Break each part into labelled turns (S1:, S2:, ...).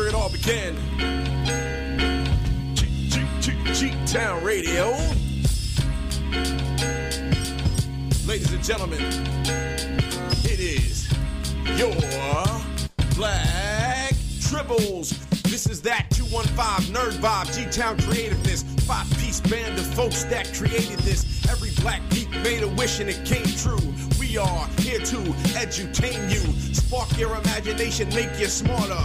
S1: again. G G G G Town Radio. Ladies and gentlemen, it is your Black Tribbles. This is that 215 Nerd Vibe, G Town Creativeness, five piece band of folks that created this. Every black geek made a wish and it came true. We are here to edutain you, spark your imagination, make you smarter.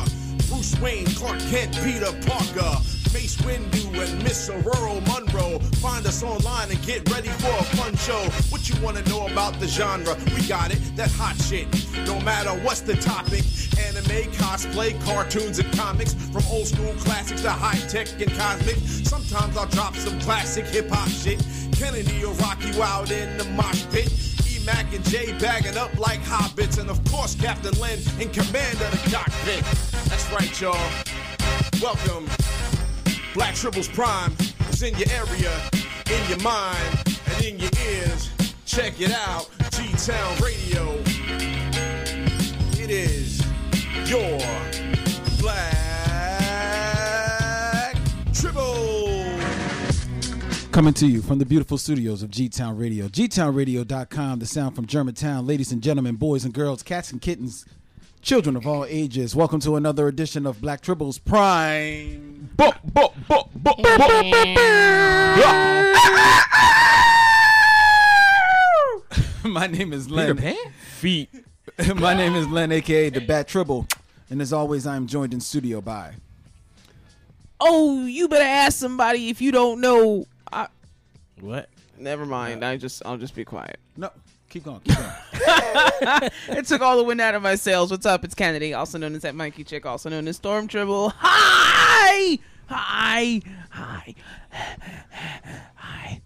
S1: Bruce Wayne, Clark Kent, Peter Parker, Mace Windu, and Miss Aurora Monroe. Find us online and get ready for a fun show. What you want to know about the genre? We got it, that hot shit. No matter what's the topic, anime, cosplay, cartoons, and comics, from old school classics to high tech and cosmic. Sometimes I'll drop some classic hip hop shit. Kennedy or Rocky Wild in the mosh pit. Mac and Jay bagging up like hobbits, and of course Captain Lynn in command of the cockpit. That's right, y'all. Welcome. Black Tribbles Prime is in your area, in your mind, and in your ears. Check it out, G Town Radio. It is your Black Tribbles.
S2: Coming to you from the beautiful studios of G Town Radio, gtownradio.com, the sound from Germantown. Ladies and gentlemen, boys and girls, cats and kittens, children of all ages, welcome to another edition of Black Tribbles Prime.
S3: Bo- bo- bo- bo- bo-
S2: My name is Len.
S3: Feet.
S2: My name is Len, aka the Bat Tribble. And as always, I am joined in studio by.
S4: Oh, you better ask somebody if you don't know. I,
S3: What?
S4: never mind. I just I'll just be quiet.
S2: No, keep going, keep going.
S4: It took all the wind out of my sails. What's up? It's Kennedy, also known as that Mikey Chick, also known as Storm Tribble. Hi, hi, hi, hi.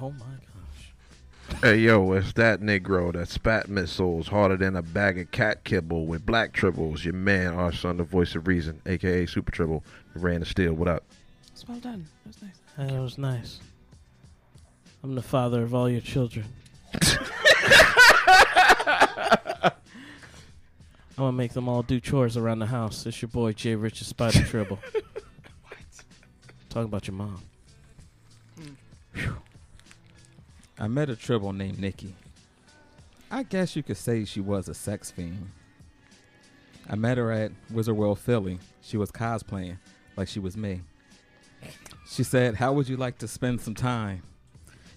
S3: Oh my gosh.
S5: Hey yo, it's that Negro that spat missiles harder than a bag of cat kibble with black tribbles. Your man, our son, the voice of reason, aka Super Tribble, ran the steel. What up?
S4: It's well done. That was nice.
S6: That was nice. I'm the father of all your children. I'm gonna make them all do chores around the house. It's your boy Jay Richard Spider Tribble. what? Talking about your mom.
S7: I met a triple named Nikki. I guess you could say she was a sex fiend. I met her at Wizard World Philly. She was cosplaying like she was me. She said, How would you like to spend some time?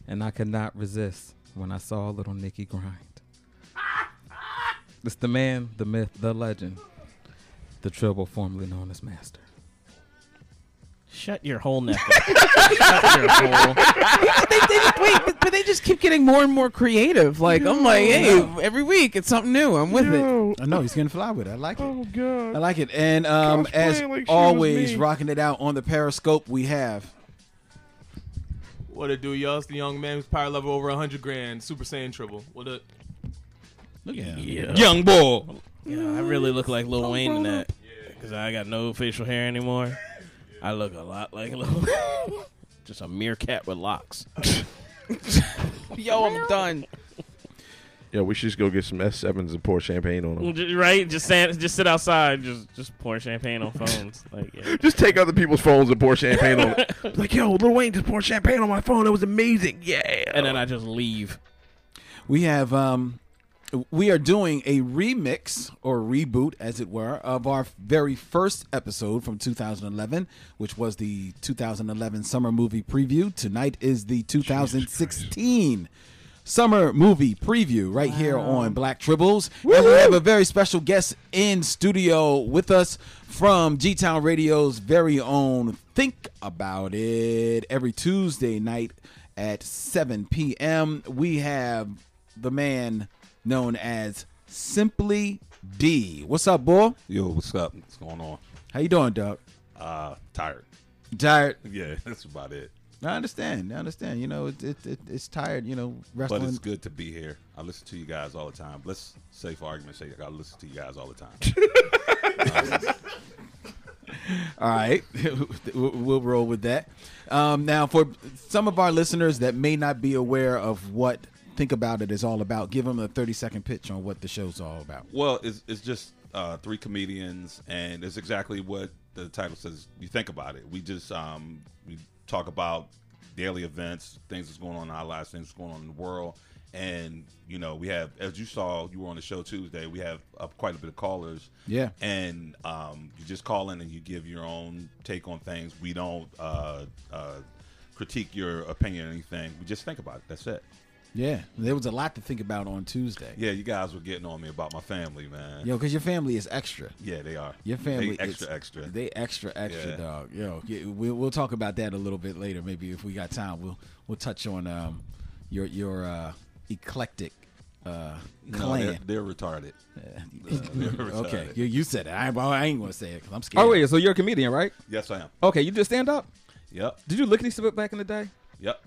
S7: And I could not resist when I saw little Nikki grind. It's the man, the myth, the legend, the triple formerly known as Master.
S6: Shut your whole neck. up. Shut your whole.
S4: They, they just, wait, but, but they just keep getting more and more creative. Like I'm like, hey, every week it's something new. I'm with it.
S2: I know he's getting fly with it. I like it.
S5: Oh, God.
S2: I like it. And um,
S5: Gosh,
S2: as
S5: man, like she was
S2: always,
S5: me.
S2: rocking it out on the Periscope, we have.
S8: What it do, y'all? It's the young man who's power level over 100 grand, Super Saiyan Triple. What up?
S2: Look at him.
S6: Yeah.
S7: Young boy!
S6: Yeah, I really look like Lil Wayne in that because I got no facial hair anymore. I look a lot like Lil. Just a meerkat with locks.
S4: Yo, I'm done.
S5: Yo, we should just go get some S7s and pour champagne on them.
S6: Ju- Right? Just stand, just sit outside, just just pour champagne on phones. like yeah.
S5: Just take other people's phones and pour champagne on them. Like, yo, Lil Wayne just poured champagne on my phone. That was amazing. Yeah.
S6: and then I just leave.
S2: We have um we are doing a remix or reboot as it were of our very first episode from 2011 which was the 2011 summer movie preview tonight is the 2016 summer movie preview right here on black tribbles and we have a very special guest in studio with us from g-town radio's very own think about it every tuesday night at 7 p.m we have the man known as Simply D. What's up, boy?
S9: Yo, what's up? What's going on?
S2: How you doing, Doug?
S9: Uh, tired.
S2: Tired.
S9: Yeah, that's about it.
S2: I understand. I understand. You know, it, it, it it's tired. You know,
S9: But
S2: wrestling.
S9: it's good to be here. I listen to you guys all the time. Let's say for argument's sake, I listen to you guys all the time.
S2: All right, we'll we'll roll with that. Um, now, for some of our listeners that may not be aware of what Think About It is all about, give them a thirty second pitch on what the show's all about.
S9: well, it's, it's just uh, three comedians, and it's exactly what the title says you think about it. We just um, we talk about daily events, things that's going on in our lives, things that's going on in the world, and you know we have as you saw you were on the show Tuesday. We have uh, quite a bit of callers.
S2: Yeah.
S9: and um, you just call in and you give your own take on things. We don't uh, uh, critique your opinion or anything. We just think about it. That's it.
S2: Yeah, there was a lot to think about on Tuesday.
S9: Yeah, you guys were getting on me about my family, man.
S2: Yo, because your family is extra.
S9: Yeah, they are.
S2: Your family
S9: they extra
S2: is,
S9: extra.
S2: They extra extra
S9: Yeah.
S2: dog. Yo, yeah, we, we'll talk about that a little bit later. Maybe if we got time, we'll we'll touch on um your your uh, eclectic uh,
S9: no,
S2: clan. Uh,
S9: they're, they're retarded. they're
S2: okay,
S9: retarded.
S2: you, you said it. I, ain't- I ain't gonna say it because I'm scared.
S7: Oh wait, so you're a comedian, right?
S9: Yes, I am.
S7: Okay, you just stand up.
S9: Yep.
S7: Did you lickety split back in the day?
S9: Yep.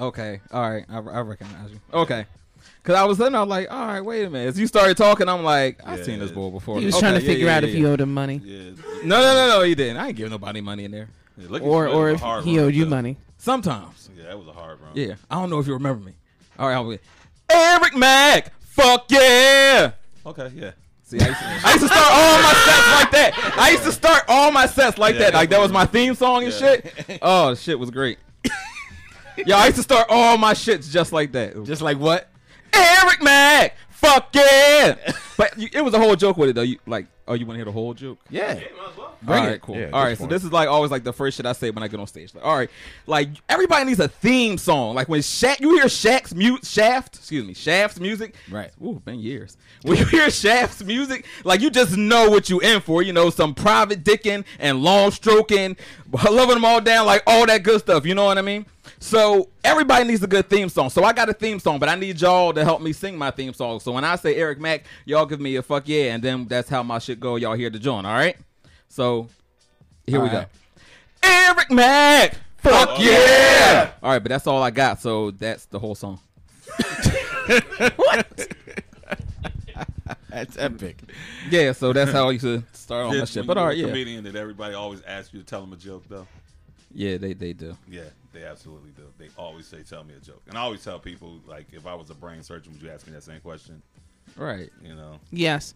S7: Okay, all right, I, I recognize you. Okay, because I was sitting, I was like, all right, wait a minute. As you started talking, I'm like, I've seen this
S9: Yeah.
S7: bull before.
S4: He was
S7: Okay,
S4: trying to
S7: yeah,
S4: figure
S7: yeah,
S4: out
S7: yeah,
S4: if
S7: yeah.
S4: you owed him money,
S9: Yeah.
S7: No, no, no, no, he didn't. I ain't giving nobody money in there.
S9: yeah look,
S4: or
S9: that was
S4: or
S9: a
S4: if
S9: hard
S4: he
S9: run,
S4: owed you
S9: though.
S4: money.
S7: Sometimes.
S9: Yeah, that was a hard run.
S7: Yeah, I don't know if you remember me. All right, I'll be Eric Mack. Fuck yeah.
S9: Okay. Yeah.
S7: See, I used, to, I used to start all my sets like that. I used to start all my sets like
S9: Yeah,
S7: that. Like that was my theme song and
S9: Yeah.
S7: shit. Oh, shit was great. Yo, I used to start all my shits just like that.
S2: Just like what?
S7: Eric Mack. Fuck yeah. But you, it was a whole joke with it though. You like, oh, you want to hear the whole joke?
S2: Yeah,
S7: all right, cool.
S5: Yeah, at
S7: all
S5: this
S7: right, so
S5: point.
S7: this is like always like the first shit I say when I get on stage. Like, all right, like everybody needs a theme song. Like when Shaq, you hear Shaq's mute Shaft, excuse me, Shaft's music.
S2: Right.
S7: Ooh, been years. When you hear Shaft's music, like you just know what you in for. You know, some private dicking and long stroking, loving them all down, like all that good stuff. You know what I mean? So everybody needs a good theme song. So I got a theme song, but I need y'all to help me sing my theme song. So when I say Eric Mack, y'all give me a fuck yeah, and then that's how my shit go. Y'all hear the joint, all right? So here we
S2: All right.
S7: go. Eric Mack. Fuck yeah! All right, but that's all I got. So that's the whole song.
S2: that's epic.
S7: Yeah, so that's how I used to start on my
S9: Did,
S7: shit.
S9: when
S7: But
S9: you
S7: all
S9: were
S7: right,
S9: a
S7: yeah,
S9: Comedian that everybody always asks you to tell them a joke though.
S7: yeah, they they do.
S9: Yeah, they absolutely do. They always say, "Tell me a joke," and I always tell people, like, if I was a brain surgeon, would you ask me that same question?
S7: Right.
S9: You know.
S4: Yes,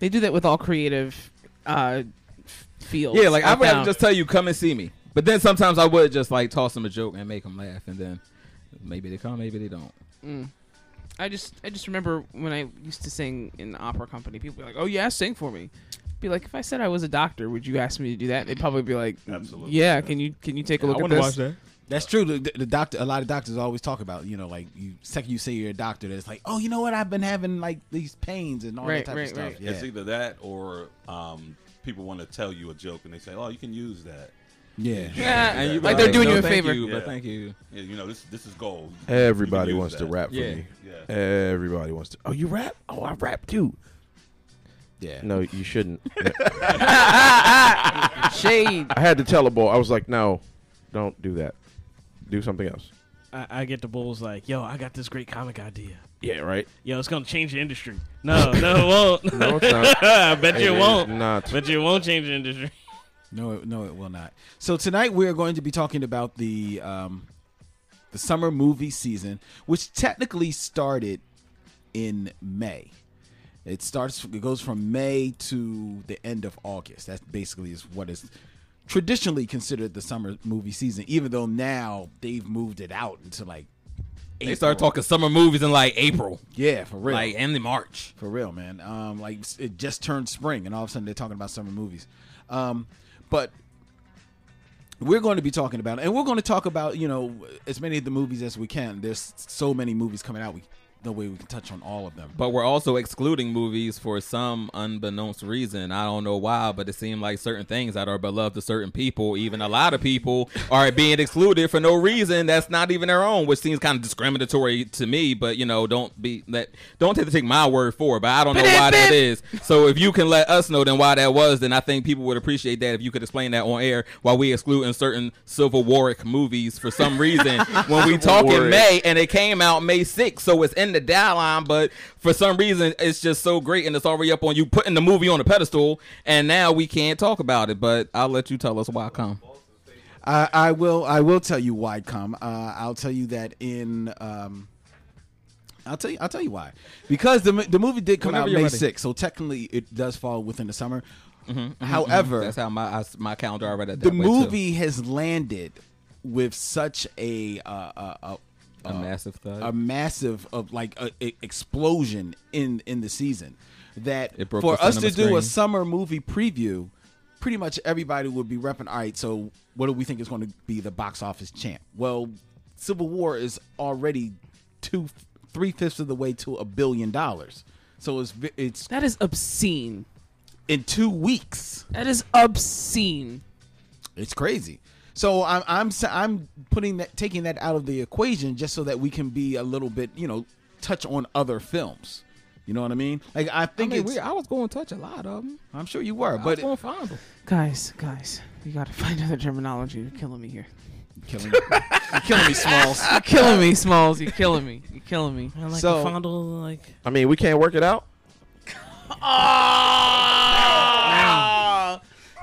S4: they do that with all creative uh, f- fields.
S7: Yeah, like I would
S4: found.
S7: just tell you come and see me. But then sometimes I would just like toss them a joke and make them laugh, and then maybe they come, maybe they don't.
S4: I just I just remember when I used to sing in the opera company, people were like, "Oh yeah, sing for me." Be like, if I said I was a doctor, would you ask me to do that? They'd probably be like,
S9: Absolutely.
S4: Yeah, can you can you take a
S3: I
S4: look at
S3: want to
S4: this?"
S3: watch that.
S2: That's true. The, the doctor, a lot of doctors always talk about, you know, like you second you say you're a doctor, it's like, oh, you know what? I've been having like these pains and all
S4: Right,
S2: that type
S4: right,
S2: of stuff.
S4: right.
S2: Yeah.
S9: It's either that or um, people want to tell you a joke and they say, "Oh, you can use that."
S2: yeah.
S4: Yeah,
S7: And you be
S4: like they're doing
S7: no,
S4: you a
S7: thank
S4: favor.
S7: you, but
S9: Yeah.
S7: thank you.
S9: Yeah, you know, this this is gold. You can
S5: Everybody
S9: use
S5: wants to
S9: that.
S5: rap for
S7: Yeah.
S5: me.
S9: Yeah.
S5: Everybody wants to. Oh, you rap? Oh, I rap too.
S2: Yeah.
S5: No, you shouldn't.
S4: Shade.
S5: I had to tell a boy. I was like, no, don't do that. Do something else.
S6: I, I get the bulls like, yo, I got this great comic idea.
S5: Yeah, right.
S6: Yo, it's gonna change the industry. No, no, it won't.
S5: No, it's not.
S6: I bet you
S5: It
S6: it
S5: is
S6: won't.
S5: Not.
S6: Bet you it won't change the industry.
S2: No, it, no, it will not. So tonight we're going to be talking about the um, the summer movie season, which technically started in May. It starts. It goes from May to the end of August. That basically is what is traditionally considered the summer movie season. Even though now they've moved it out into like
S7: They start talking summer movies in like April,
S2: yeah, for real,
S7: like and the March.
S2: for real, man. Um, like s- it just turned spring, and all of a sudden they're talking about summer movies. Um, but we're going to be talking about, and we're going to talk about you know as many of the movies as we can. There's so many movies coming out. We no way we can touch on all of them.
S7: But we're also excluding movies for some unbeknownst reason. I don't know why, but it seemed like certain things that are beloved to certain people, even a lot of people, are being excluded for no reason that's not even their own, which seems kind of discriminatory to me. But you know, don't be that. Don't have to take my word for it. But I don't know why that is. So if you can let us know then why that was, then I think people would appreciate that if you could explain that on air why we excluding certain Civil Warwick movies for some reason when we talk in
S5: Warwick.
S7: May. May, and it came out May 6th, so it's in the deadline, but for some reason it's just so great and it's already up on you putting the movie on a pedestal and now we can't talk about it, but I'll let you tell us why come.
S2: I, I will. I will tell you why. Come. Uh, I'll tell you that in. Um, I'll tell you. I'll tell you why. Because the mo- the movie did come
S7: Whenever
S2: out
S7: you're
S2: May
S7: ready. Mm-hmm,
S2: sixth, so technically it does fall within the summer. However,
S7: That's how my I, my calendar I read it. That
S2: the
S7: way, too.
S2: movie has landed with such a uh, uh, uh,
S7: a massive thud.
S2: a massive of like a, a explosion in in the season that
S7: It broke
S2: for
S7: the
S2: us to do
S7: cinema
S2: a
S7: screen.
S2: summer movie preview, pretty much everybody would be repping. All right, so what do we think is going to be the box office champ? Well, Civil War is already two three fifths of the way to a billion dollars. So it's vi- it's
S4: That is obscene.
S2: in two weeks.
S4: That is obscene.
S2: It's crazy. So I'm I'm s- I'm putting that taking that out of the equation just so that we can be a little bit you know touch on other films. You know what I mean? Like I
S7: I
S2: think
S7: mean,
S2: it's,
S7: we, I was going to touch a lot of them.
S2: I'm sure you were,
S7: I was
S2: but
S7: going to find them.
S4: Guys, guys, we gotta find other terminology. You're killing me here.
S2: killing, me. You're killing me, Smalls.
S4: You're killing me, Smalls. You're killing me. You're killing me.
S6: I like
S2: So-
S6: to fondle like
S5: I mean, we can't work it out.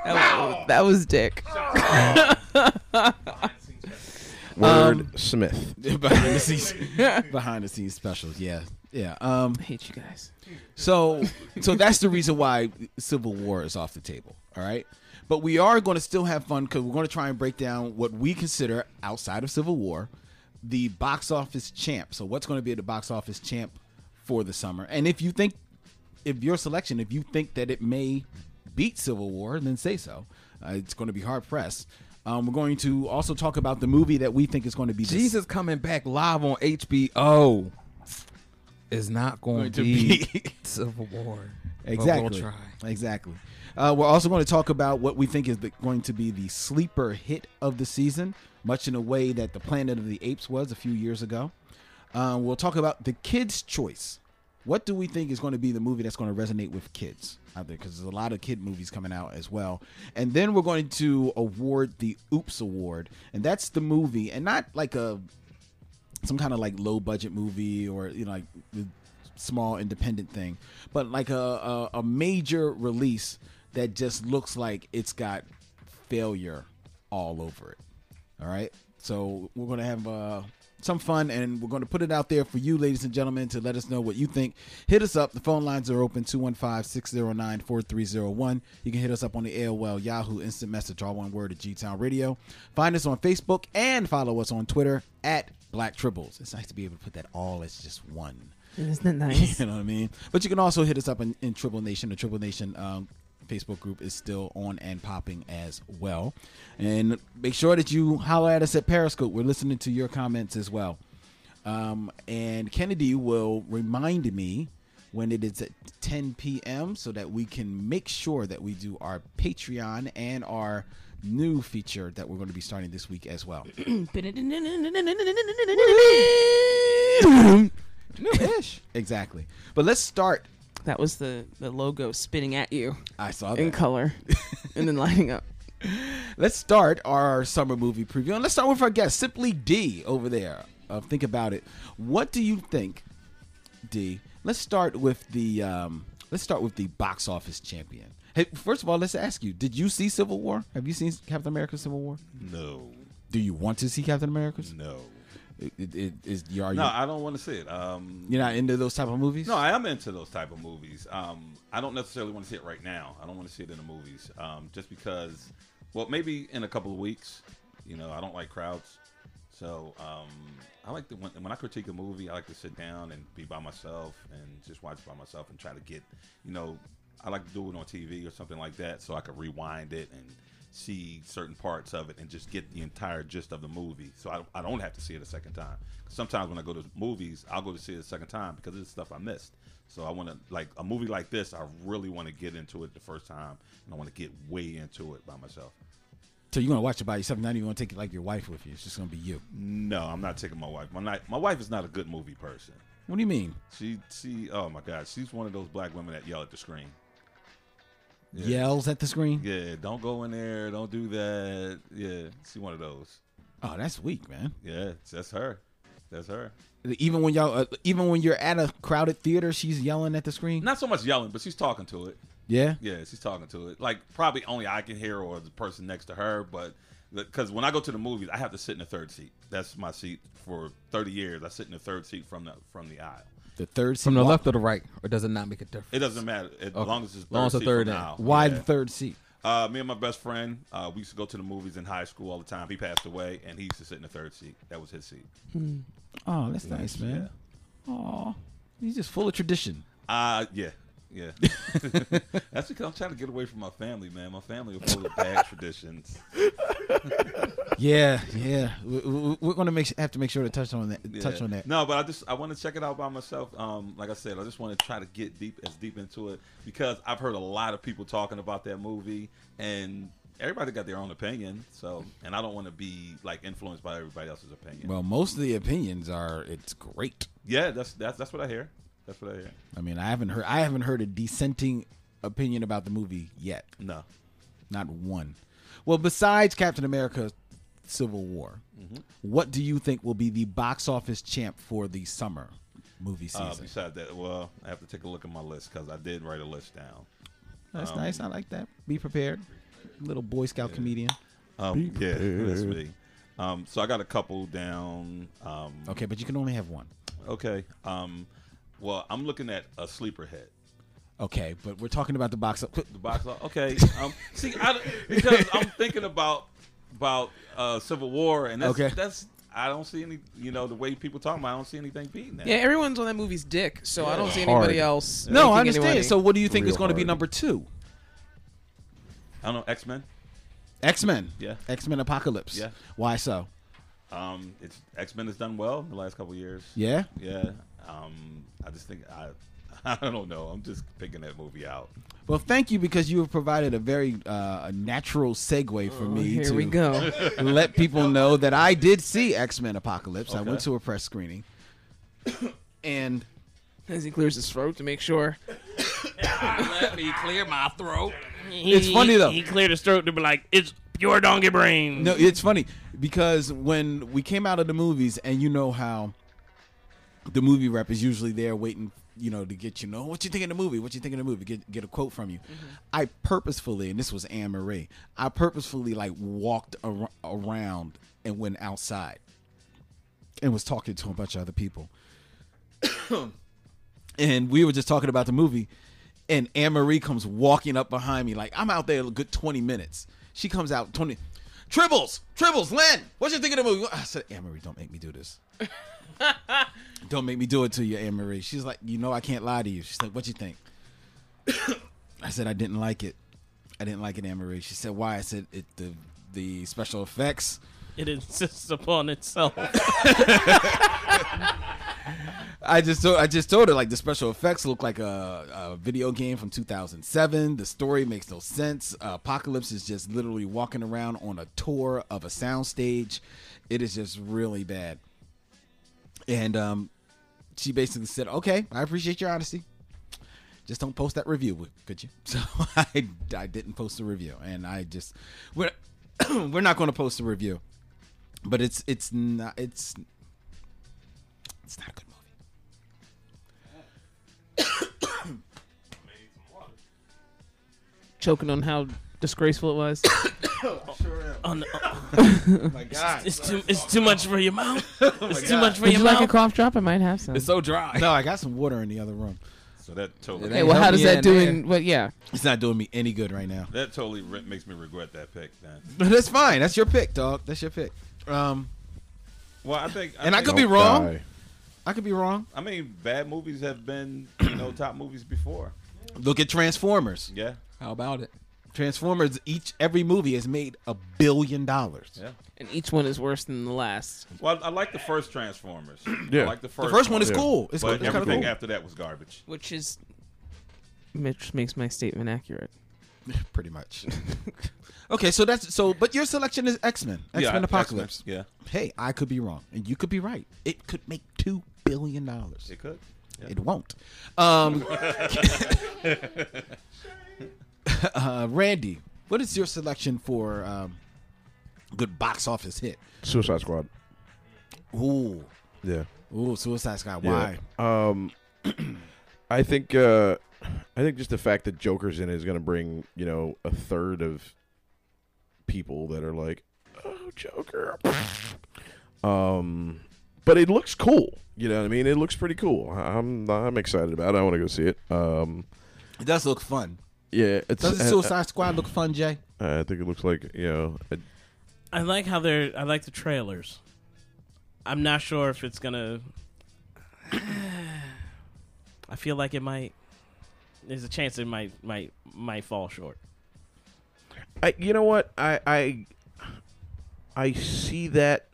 S4: That was, that was dick.
S5: Word Smith.
S2: behind the scenes, behind the scenes specials. Yeah, yeah. Um,
S4: I hate you guys.
S2: So, so that's the reason why Civil War is off the table. All right, but we are going to still have fun because we're going to try and break down what we consider outside of Civil War, the box office champ. So, what's going to be the box office champ for the summer? And if you think, if your selection, if you think that it may beat Civil War, then say so. Uh, it's going to be hard pressed. Um, we're going to also talk about the movie that we think is going to be the-
S7: Jesus coming back live on HBO is not going,
S2: Going to
S7: be,
S2: be-
S7: Civil War. But
S2: Exactly.
S7: We'll try.
S2: Exactly. Uh, we're also going to talk about what we think is the, going to be the sleeper hit of the season, much in a way that the Planet of the Apes was a few years ago. Uh, we'll talk about the kids' choice. What do we think is going to be the movie that's going to resonate with kids out there? Because there's a lot of kid movies coming out as well. And then we're going to award the Oops Award, and that's the movie, and not like a some kind of like low budget movie or you know like the small independent thing, but like a, a a major release that just looks like it's got failure all over it. All right, so we're gonna have uh, some fun and we're gonna put it out there for you, ladies and gentlemen, to let us know what you think. Hit us up. The phone lines are open 215-609-4301. You can hit us up on the AOL Yahoo Instant Message, all one word at G Town Radio. Find us on Facebook and follow us on Twitter at Black Tribbles. It's nice to be able to put that all as just one.
S4: Isn't that nice?
S2: You know what I mean? But you can also hit us up in, in Triple Nation. The Triple Nation um, Facebook group is still on and popping as well. And make sure that you holler at us at Periscope. We're listening to your comments as well. Um, and Kennedy will remind me when it is at 10 p.m. so that we can make sure that we do our Patreon and our new feature that we're going to be starting this week as well.
S7: New-ish.
S2: exactly. But let's start.
S4: That was the, the logo spinning at you
S2: I saw that.
S4: in color and then lighting up.
S2: Let's start our summer movie preview. And let's start with our guest, Simply D, over there. Uh, think about it. What do you think, D? Let's start with the um, let's start with the box office champion. Hey, first of all, let's ask you: Did you see Civil War? Have you seen Captain America: Civil War?
S9: No,
S2: Do you want to see Captain America?
S9: no,
S2: It, it, it, is you are
S9: Mm. no.
S2: you
S9: I don't want to see it. Um,
S2: you're not into those type of movies?
S9: No, I am into those type of movies. Um, I don't necessarily want to see it right now. I don't want to see it in the movies, um, just because. Well, maybe in a couple of weeks. You know, I don't like crowds, so um, I like to when, when I critique a movie, I like to sit down and be by myself and just watch by myself and try to get. You know, I like to do it on TV or something like that, so I could rewind it and see certain parts of it and just get the entire gist of the movie so I, I don't have to see it a second time sometimes when i go to movies i'll go to see it a second time because it's stuff i missed so i want to like a movie like this i really want to get into it the first time and i want to get way into it by myself
S2: So you're gonna watch it by yourself? Not even gonna take like your wife with you? It's just gonna be you?
S9: no i'm not taking my wife my, night, my wife is not a good movie person
S2: What do you mean?
S9: she she oh my god she's one of those black women that yell at the screen Yeah.
S2: Yells at the screen?
S9: yeah don't go in there don't do that yeah she's one of those
S2: Oh, that's weak, man.
S9: yeah that's her that's her
S2: Even when y'all, uh, even when you're at a crowded theater, she's yelling at the screen.
S9: Not so much yelling, but she's talking to it.
S2: Yeah.
S9: Yeah, she's talking to it. Like probably only I can hear or the person next to her, but because when I go to the movies, I have to sit in the third seat. That's my seat for 30 years. I sit in the third seat from the from the aisle.
S2: The third seed
S7: From the
S2: walk-
S7: left or the right, or does it not make a difference?
S9: It doesn't matter as long as it's third
S7: Long as the
S9: seat
S7: third
S9: from
S7: in.
S9: now.
S2: Why
S9: Yeah.
S2: the third seat?
S9: Uh, me and my best friend, uh, we used to go to the movies in high school all the time. He passed away, and he used to sit in the third seat. That was his seat.
S2: Oh, that's nice, man. Oh, he's just full of tradition.
S9: Uh yeah, yeah. That's because I'm trying to get away from my family, man. My family are full of bad traditions.
S2: Yeah, yeah. We, we, we're gonna make have to make sure to touch on that.
S9: Yeah.
S2: Touch on that.
S9: No, but I just I want to check it out by myself. Um, like I said, I just want to try to get deep as deep into it because I've heard a lot of people talking about that movie, and everybody got their own opinion. So, and I don't want to be like influenced by everybody else's opinion.
S2: Well, most of the opinions are it's great.
S9: yeah, that's that's that's what I hear. That's what I hear.
S2: I mean, I haven't heard I haven't heard a dissenting opinion about the movie yet.
S9: No,
S2: Not one. Well, besides Captain America: Civil War, what do you think will be the box office champ for the summer movie
S9: uh,
S2: season?
S9: besides that, well, I have to take a look at my list because I did write a list down.
S2: That's nice. I like that. Be prepared, little Boy Scout comedian.
S9: Um, yeah, that's me. Um, so I got a couple down. Um,
S2: Okay, but you can only have one.
S9: okay. Um, well, I'm looking at a sleeper hit.
S2: Okay, but we're talking about the box. Up.
S9: The box law. Okay. Um, see, I, because I'm thinking about about uh, Civil War, and that's,
S2: Okay.
S9: that's I don't see any. You know, the way people talk about, I don't see anything beating that.
S4: Yeah, everyone's on that movie's dick, so I don't see
S7: Hard.
S4: anybody else.
S2: No, I
S4: making any money.
S2: understand. So, what do you think
S7: Real
S2: is going to be
S7: hard.
S2: number two?
S9: I don't know X Men.
S2: X Men.
S9: Yeah.
S2: X Men Apocalypse.
S9: Yeah.
S2: Why so?
S9: Um, it's X Men has done well in the last couple years.
S2: Yeah.
S9: Yeah. Um, I just think I. I don't know. I'm just picking that movie out.
S2: Well, thank you because you have provided a very uh, a natural segue for me
S4: Oh, Here
S2: to
S4: we go.
S2: let people know that I did see X Men Apocalypse. I went to a press screening, and
S4: As he clears his throat to make sure.
S6: Let me clear my throat.
S2: It's funny, though.
S6: He cleared his throat to be like, "It's pure donkey brain."
S2: No, it's funny because when we came out of the movies, and you know how the movie rep is usually there waiting, you know, to get you know what you think of the movie, what you think of the movie, get get a quote from you.
S6: Mm-hmm.
S2: I purposefully, and this was Anne Marie, I purposefully like walked ar- around and went outside and was talking to a bunch of other people, and we were just talking about the movie. And Anne Marie comes walking up behind me, like I'm out there a good 20 minutes. She comes out 20. Tribbles, Tribbles, Len, what you think of the movie? I said, Anne Marie, don't make me do this. don't make me do it to you, Anne Marie. She's like, you know, I can't lie to you. She's like, what you think? I said, I didn't like it. I didn't like it, Anne Marie. She said, why? I said, it the the special effects.
S6: It insists upon itself.
S2: I just told, I just told her like the special effects look like a, a video game from 2007. The story makes no sense. Uh, Apocalypse is just literally walking around on a tour of a soundstage. It is just really bad. And um, she basically said, "Okay, I appreciate your honesty. Just don't post that review, would- could you?" So I, I didn't post the review, and I just we're we're not going to post the review, but it's it's not it's it's not a good movie.
S4: Choking on how disgraceful it was.
S6: Oh, no. It's too. It's too much for your mouth. It's too much for
S4: Oh Would
S6: your
S4: you like a
S6: mouth.
S4: cough drop? I might have some.
S7: It's so dry.
S2: No, I got some water in the other room.
S9: So that totally
S4: Okay,
S7: Hey,
S4: well, how
S7: help
S4: does
S7: me
S4: that
S7: in
S4: do
S7: there.
S4: in. Well, yeah.
S2: It's not doing me any good right now.
S9: that totally re- makes me regret that pick. Then.
S2: But that's fine. That's your pick, dog. That's your pick. Um,
S9: Well, I think,
S2: and I
S9: think-
S2: could be
S5: Don't
S2: wrong.
S5: die.
S2: I could be wrong.
S9: I mean, bad movies have been you know top movies before.
S2: Look at Transformers.
S9: Yeah,
S7: How about it?
S2: Transformers. Each every movie has made a billion dollars.
S9: yeah.
S4: And each one is worse than the last.
S9: Well, I, I like the first Transformers.
S5: Yeah.
S9: I like the
S2: The
S9: first.
S2: first one is
S5: Yeah.
S2: cool. It's,
S9: But
S2: it's kind of
S9: everything
S2: cool.
S9: after that was garbage.
S4: Which is. Mitch makes my statement accurate.
S2: Pretty much. okay, so that's so. But your selection is X Men. X Men
S9: yeah,
S2: Apocalypse.
S9: X-Men.
S2: Hey, I could be wrong, and you could be right. It could make two billion dollars.
S9: Yeah, it could. Yeah.
S2: It won't. Um, uh, Randy, what is your selection for um, good box office hit?
S5: Suicide Squad.
S2: Ooh,
S5: Yeah.
S2: ooh, Suicide Squad.
S5: Yeah.
S2: Why?
S5: Um, I think uh, I think just the fact that Joker's in it is going to bring you know a third of people that are like, oh Joker. um,
S10: but it looks cool. You know what I mean? It looks pretty cool. I- I'm I'm excited about. it. I want to go see it. Um,
S2: It does look fun.
S10: yeah, it's.
S2: Doesn't Suicide Squad look fun, Jay?
S10: I, I think it looks like you know. a-
S6: I like how they're. I like the trailers. I'm not sure if it's gonna. I feel like it might. There's a chance it might might might fall short.
S10: I, you know what I, I I see that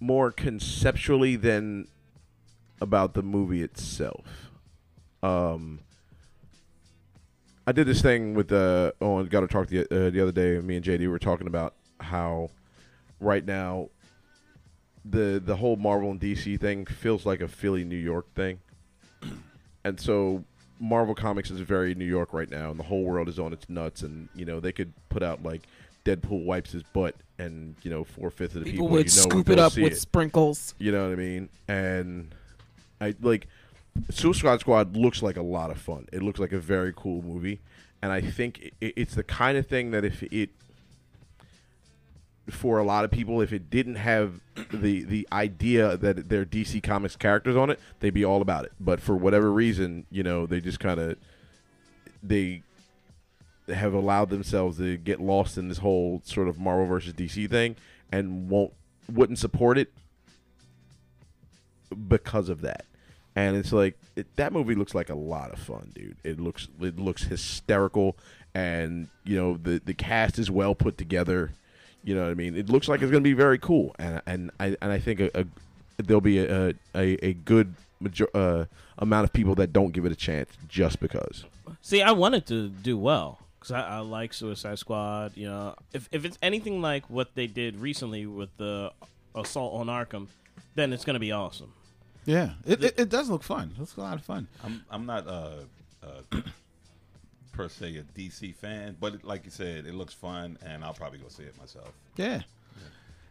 S10: more conceptually than about the movie itself. Um, I did this thing with uh, on Got to Talk the uh, the other day. Me and JD were talking about how right now the the whole Marvel and DC thing feels like a Philly New York thing, and so Marvel Comics is very New York right now, and the whole world is on its nuts, and you know they could put out like Deadpool wipes his butt, and you know four fifths of the people,
S4: People would
S10: you know
S4: scoop
S10: go
S4: it up
S10: see
S4: with
S10: it.
S4: sprinkles.
S10: You know what I mean? And I like Suicide Squad looks like a lot of fun. It looks like a very cool movie, and I think it, it's the kind of thing that if it for a lot of people, if it didn't have the the idea that they're DC Comics characters on it, they'd be all about it. But for whatever reason, you know, they just kind of they have allowed themselves to get lost in this whole sort of Marvel versus DC thing and won't wouldn't support it because of that. And it's like it, that movie looks like a lot of fun, dude. It looks it looks hysterical, and you know the the cast is well put together. You know what I mean? It looks like it's going to be very cool, and and I and I think a, a there'll be a a, a good major, uh, amount of people that don't give it a chance just because.
S6: See, I wanted to do well because I, I like Suicide Squad. You know, if if it's anything like what they did recently with the assault on Arkham, then it's gonna be awesome.
S2: Yeah, it, it, it does look fun. It looks a lot of fun.
S9: I'm I'm not uh, uh per se a DC fan, but it, like you said, it looks fun, and I'll probably go see it myself.
S2: Yeah.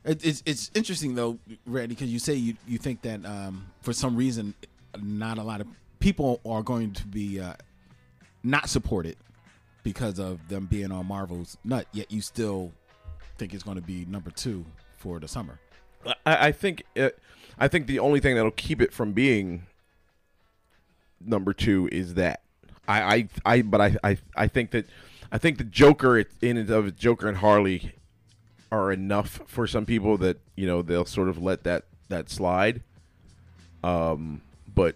S2: It, it's it's interesting though, Randy, because you say you you think that um, for some reason not a lot of people are going to be uh, not supported because of them being on Marvel's nut. Yet you still think it's going to be number two for the summer.
S10: I, I think it, I think the only thing that'll keep it from being number two is that I I, I but I, I I think that I think the Joker it- in and of Joker and Harley are enough for some people that you know they'll sort of let that that slide. Um, but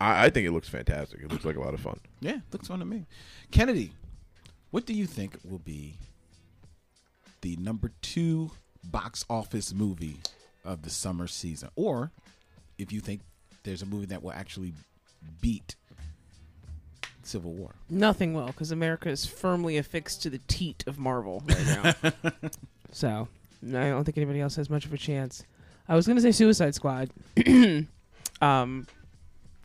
S10: I, I think it looks fantastic. It looks like a lot of fun.
S2: Yeah, looks fun to me. Kennedy, what do you think will be the number two box office movie of the summer season? Or if you think there's a movie that will actually beat Civil War.
S4: Nothing will, because America is firmly affixed to the teat of Marvel right now. so no, I don't think anybody else has much of a chance. I was gonna say Suicide Squad, um,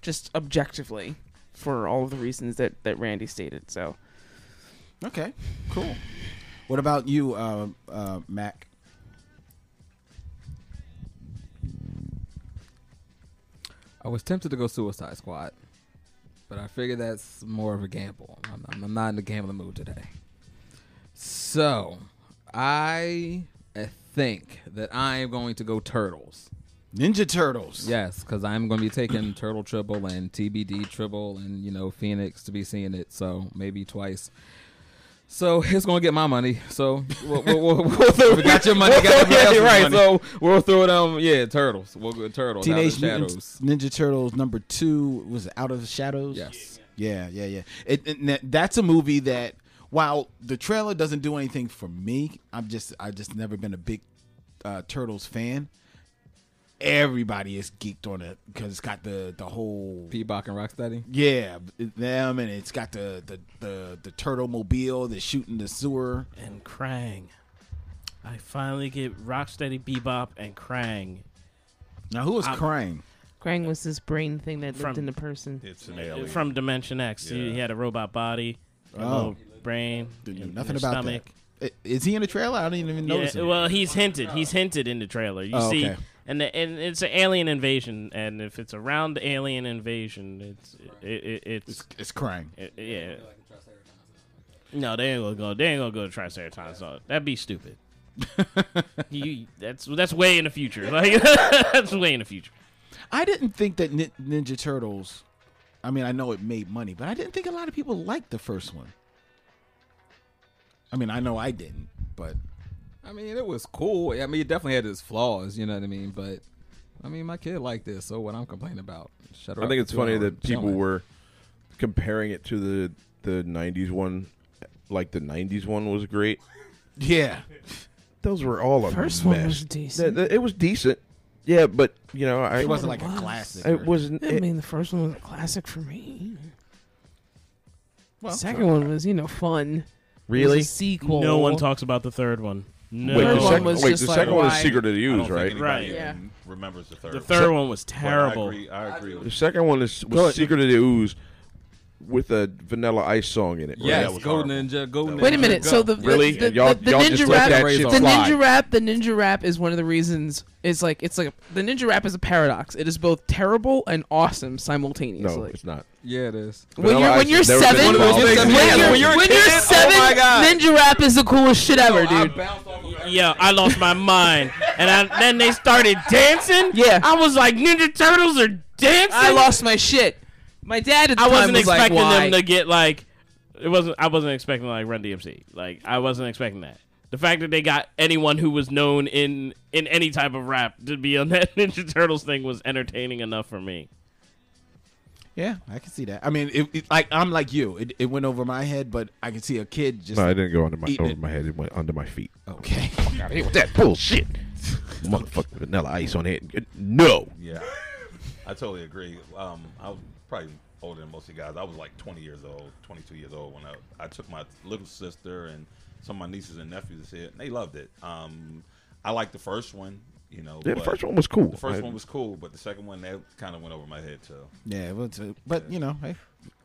S4: just objectively, for all of the reasons that that Randy stated. So
S2: Okay, cool. What about you, uh, uh, Mac?
S7: I was tempted to go Suicide Squad, but I figure that's more of a gamble. I'm, I'm, I'm not in the gambling mood today. So, I uh, think that I am going to go Turtles.
S2: Ninja Turtles.
S7: Yes, because I'm going to be taking Turtle Triple and TBD Triple and, you know, Phoenix to be seeing it. So, maybe twice. So, it's going to get my money. So, we'll, we'll, we'll, we'll throw,
S2: We got your money,
S7: we'll
S2: got
S7: throw-
S2: everybody
S7: yeah,
S2: else's
S7: right.
S2: money.
S7: So, we'll throw it on, yeah, Turtles. We'll go Turtles. Out of
S2: Teenage
S7: the
S2: Mutant
S7: Shadows.
S2: Ninja Turtles number two was it Out of the Shadows.
S7: Yes.
S2: Yeah, yeah, yeah. It, it- that- that's a movie that while the trailer doesn't do anything for me, I'm just I just never been a big uh, Turtles fan. Everybody is geeked on it because it's got the the whole
S7: Peabock and Rocksteady.
S2: yeah them and it's got the the the, the turtle mobile that's shooting the sewer.
S6: And Krang, I finally get Rocksteady, Bebop, and Krang.
S2: Now who is
S6: I'm-
S2: crying?
S4: Krang was this brain thing that lived
S6: From-
S4: in the person.
S9: It's an alien.
S6: from Dimension X. He,
S9: Yeah.
S6: he had a robot body, a
S2: Oh.
S6: little brain,
S2: Didn't know
S6: and-
S2: nothing
S6: and a
S2: about
S6: stomach.
S2: that. I- Is he in the trailer? I didn't even notice
S6: Yeah,
S2: him.
S6: well, he's hinted. He's hinted in the trailer. You
S2: Oh,
S6: see,
S2: okay.
S6: and the, and it's an alien invasion, and if it's around the alien invasion, it's it, it, it's
S2: it's crying.
S6: it, yeah. No, they ain't gonna go. They ain't gonna go to Triceratops. No, that'd be stupid. you, that's that's way in the future. Like that's way in the future.
S2: I didn't think that Nin- Ninja Turtles. I mean, I know it made money, but I didn't think a lot of people liked the first one. I mean, I know I didn't, but
S7: I mean, it was cool. I mean, it definitely had its flaws, you know what I mean? But I mean, my kid liked this, so what I'm complaining about? Shut her
S10: I
S7: up
S10: think
S7: and
S10: it's
S7: do it
S10: funny
S7: or
S10: that
S7: tell
S10: people
S7: her.
S10: were comparing it to the the '90s one, like the '90s one was great.
S2: yeah,
S10: Those were all a
S4: First
S10: mess.
S4: one was
S10: Th-
S4: decent.
S10: th- it was decent, yeah, but you know, I
S2: it wasn't like
S4: was.
S2: a classic.
S10: It wasn't.
S4: I
S10: It,
S4: mean, the first one was a classic for me. the second one was, you know, fun. It was a
S10: really?
S4: sequel.
S6: No one talks about the third one. No.
S10: Wait,
S4: Third
S10: the
S4: one
S10: second,
S4: was
S10: wait,
S4: just
S10: the
S4: like,
S10: second one was
S4: why-
S10: Secret of the
S9: I don't
S10: Ooze,
S9: think
S10: right?
S9: anybody
S6: Right.
S9: even remembers the third.
S6: the
S9: one.
S6: third one was
S9: But
S6: terrible.
S9: I agree. I agree
S10: The
S9: with
S10: second one is was
S7: ahead.
S10: Secret of the Ooze with a Vanilla Ice song in it. right?
S7: Yes,
S9: that was
S7: go
S9: horrible.
S7: ninja, go
S9: That
S7: ninja.
S9: was-
S4: Wait a minute.
S7: go.
S4: So the the-
S10: Really?
S4: the, the,
S10: y'all,
S4: the
S10: y'all
S4: ninja
S10: just let
S4: rap,
S10: that
S7: raise
S10: shit
S7: a
S4: the
S10: fly.
S4: ninja rap, the ninja rap is one of the reasons. It's like it's like the ninja rap is a paradox. It is both terrible and awesome
S10: no,
S4: simultaneously.
S10: it's not.
S7: yeah, it is.
S4: when you're
S10: Vanilla
S4: when
S10: Ice
S4: you're
S10: has never been
S4: seven,
S10: One of those
S7: things
S4: when
S7: that happen
S4: you're,
S7: when you're a
S4: when you're
S7: kid? Oh
S4: seven,
S7: my God.
S4: ninja rap is the coolest shit ever, dude.
S6: Yeah, I lost my mind, and I, then they started dancing.
S4: Yeah.
S6: I was like, Ninja Turtles are dancing.
S4: I lost my shit. My dad at the
S6: I
S4: time
S6: wasn't
S4: was like,
S6: expecting
S4: "Why?"
S6: them to get like. It wasn't. I wasn't expecting like Run DMC. Like I wasn't expecting that. The fact that they got anyone who was known in in any type of rap to be on that Ninja Turtles thing was entertaining enough for me.
S2: Yeah, I can see that. I mean, it, it, like I'm like you. It, it went over my head, but I can see a kid just
S10: No, I didn't go under my
S2: Eating
S10: over
S2: it.
S10: my head. It went under my feet.
S2: okay.
S10: Outta here with that bullshit. Motherfucking Vanilla Ice on it. No.
S9: Yeah, I totally agree. Um, I was probably older than most of you guys. I was like 20 years old, 22 years old when I, I took my little sister and some of my nieces and nephews to see it, and they loved it. Um, I liked the first one, you know.
S10: Yeah, the
S9: but
S10: first one was cool.
S9: The first
S10: I-
S9: one was cool, but the second one that kind of went over my head too.
S2: Yeah, well, it's, uh, but you know, hey,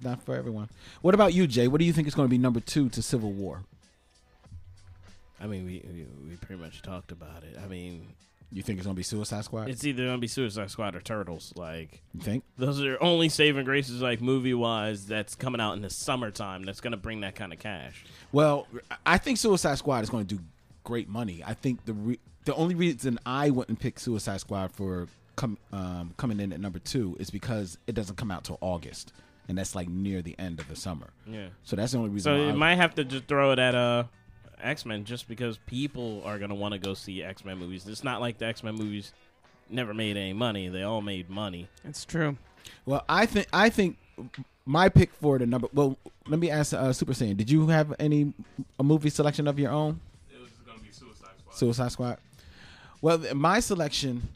S2: not for everyone. What about you, Jay? What do you think is going to be number two to Civil War?
S6: I mean, we we, we pretty much talked about it. I mean,
S2: You think it's going to be Suicide Squad?
S6: it's either gonna be Suicide Squad or Turtles. Like
S2: you think?
S6: those are your only saving graces, like movie wise, that's coming out in the summertime. That's gonna bring that kind of cash.
S2: Well, I think Suicide Squad is going to do great money. I think the re- the only reason I wouldn't pick Suicide Squad for com- um, coming in at number two is because it doesn't come out till August, and that's like near the end of the summer.
S6: Yeah.
S2: So that's the only reason.
S6: So
S2: why I
S6: you
S2: would-
S6: might have to just throw it at uh, X Men, just because people are gonna want to go see X Men movies. It's not like the X Men movies never made any money; they all made money.
S4: It's true.
S2: Well, I think I think my pick for the number. Well, let me ask uh, Super Saiyan. Did you have any a movie selection of your own? It was going to be Suicide Squad. Suicide Squad. Well, th- my selection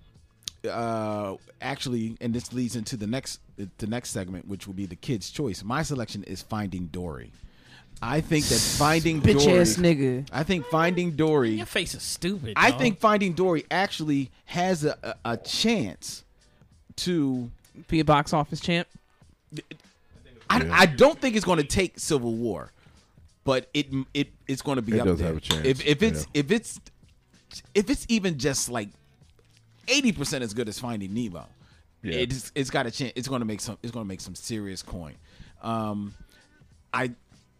S2: uh actually and this leads into the next the next segment which will be the kids choice my selection is finding dory i think that finding
S4: Bitch
S2: dory
S4: ass nigga.
S2: i think finding dory
S6: Your face is stupid.
S2: I think Finding Dory actually has a, a, a chance to.
S4: Be a box office champ.
S2: I, I don't think it's going to take Civil War, but it it it's going to be
S10: It
S2: up
S10: does
S2: there.
S10: have a chance,
S2: If if it's
S10: yeah.
S2: if it's if it's even just like eighty percent as good as Finding Nemo, it's it's got a chance. It's going to make some. It's going to make some serious coin. Um, I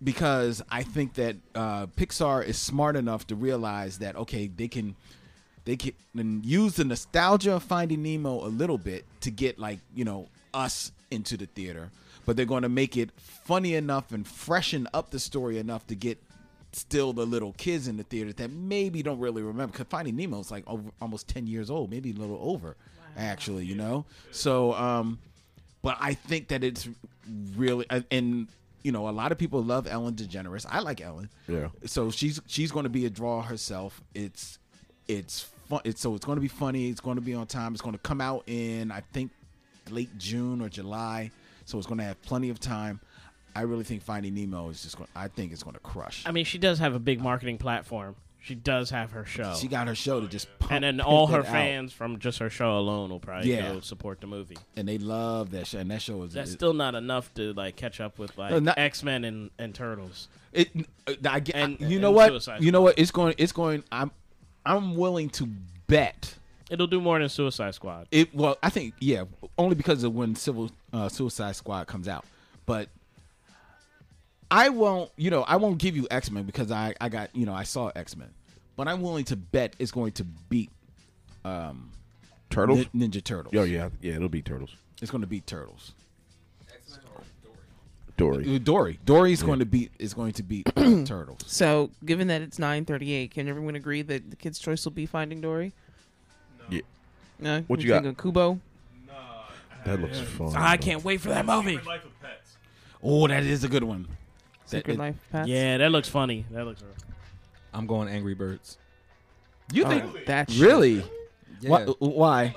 S2: because I think that uh, Pixar is smart enough to realize that okay, they can they can use the nostalgia of Finding Nemo a little bit to get like you know us into the theater, but they're going to make it funny enough and freshen up the story enough to get still the little kids in the theater that maybe don't really remember because Finding Nemo is like over, almost ten years old, maybe a little over actually, you know. So. um but I think that it's really and- and you know a lot of people love Ellen DeGeneres. I like Ellen.
S10: Yeah.
S2: So she's she's going to be a draw herself. It's it's fun. It's so it's going to be funny. It's going to be on time. It's going to come out in I think late June or July. So it's going to have plenty of time. I really think Finding Nemo is just going. I think it's going to crush.
S6: I mean, she does have a big marketing platform. She does have her show.
S2: she got her show to just pump,
S6: and then
S2: pimp
S6: all
S2: it
S6: her
S2: out.
S6: fans from just her show alone will probably
S2: Yeah.
S6: go support the movie.
S2: and they love that show. And that show is
S6: That's
S2: it-
S6: still not enough to like catch up with like
S2: No, not-
S6: X Men and, and Turtles.
S2: It, uh, I, get-
S6: And-
S2: you
S6: and
S2: know what?
S6: Suicide
S2: You know what? It's going. It's going. I'm. I'm willing to bet
S6: It'll do more than Suicide Squad.
S2: it. Well, I think yeah, only because of when Civil uh, Suicide Squad comes out. But I won't. You know, I won't give you X Men because I I got you know I saw X Men. but I'm willing to bet it's going to beat um,
S10: Turtles?
S2: Nin- Ninja Turtles.
S10: Yo, yeah, yeah, it'll be Turtles.
S2: It's going to beat Turtles.
S10: Dory.
S2: Uh, Dory. Dory's going to beat is going to beat uh, Turtles.
S4: So, given that it's 9:38, can everyone agree that the kids' choice will be Finding Dory?
S10: Yeah.
S4: No.
S10: What you
S4: We're
S10: got?
S4: thinking Kubo.
S10: That looks fun.
S3: I can't wait for that movie.
S8: Life of Pets.
S2: Oh, that is a good one. That-
S4: Secret
S2: it-
S4: Life of Pets.
S6: Yeah, that looks funny. That looks. Rough.
S7: I'm going Angry Birds.
S2: You
S4: Oh,
S2: think
S4: that shit.
S2: really?
S7: Yeah.
S2: Why, why?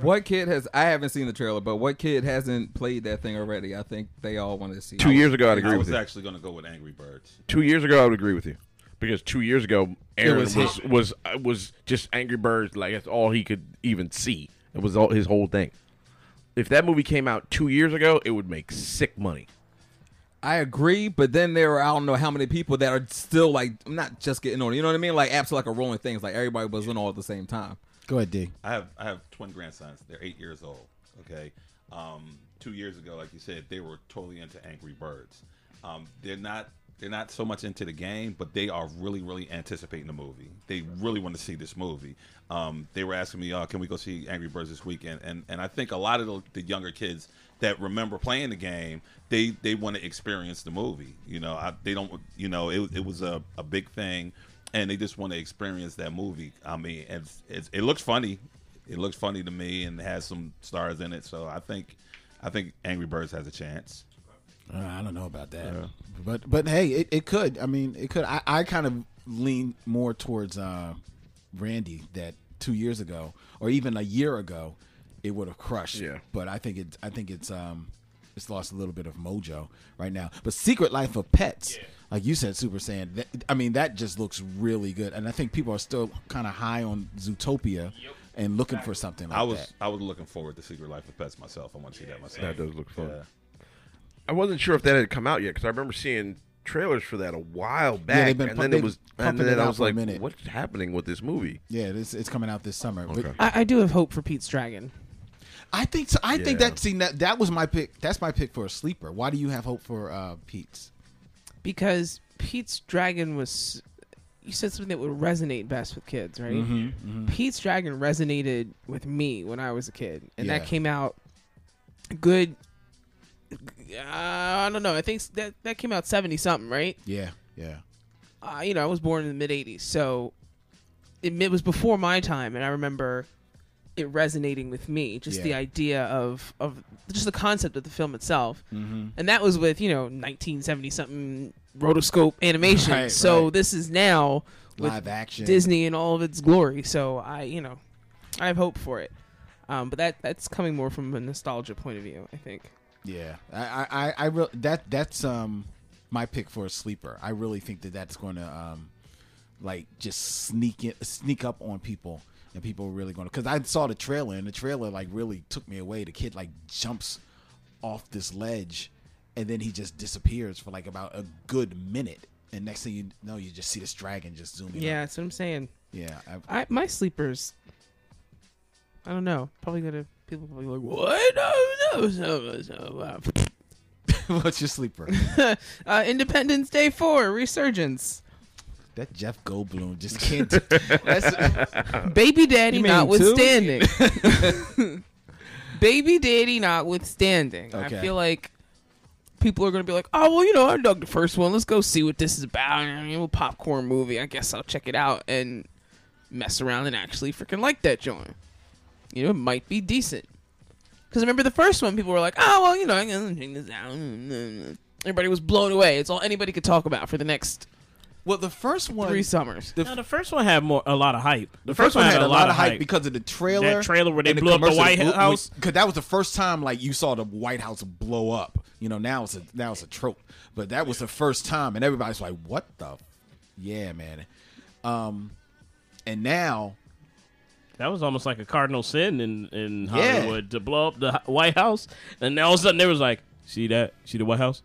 S7: What kid has I haven't seen the trailer, but what kid hasn't played that thing already? I think they all want to see.
S10: Two
S7: it.
S10: years ago, I'd
S9: I
S10: agree
S9: was
S10: with you.
S9: actually going to go with Angry Birds.
S10: Two years ago, I would agree with you because two years ago, Aaron
S2: was
S10: was was was, uh, was just Angry Birds. Like that's all he could even see. It was all his whole thing. If that movie came out two years ago, it would make sick money.
S7: I agree, but then there were I don't know how many people that are still like not just getting on. You know what I mean? Like apps like a rolling things. Like everybody was on all at the same time.
S2: Go ahead, D.
S9: I have I have twin grandsons. They're eight years old. Okay, um, two years ago, like you said, they were totally into Angry Birds. Um, they're not they're not so much into the game, but they are really really anticipating the movie. They really want to see this movie. Um, they were asking me, uh, "Can we go see Angry Birds this weekend?" And and I think a lot of the, the younger kids that remember playing the game, they they want to experience the movie. You know, I, they don't. You know, it, it was a, a big thing. And they just want to experience that movie. I mean, it's, it's, it looks funny it looks funny to me and has some stars in it. So I think, I think Angry Birds has a chance.
S2: Uh, I don't know about that, but but hey, it, it could. I mean, it could. I, I kind of lean more towards uh, Randy that two years ago, or even a year ago, it would have crushed.
S10: Yeah.
S2: But I think it. I think it's um, it's lost a little bit of mojo right now. But Secret Life of Pets, like you said, Super Saiyan. That, I mean, that just looks really good, and I think people are still kind of high on Zootopia and looking for something like
S9: I was
S2: that.
S9: I was looking forward to Secret Life of Pets myself. I want to see that myself.
S10: That does look fun.
S9: Yeah.
S10: I wasn't sure if that had come out yet because I remember seeing trailers for that a while back,
S2: they've been
S10: and
S2: pu-
S10: then
S2: they've
S10: it was,
S2: been
S10: and
S2: pumping
S10: then
S2: it
S10: I
S2: out
S10: was
S2: for a
S10: like,
S2: minute.
S10: "What's happening with this movie?"
S2: Yeah, it's, it's coming out this summer. But
S10: Okay.
S4: I, I do have hope for Pete's Dragon.
S2: I think so. I think
S10: Yeah.
S2: that see that, that was my pick. That's my pick for a sleeper. Why do you have hope for uh, Pete's?
S4: because Pete's Dragon was you said something that would resonate best with kids, right?
S2: Mm-hmm,
S4: Pete's Dragon resonated with me when I was a kid, and
S2: Yeah.
S4: that came out good. Uh, I don't know. I think s- that that came out seventy something, right?
S2: Yeah, yeah.
S4: uh, you know, I was born in the mid '80s, so it, it was before my time, and I remember it resonating with me. Just the
S2: Yeah.
S4: idea of of just the concept of the film itself,
S2: Mm-hmm.
S4: and that was with you know 1970 something rotoscope animation.
S2: Right,
S4: so
S2: right.
S4: this is now with
S2: Live action.
S4: Disney in all of its glory. So I, you know, I have hope for it. Um, but that that's coming more from a nostalgia point of view, I think.
S2: Yeah, I, I, I, I real that that's um my pick for a sleeper. I really think that that's going to um like just sneak it, sneak up on people, and people are really going to because I saw the trailer and the trailer like really took me away. The kid like jumps off this ledge, and then he just disappears for like about a good minute. And next thing you know, you just see this dragon just zooming.
S4: Yeah,
S2: up.
S4: that's what I'm saying.
S2: yeah. I,
S4: I my sleepers. I don't know. Probably gonna people probably like what? No, no, no, no, no.
S2: What's your sleeper?
S4: Uh, Independence Day four resurgence.
S2: That Jeff Goldblum just can't. That's,
S4: Baby daddy
S7: You mean
S4: notwithstanding. Baby daddy notwithstanding.
S2: Okay.
S4: I feel like people are gonna be like, oh well, you know, I dug the first one. Let's go see what this is about. I mean, a popcorn movie. I guess I'll check it out and mess around and actually freaking like that joint. You know, it might be decent. Because remember the first one, people were like, oh well, you know, I'm gonna check this out. Everybody was blown away. It's all anybody could talk about for the next
S2: well, the first one,
S4: three summers.
S6: No, the first one had more a lot of hype. The,
S2: the first one had a lot of hype because of the trailer.
S6: That trailer where they
S2: and
S6: blew up the
S2: commercial
S6: White
S2: blew-
S6: House.
S2: Because that was the first time like you saw the White House blow up. You know, now it's a now it's a trope, but that was the first time, and everybody's like, "What the? f- Yeah, man." Um, and now,
S6: That was almost like a cardinal sin in in
S2: Yeah.
S6: Hollywood to blow up the H- White House, and then all of a sudden they was like, "See that? See the White House?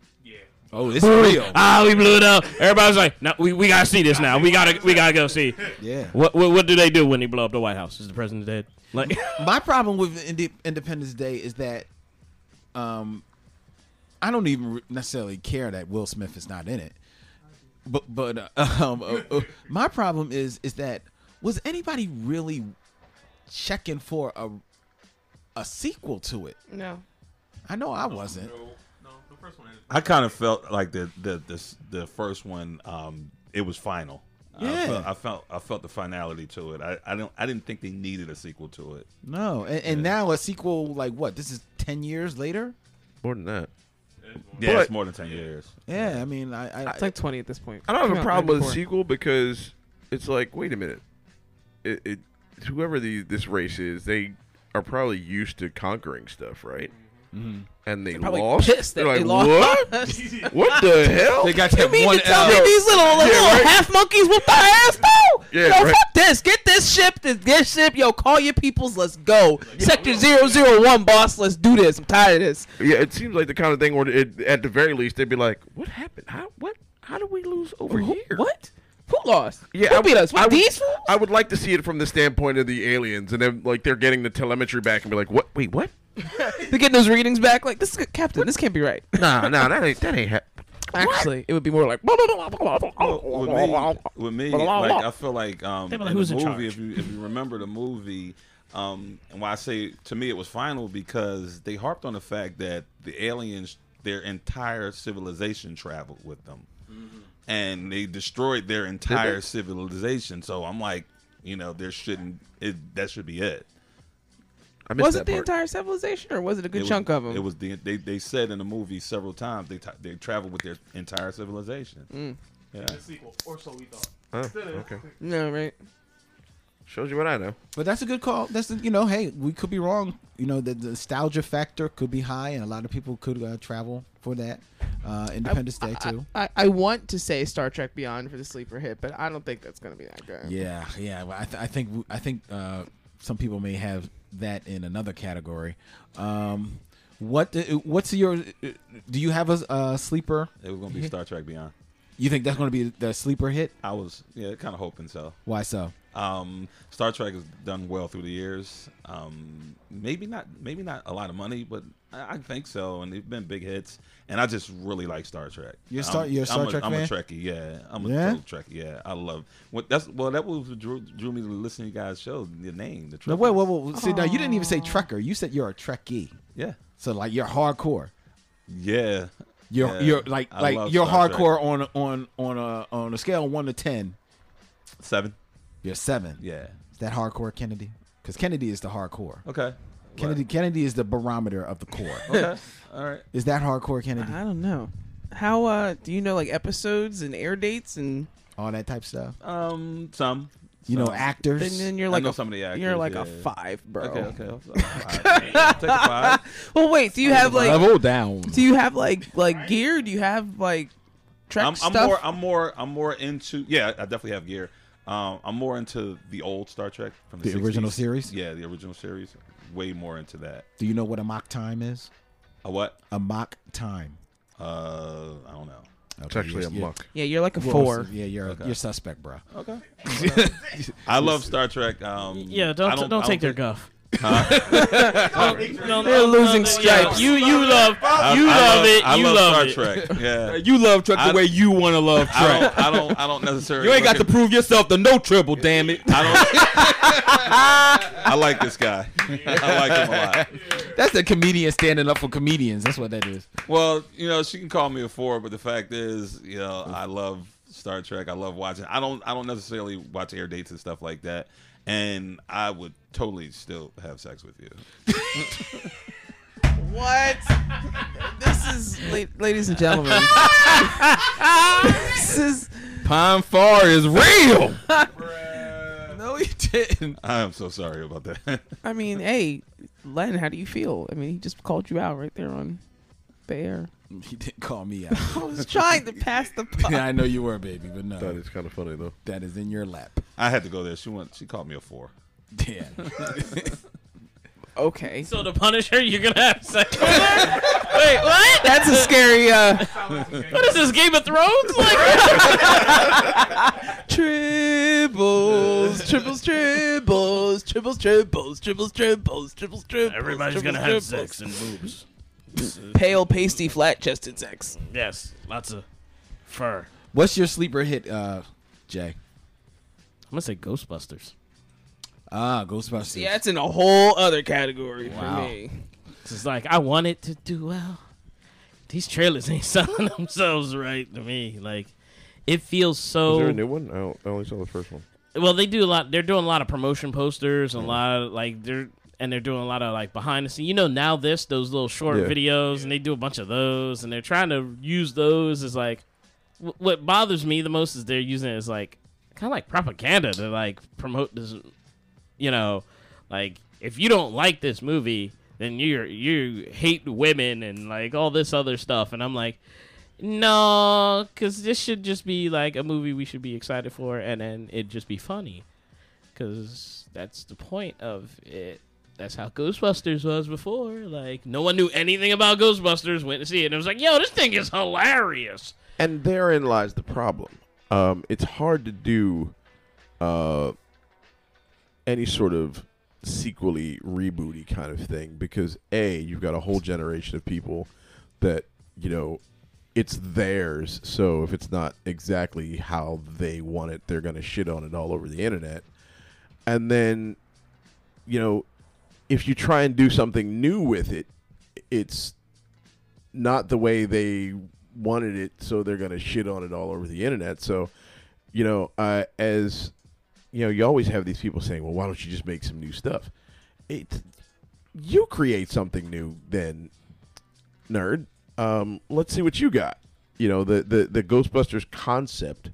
S2: oh, it's real.
S6: Ah, we blew it up." Everybody's like, "No, we, we gotta see this now. We gotta we gotta go see."
S2: Yeah.
S6: What, what what do they do when they blow up the White House? Is the president dead? Like,
S2: My problem with Inde- Independence Day is that, um, I don't even re- necessarily care that Will Smith is not in it. but but uh, um, uh, uh, my problem is is that was anybody really checking for a a sequel to it?
S4: No.
S2: I know I wasn't.
S9: I kind of felt like the the the, the first one, um, it was final.
S2: Yeah.
S9: I felt, I felt I felt the finality to it. I, I don't I didn't think they needed a sequel to it.
S2: No, and, and now a sequel like what? This is ten years later.
S10: More than that.
S9: Yeah,
S10: But-
S9: it's more than ten years.
S2: Yeah, I mean, I, I
S4: It's like 20 at this point.
S10: I don't have
S4: Came
S10: a
S4: out
S10: problem with the
S4: 94.
S10: sequel because it's like, wait a minute, it, it whoever the this race is, they are probably used to conquering stuff, right? And they
S4: Probably
S10: lost.
S4: pissed that
S10: They're like,
S4: they lost.
S10: what? what the hell?
S7: They got that
S4: You mean
S7: one
S4: to tell
S7: L.
S4: me these little, like, little half monkeys will buy ass though?
S10: Yeah,
S4: yo,
S10: right.
S4: fuck this. Get this ship. This, this ship. Yo, call your peoples. Let's go. Sector zero zero one, boss. Let's do this. I'm tired of this.
S10: Yeah, it seems like the kind of thing where, it, at the very least, they'd be like, "What happened? How? What? How did we lose over
S4: Who-
S10: here?
S4: What? Who lost?
S10: Yeah,
S4: Who
S10: I
S4: beat
S10: would-
S4: us?
S10: I
S4: What,
S10: would-
S4: these fools?
S10: I would like to see it from the standpoint of the aliens, and then like they're getting the telemetry back and be like, "What? Wait, what?
S4: They're getting those readings back. Like this, is Captain. This can't be right.
S10: Nah, nah, that ain't that ain't hap-
S4: Actually, it would be more like.
S9: Well, with me, with me, like I feel like um,
S6: They'd be like,
S9: in
S6: "Who's
S9: the
S6: in charge?"
S9: movie. If you if you remember the movie, um, and why I say to me it was final because they harped on the fact that the aliens, their entire civilization traveled with them,
S4: Mm-hmm.
S9: and they destroyed their entire civilization. So I'm like, you know, there shouldn't it, that should be it.
S10: I missed
S4: Was
S10: that
S4: it the
S10: part.
S4: entire civilization, or was it a
S9: It
S4: good
S9: was-
S4: chunk of them?
S9: It was the they, they said in the movie several times they t- they traveled with their entire civilization.
S4: Mm.
S9: Yeah.
S8: sequel, or so we thought.
S10: Oh, okay.
S4: no, right?
S10: Shows you what I know.
S2: But that's a good call. That's the, you know, hey, we could be wrong. You know, the, the nostalgia factor could be high, and a lot of people could uh, travel for that. Uh, Independence Day too.
S4: I, I want to say Star Trek Beyond for the sleeper hit, but I don't think that's gonna be that good.
S2: yeah, yeah. Well, I, th- I think I think uh, some people may have that in another category. Um, what what's your? Do you have a, uh sleeper?
S9: It was gonna be Star Trek Beyond.
S2: You think that's going to be the sleeper hit?
S9: I was yeah, kind of hoping so.
S2: Why so?
S9: Um, Star Trek has done well through the years. Um, maybe not, maybe not a lot of money, but I, I think so. And they've been big hits. And I just really like Star Trek.
S2: You're Star-
S9: I'm-
S2: you're a Star
S9: I'm a,
S2: Trek
S9: I'm
S2: fan?
S9: a Trekkie. Yeah, I'm a
S2: Yeah?
S9: total Trekkie. Yeah, I love. What that's well, that was what drew, drew me to listen to you guys' show. Your name, the Trekkie.
S2: No, wait, wait, wait. See, now you didn't even say trekker. You said you're a trekkie.
S9: Yeah,
S2: So like you're hardcore.
S9: yeah.
S2: You're
S9: Yeah.
S2: you're like
S9: I
S2: like
S9: love
S2: you're
S9: Star Trek.
S2: hardcore on on on a on a scale of one to ten.
S9: Seven.
S2: You're seven.
S9: Yeah.
S2: Is that hardcore Kennedy? Because Kennedy is the hardcore.
S9: Okay.
S2: Kennedy Kennedy is the barometer of the core.
S9: Okay. All right. Uh-huh.
S2: is that hardcore Kennedy?
S4: I don't know. How uh do you know like episodes and air dates and
S2: All that type stuff.
S9: Um, some.
S2: You know,
S9: some.
S2: actors.
S4: then, then
S9: I
S4: you're like
S9: know
S4: a,
S9: some of the actors,
S4: you're like
S9: yeah.
S4: a five, bro.
S9: Okay. Okay. Take a five.
S4: Well, wait. Do you have like
S7: Level down.
S4: do you have like like gear? Do you have like Trek
S9: I'm, I'm
S4: stuff?
S9: more I'm more I'm more into yeah I definitely have gear. Um, I'm more into the old Star Trek from the,
S2: The original
S9: 60s.
S2: series?
S9: Yeah, the original series. Way more into that.
S2: Do you know what a mock time is?
S9: A what?
S2: A mock time.
S9: Uh, I don't know.
S10: It's actually a
S2: you're-
S10: muck.
S4: yeah, you're like a
S2: you're-
S4: four.
S2: Yeah, you're you're suspect, bro.
S9: Okay. I love Star Trek. Um,
S6: Yeah, don't
S9: I
S6: don't,
S9: I
S6: take their
S9: think-
S6: guff.
S4: They're losing stripes.
S6: You you love
S9: I-
S6: you
S9: I
S6: love it.
S9: I
S6: You
S9: love,
S6: love it.
S9: Star Trek. Yeah.
S7: You love Trek
S9: I-
S7: the way you want to love
S9: I
S7: Trek.
S9: don't, I don't. I don't necessarily.
S7: You ain't got to
S9: look at-
S7: prove yourself the no triple, damn it.
S9: I don't. I like this guy. I like him a lot.
S2: That's the comedian standing up for comedians. That's what that is.
S9: Well, you know, she can call me a four, but the fact is, you know, I love Star Trek. I love watching. I don't. I don't necessarily watch air dates and stuff like that. And I would totally still have sex with you.
S4: What? this is, la- ladies and gentlemen. this is
S7: Pine Far is real.
S4: no, you didn't.
S9: I am so sorry about that.
S4: I mean, hey, Len, how do you feel? I mean, he just called you out right there on the air.
S9: Um,
S2: He didn't call me out.
S4: I was trying to pass the puck.
S2: I know you were, baby, but no,
S10: That is kind of funny though.
S2: that is in your lap.
S9: I had to go there. She went. She called me a four.
S2: Yeah.
S4: Okay.
S6: So the Punisher, you're gonna have sex. with her?
S4: Wait, what? That's a scary uh
S6: what is this Game of Thrones? Like
S4: triples, triples, triples, triples, triples, triples, triples, triples, triples.
S6: everybody's gonna have sex and boobs.
S4: Pale, pasty, flat-chested sex.
S6: Yes, lots of fur.
S2: What's your sleeper hit, uh, Jay?
S6: I'm gonna say Ghostbusters.
S2: Ah, Ghostbusters.
S4: Yeah, it's in a whole other category
S2: Wow.
S4: for me.
S6: It's like I wanted to do well. These trailers ain't selling themselves right to me. Like it feels
S10: Is there a
S6: so
S10: new one? I, don't- I only saw the first one.
S6: well. They do a lot. They're doing a lot of promotion posters and a lot of like they're and they're doing a lot of like behind the scenes. You know now this those little short
S10: Yeah.
S6: videos and they do a bunch of those and they're trying to use those as like wh- what bothers me the most is they're using it as like kind of like propaganda to like promote this you know, like if you don't like this movie, then you you hate women and like all this other stuff. And I'm like, no, because this should just be like a movie we should be excited for, and then it just be funny, because that's the point of it. That's how Ghostbusters was before. Like no one knew anything about Ghostbusters, went to see it, and it was like, yo, this thing is hilarious.
S1: And therein lies the problem. Um, it's hard to do uh, any sort of sequely rebooty kind of thing because a you've got a whole generation of people that you know it's theirs. So if it's not exactly how they want it, they're gonna shit on it all over the internet. And then you know if you try and do something new with it, it's not the way they wanted it, so they're gonna shit on it all over the internet. So, you know, uh, as you know, you always have these people saying, "Well, why don't you just make some new stuff?" It, you create something new, then, nerd. Um, let's see what you got. You know, the the the Ghostbusters concept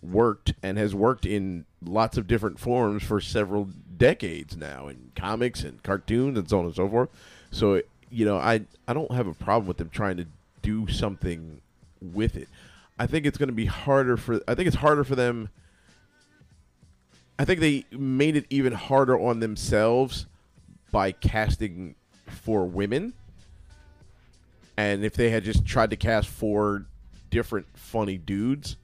S1: worked and has worked in lots of different forms for several decades now in comics and cartoons and so on and so forth. So you know, I I don't have a problem with them trying to do something with it. I think it's going to be harder for I think it's harder for them I think they made it even harder on themselves by casting for women. And if they had just tried to cast four different funny dudes,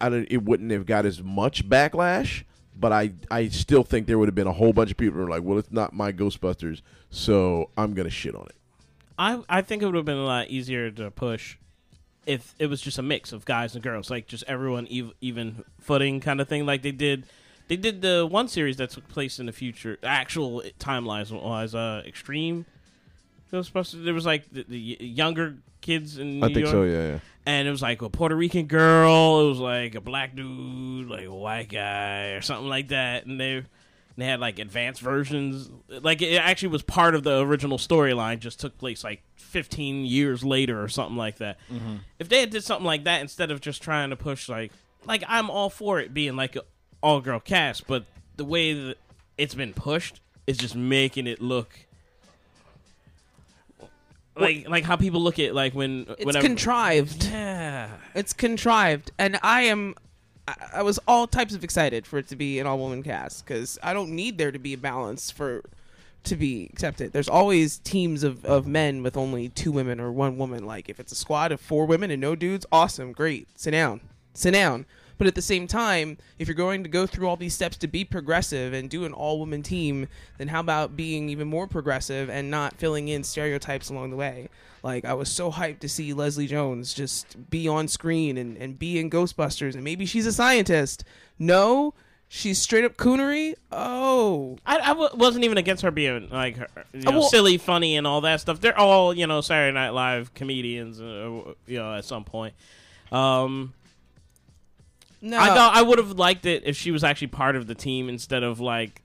S1: I don't, it wouldn't have got as much backlash. But I, I still think there would have been a whole bunch of people who were like, well, it's not my Ghostbusters, so I'm going to shit on it.
S6: I I think it would have been a lot easier to push if it was just a mix of guys and girls, like just everyone ev- even footing kind of thing, like they did. They did the one series that took place in the future, actual timelines wise, uh, Extreme Ghostbusters. There was like the, the y- younger kids in New
S1: I think
S6: York
S1: so, yeah, yeah.
S6: and it was like a Puerto Rican girl, it was like a black dude, like a white guy or something like that, and they they had like advanced versions. Like it actually was part of the original storyline, just took place like 15 years later or something like that. If they had did something like that instead of just trying to push like like I'm all for it being like a all girl cast, but the way that it's been pushed is just making it look. Like, like how people look at like when
S4: It's
S6: whenever
S4: contrived.
S6: yeah.
S4: It's contrived, and I am. I, I was all types of excited for it to be an all-woman cast because I don't need there to be a balance for to be accepted. There's always teams of, of men with only two women or one woman. Like if it's a squad of four women and no dudes, awesome, great. Sit down, sit down. But at the same time, if you're going to go through all these steps to be progressive and do an all-woman team, then how about being even more progressive and not filling in stereotypes along the way? Like I was so hyped to see Leslie Jones just be on screen and, and be in Ghostbusters and maybe she's a scientist. No, she's straight up coonery. Oh,
S6: I, I w- wasn't even against her being like her, you know,
S4: Uh, well-
S6: silly, funny, and all that stuff. They're all you know Saturday Night Live comedians, uh, you know, at some point. Um,
S4: no.
S6: I thought I would have liked it if she was actually part of the team instead of like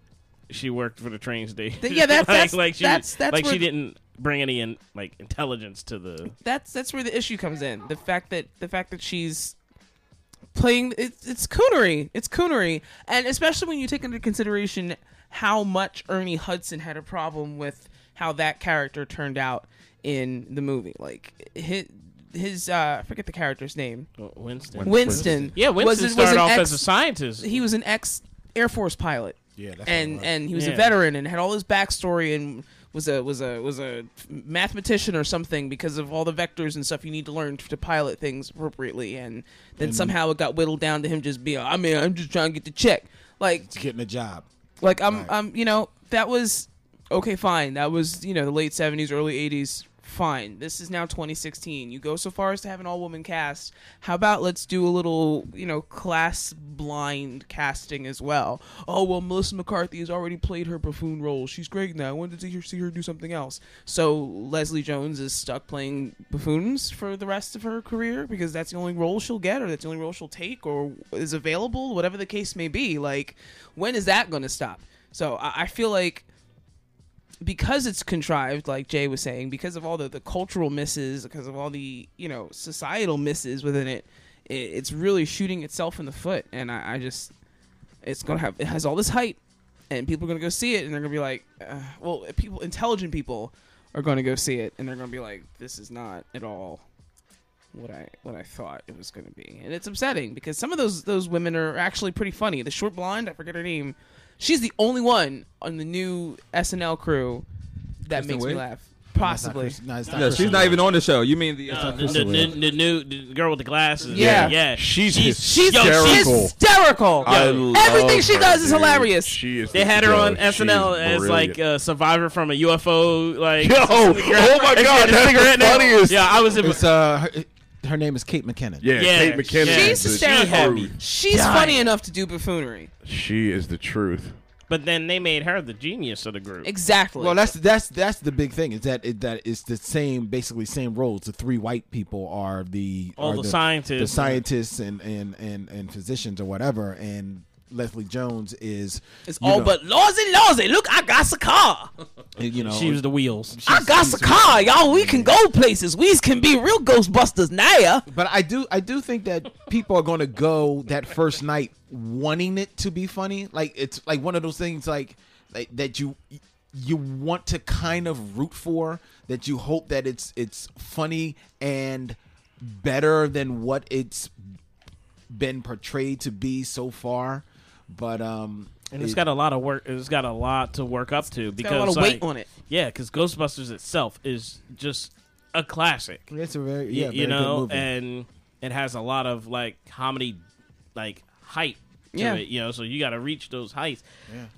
S6: she worked for the train station.
S4: Th- yeah,
S6: like,
S4: that's- that's-
S6: like she,
S4: that's- that's
S6: like
S4: where-
S6: she didn't bring any in, like intelligence to the.
S4: that's that's where the issue comes in. The fact that the fact that she's playing it's it's coonery. It's coonery. And especially when you take into consideration how much Ernie Hudson had a problem with how that character turned out in the movie. Like his his uh I forget the character's name.
S6: uh, Winston.
S4: Winston.
S6: Yeah, Winston
S4: was, was
S6: started
S4: an
S6: off
S4: ex,
S6: as a scientist.
S4: he was an ex Air Force pilot.
S2: Yeah, that's what it
S4: and
S2: was.
S4: and he was
S6: Yeah.
S4: a veteran and had all his backstory and was a was a was a mathematician or something because of all the vectors and stuff you need to learn to pilot things appropriately. And then somehow it got whittled down to him just being, I mean, I'm just trying to get the check. Like
S2: Getting a job.
S4: like I'm I'm you know that was okay fine that was you know the late 70s early 80s Fine. This is now 2016. You go so far as to have an all woman cast. How about let's do a little, you know, class blind casting as well? Oh, well, Melissa McCarthy has already played her buffoon role. She's great now. I wanted to see her, see her do something else. So Leslie Jones is stuck playing buffoons for the rest of her career because that's the only role she'll get or that's the only role she'll take or is available, whatever the case may be. Like, when is that going to stop? So I, I feel like because it's contrived, like Jay was saying, because of all the, the cultural misses, because of all the you know societal misses within it, it it's really shooting itself in the foot. And I, I just, it's gonna have it has all this hype, and people are gonna go see it, and they're gonna be like, uh, well, people, intelligent people, are gonna go see it, and they're gonna be like, this is not at all what I what I thought it was gonna be, and it's upsetting because some of those those women are actually pretty funny. The short blonde, I forget her name. She's the only one on the new SNL crew that
S7: Kristen
S4: makes me
S7: Wiig?
S4: laugh. Possibly.
S2: No, it's not
S7: No,
S2: Kristen
S7: she's not
S2: Wiig.
S7: even on the show. You mean the
S6: Uh, the, the, the new the girl with the glasses.
S4: Yeah.
S6: yeah.
S10: She's
S4: She's
S6: yo, she's-
S10: hysterical.
S4: hysterical.
S10: I
S6: Yo,
S4: everything
S10: love
S4: she
S10: her,
S4: does is
S10: dude.
S4: hilarious.
S10: She is
S6: They had her
S10: yo,
S6: on
S10: she's
S6: SNL as like
S10: brilliant.
S6: a survivor from a UFO. Like
S10: Yo, oh my God, that thing is funny as-
S6: Yeah, I was in.
S2: It's, uh, her, her name is Kate McKinnon.
S10: yeah,
S6: yeah,
S10: Kate McKinnon.
S6: yeah.
S4: She's
S10: is the
S4: hysterical.
S10: truth.
S4: She's funny enough to do buffoonery.
S10: She is the truth.
S6: But then they made her the genius of the group.
S4: Exactly.
S2: Well, that's that's that's the big thing is that it, that it's the same basically same roles. The three white people are the
S6: All
S2: are
S6: the scientists.
S2: the scientists and and and and physicians or whatever, and Leslie Jones is
S4: it's
S2: you
S4: all
S2: know,
S4: but lawsy lawsy. Look, I got a car.
S2: you know
S6: she was the wheels.
S4: I got a car, y'all. We can
S6: Mm-hmm.
S4: go places. We can be real Ghostbusters now.
S2: But I do I do think that people are going to go that first night wanting it to be funny. Like it's like one of those things like, like that you you want to kind of root for that you hope that it's it's funny and better than what it's been portrayed to be so far. But um
S6: And it's got a lot of work. It's got a lot to work up to because
S4: got a lot of
S6: like,
S4: weight on it.
S6: Yeah, because Ghostbusters itself is just a classic.
S2: it's a very
S6: y-
S2: yeah, very
S6: you know,
S2: good movie.
S6: and it has a lot of like comedy, like height to
S4: Yeah.
S6: it. You know, so you got to reach those heights.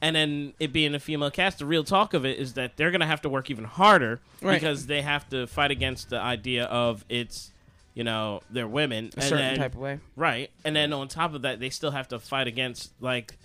S6: And then it being a female cast, the real talk of it is that they're gonna have to work even harder
S4: Right.
S6: because they have to fight against the idea of it's, you know, they're women. and then,
S4: way.
S6: Right. And then on top of that, they still have to fight against like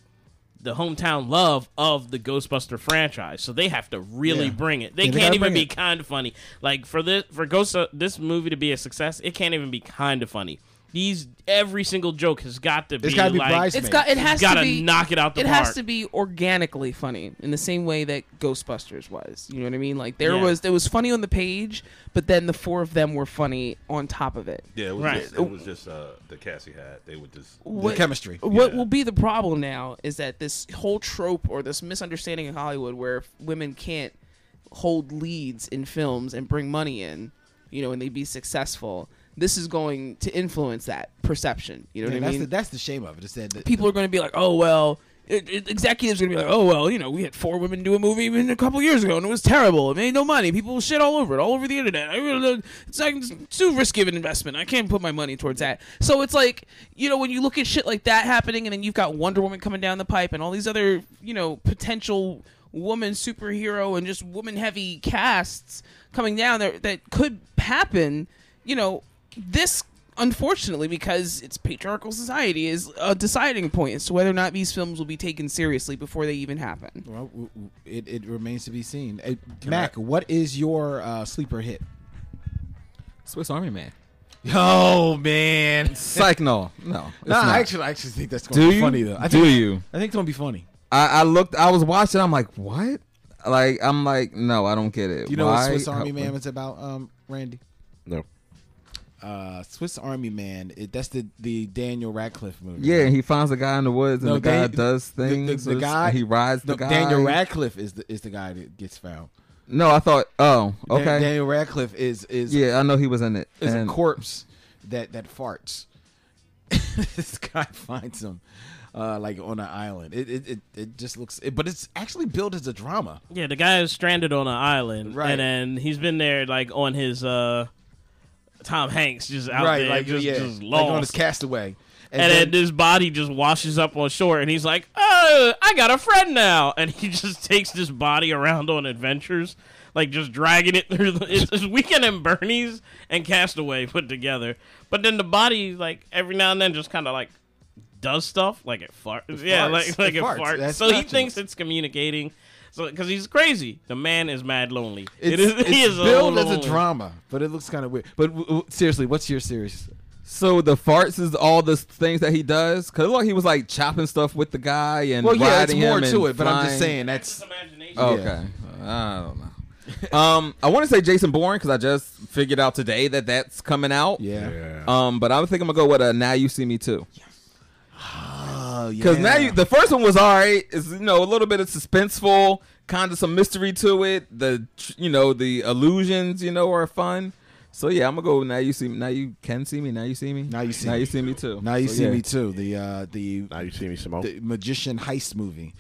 S6: the hometown love of the Ghostbuster franchise. So they have to really
S2: Yeah.
S6: bring it. They
S2: Yeah, they
S6: can't
S2: gotta
S6: even
S2: bring
S6: be
S2: it.
S6: kind of funny. Like for this for Ghost uh, this movie to be a success, it can't even be kind of funny. These every single joke has got to be
S2: it's got to be
S6: like
S2: bridesmaids.
S4: It's got. It has
S6: gotta
S4: to be.
S6: knock it out the
S4: it
S6: park.
S4: has to be organically funny in the same way that Ghostbusters was. You know what I mean? Like there
S6: Yeah.
S4: was there was funny on the page, but then the four of them were funny on top of it.
S9: Yeah, it was
S6: Right.
S9: just, it was just uh, the Cassie had. They would just
S2: the chemistry.
S4: What
S9: Yeah.
S4: will be the problem now is that this whole trope or this misunderstanding in Hollywood where f- women can't hold leads in films and bring money in, you know, and they be successful. This is going to influence that perception. You know
S2: Yeah,
S4: what I
S2: that's
S4: mean?
S2: the, that's the shame of it. It's that
S4: people are going to be like, oh well, it, it, executives are going to be like, oh well, you know, we had four women do a movie even a couple years ago and it was terrible. It made no money. People shit all over it, all over the internet. I really, it's like it's too risky of an investment. I can't put my money towards that. So it's like, you know, when you look at shit like that happening, and then you've got Wonder Woman coming down the pipe, and all these other, you know, potential woman superhero and just woman heavy casts coming down there that could happen. You know, this unfortunately because it's patriarchal society is a deciding point as to whether or not these films will be taken seriously before they even happen
S2: Well, w- w- it, it remains to be seen. Uh, Mac, what is your uh, sleeper hit?
S7: Swiss Army Man.
S2: Oh man,
S7: Psych, no, no. it's
S2: no,
S7: not.
S2: I actually, I actually think that's going
S7: do
S2: to
S7: you?
S2: be funny though. I
S7: do
S2: think,
S7: you?
S2: I think it's going to be funny.
S7: I, I looked. I was watching. I'm like, what? Like, I'm like, no, I don't get it.
S2: You know
S7: Why?
S2: what Swiss Army
S7: How-
S2: Man is about, um, Randy?
S10: No.
S2: Uh, Swiss Army Man. It, that's the the Daniel Radcliffe movie.
S7: Yeah,
S2: right?
S7: he finds a guy in the woods, and
S2: No,
S7: the guy
S2: Dan-
S7: does
S2: the- the-
S7: things.
S2: the
S7: with-
S2: guy-
S7: he rides the
S2: No,
S7: guy.
S2: Daniel Radcliffe is the is the guy that gets found.
S7: No, I thought. Oh,
S2: Dan-
S7: okay.
S2: Daniel Radcliffe is is
S7: yeah, I know he was in it.
S2: is
S7: And-
S2: a corpse that that farts. this guy finds him. Uh, like on an island, it it, it, it just looks, it, but it's actually billed as a drama.
S6: Yeah, the guy is stranded on an island,
S2: Right.
S6: and then he's been there like on his uh, Tom Hanks just out
S2: right,
S6: there,
S2: like
S6: just,
S2: yeah,
S6: just
S2: like
S6: lost.
S2: on his castaway,
S6: and then his body just washes up on shore, and he's like, "Oh, I got a friend now," and he just takes this body around on adventures. like just dragging it through. The, it's, it's Weekend and Bernie's and Castaway put together. But then the body, like every now and then, just kind of like does stuff, like it farts. yeah,
S2: farts.
S6: like like
S2: It
S6: it,
S2: farts.
S6: farts.
S2: That's
S6: So he
S2: natural.
S6: thinks it's communicating. So because he's crazy, the man is mad lonely.
S2: It's,
S6: it is. he
S2: it's
S6: is
S2: billed as a
S6: lonely.
S2: drama, but it looks kind of weird. But w- w- seriously, what's your series?
S7: So the farts is all the things that he does. Cause it looked like he was like chopping stuff with the guy and
S2: Well, yeah, it's
S7: riding
S2: more
S7: him and
S2: to it, but I'm just
S7: flying.
S2: saying
S6: It's
S2: that's
S6: imagination.
S7: Oh,
S2: Yeah.
S7: okay. I don't know. um, I want to say Jason Bourne because I just figured out today that that's coming out.
S2: yeah.
S9: uh,
S7: Um, but I think I'm gonna go with a Now You See Me Too
S2: Oh, yeah.
S7: because now you, the first one was all right. It's you know a little bit of suspenseful, kind of some mystery to it. The tr- you know the illusions you know are fun. So yeah, I'm gonna go. with Now you see. Now you can see me. Now you see me.
S2: Now You See
S7: Now
S2: Me.
S7: you see me too.
S2: now you
S7: So,
S2: see
S7: yeah.
S2: me too. The uh, the
S10: Now you see me, Simone.
S2: the magician heist movie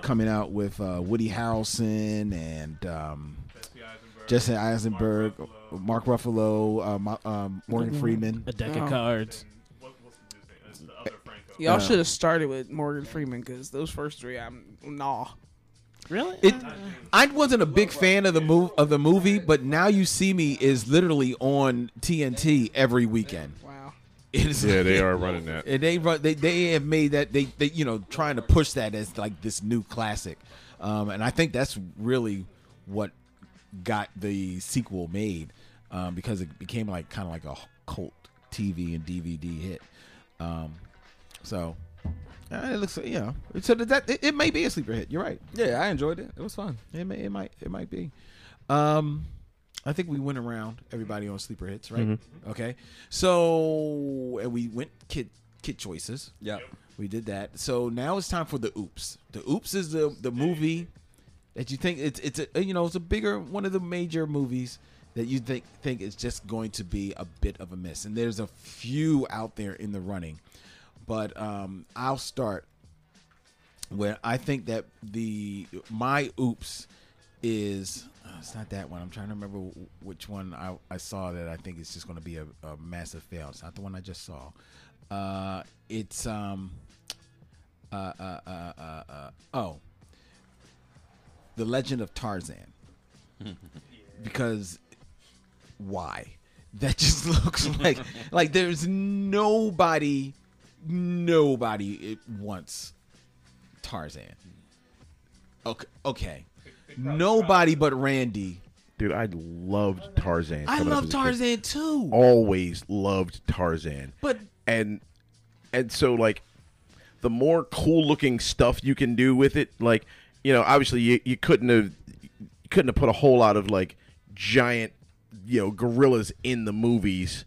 S2: coming out with uh, Woody Harrelson and um, Jesse Eisenberg, Mark Ruffalo, uh, Mo- um, Morgan Freeman.
S6: A deck of cards.
S4: Y'all should have started with Morgan Freeman because those first three, I'm nah.
S6: Really?
S2: It, I wasn't a big fan of the move of the movie, but now you see me is literally on TNT every weekend.
S4: Wow.
S2: It is,
S5: Yeah, they are running that.
S2: and they run, they they have made that they, they you know trying to push that as like this new classic, um, and I think that's really what got the sequel made um, because it became like kind of like a cult TV and DVD hit. Um, so uh, it looks you know so that- that it, it may be a sleeper hit. You're right.
S7: Yeah, I enjoyed it. It was fun.
S2: It may, it might, it might be. Um, I think we went around everybody on sleeper hits, right? Okay, so and we went kid kid choices.
S7: Yeah.
S2: We did that. So now it's time for the oops. The oops is the the movie that you think it's it's a, you know it's a bigger one of the major movies that you think think is just going to be a bit of a miss. And there's a few out there in the running, but um, I'll start where I think that the my oops is uh, it's not that one. I'm trying to remember wh- which one I, I saw that I think is just going to be a, a massive fail. It's not the one I just saw. Uh, it's um uh, uh, uh, uh, uh, oh, the Legend of Tarzan because why? That just looks like like there's nobody nobody it wants Tarzan. Okay, okay. Nobody but Randy.
S10: Dude, I loved Tarzan.
S2: I
S10: coming
S2: love
S10: up as a kid.
S2: Tarzan too.
S10: Always loved Tarzan.
S2: But
S10: and and so like the more cool looking stuff you can do with it like you know obviously you, you couldn't have you couldn't have put a whole lot of like giant you know gorillas in the movies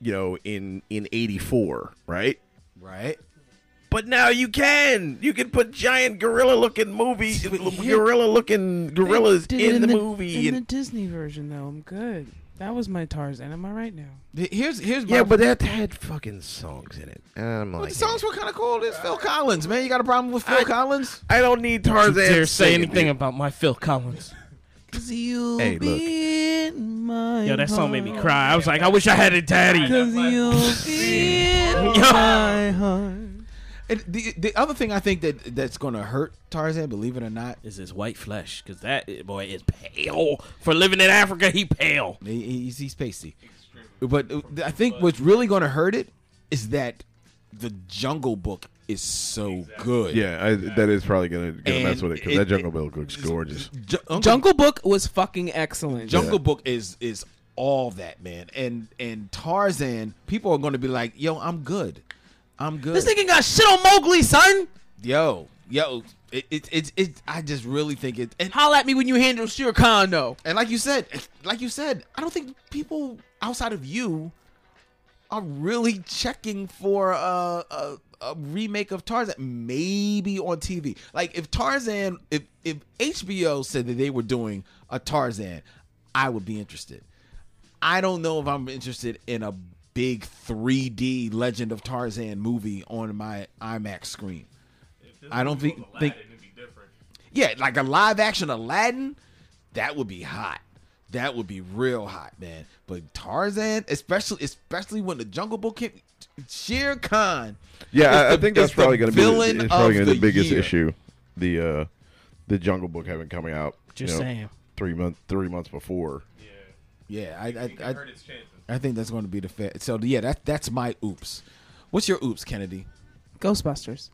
S10: you know in in 84 right
S2: right?
S10: but now you can you can put giant gorilla looking movies gorilla looking gorillas
S4: Did it
S10: in the, movie
S4: in
S10: and
S4: the Disney version though. I'm good. That was my Tarzan. Am I right now?
S2: Th- Here's here's my
S10: yeah but that had fucking songs in it I'm
S2: But
S10: like,
S2: the songs were kind of cool. There's Phil Collins, man. You got a problem with Phil Collins?
S10: I don't need Tarzan
S6: Dare say
S10: singing,
S6: anything
S10: dude.
S6: about my Phil Collins?
S4: Cause you
S10: Hey, look.
S4: be in my
S6: Yo, that song made me cry. I was like, I wish I had a daddy.
S4: Mm-hmm. Cause you be in
S6: Yo.
S4: my heart.
S2: And the the other thing I think that that's going to hurt Tarzan, believe it or not,
S6: Is his white flesh? Cause that eh, boy is pale. For living in Africa, he pale.
S2: He- He's, he's pasty. But uh, I think what's really going to hurt it is that the Jungle Book is so good.
S5: Yeah, I, that is probably gonna, gonna mess
S2: And
S5: with it because
S2: it-
S5: that Jungle Bill looks gorgeous.
S2: Ju- Uncle-
S4: Jungle Book was fucking excellent.
S2: Jungle Book is is all that man, and and Tarzan. People are going to be like, "Yo, I'm good, I'm good."
S4: this nigga got shit on Mowgli, son.
S2: yo, yo, it it, it it I just really think it. And,
S4: Holla at me when you handle Shere Khan though.
S2: and like you said, like you said, I don't think people outside of you are really checking for a, a, a remake of Tarzan. Maybe on TV. Like if Tarzan, if if HBO said that they were doing a Tarzan, I would be interested. I don't know if I'm interested in a big 3D Legend of Tarzan movie on my IMAX screen. I don't think think yeah, like a live action Aladdin, that would be hot. That would be real hot, man. But Tarzan, especially especially when the Jungle Book came, Shere Khan.
S5: Yeah,
S2: is
S5: I, I
S2: the-
S5: think that's
S2: is the
S5: probably gonna be the,
S2: villain
S5: it's probably gonna
S2: of
S5: be the biggest
S2: year.
S5: issue. The uh, the Jungle Book having coming out.
S6: Just
S5: you know.
S6: saying.
S10: three month three months before.
S2: Yeah, I I, I,
S8: hurt its chances.
S2: I think that's going to be the fair. So yeah, that that's my oops. What's your oops, Kennedy?
S4: Ghostbusters.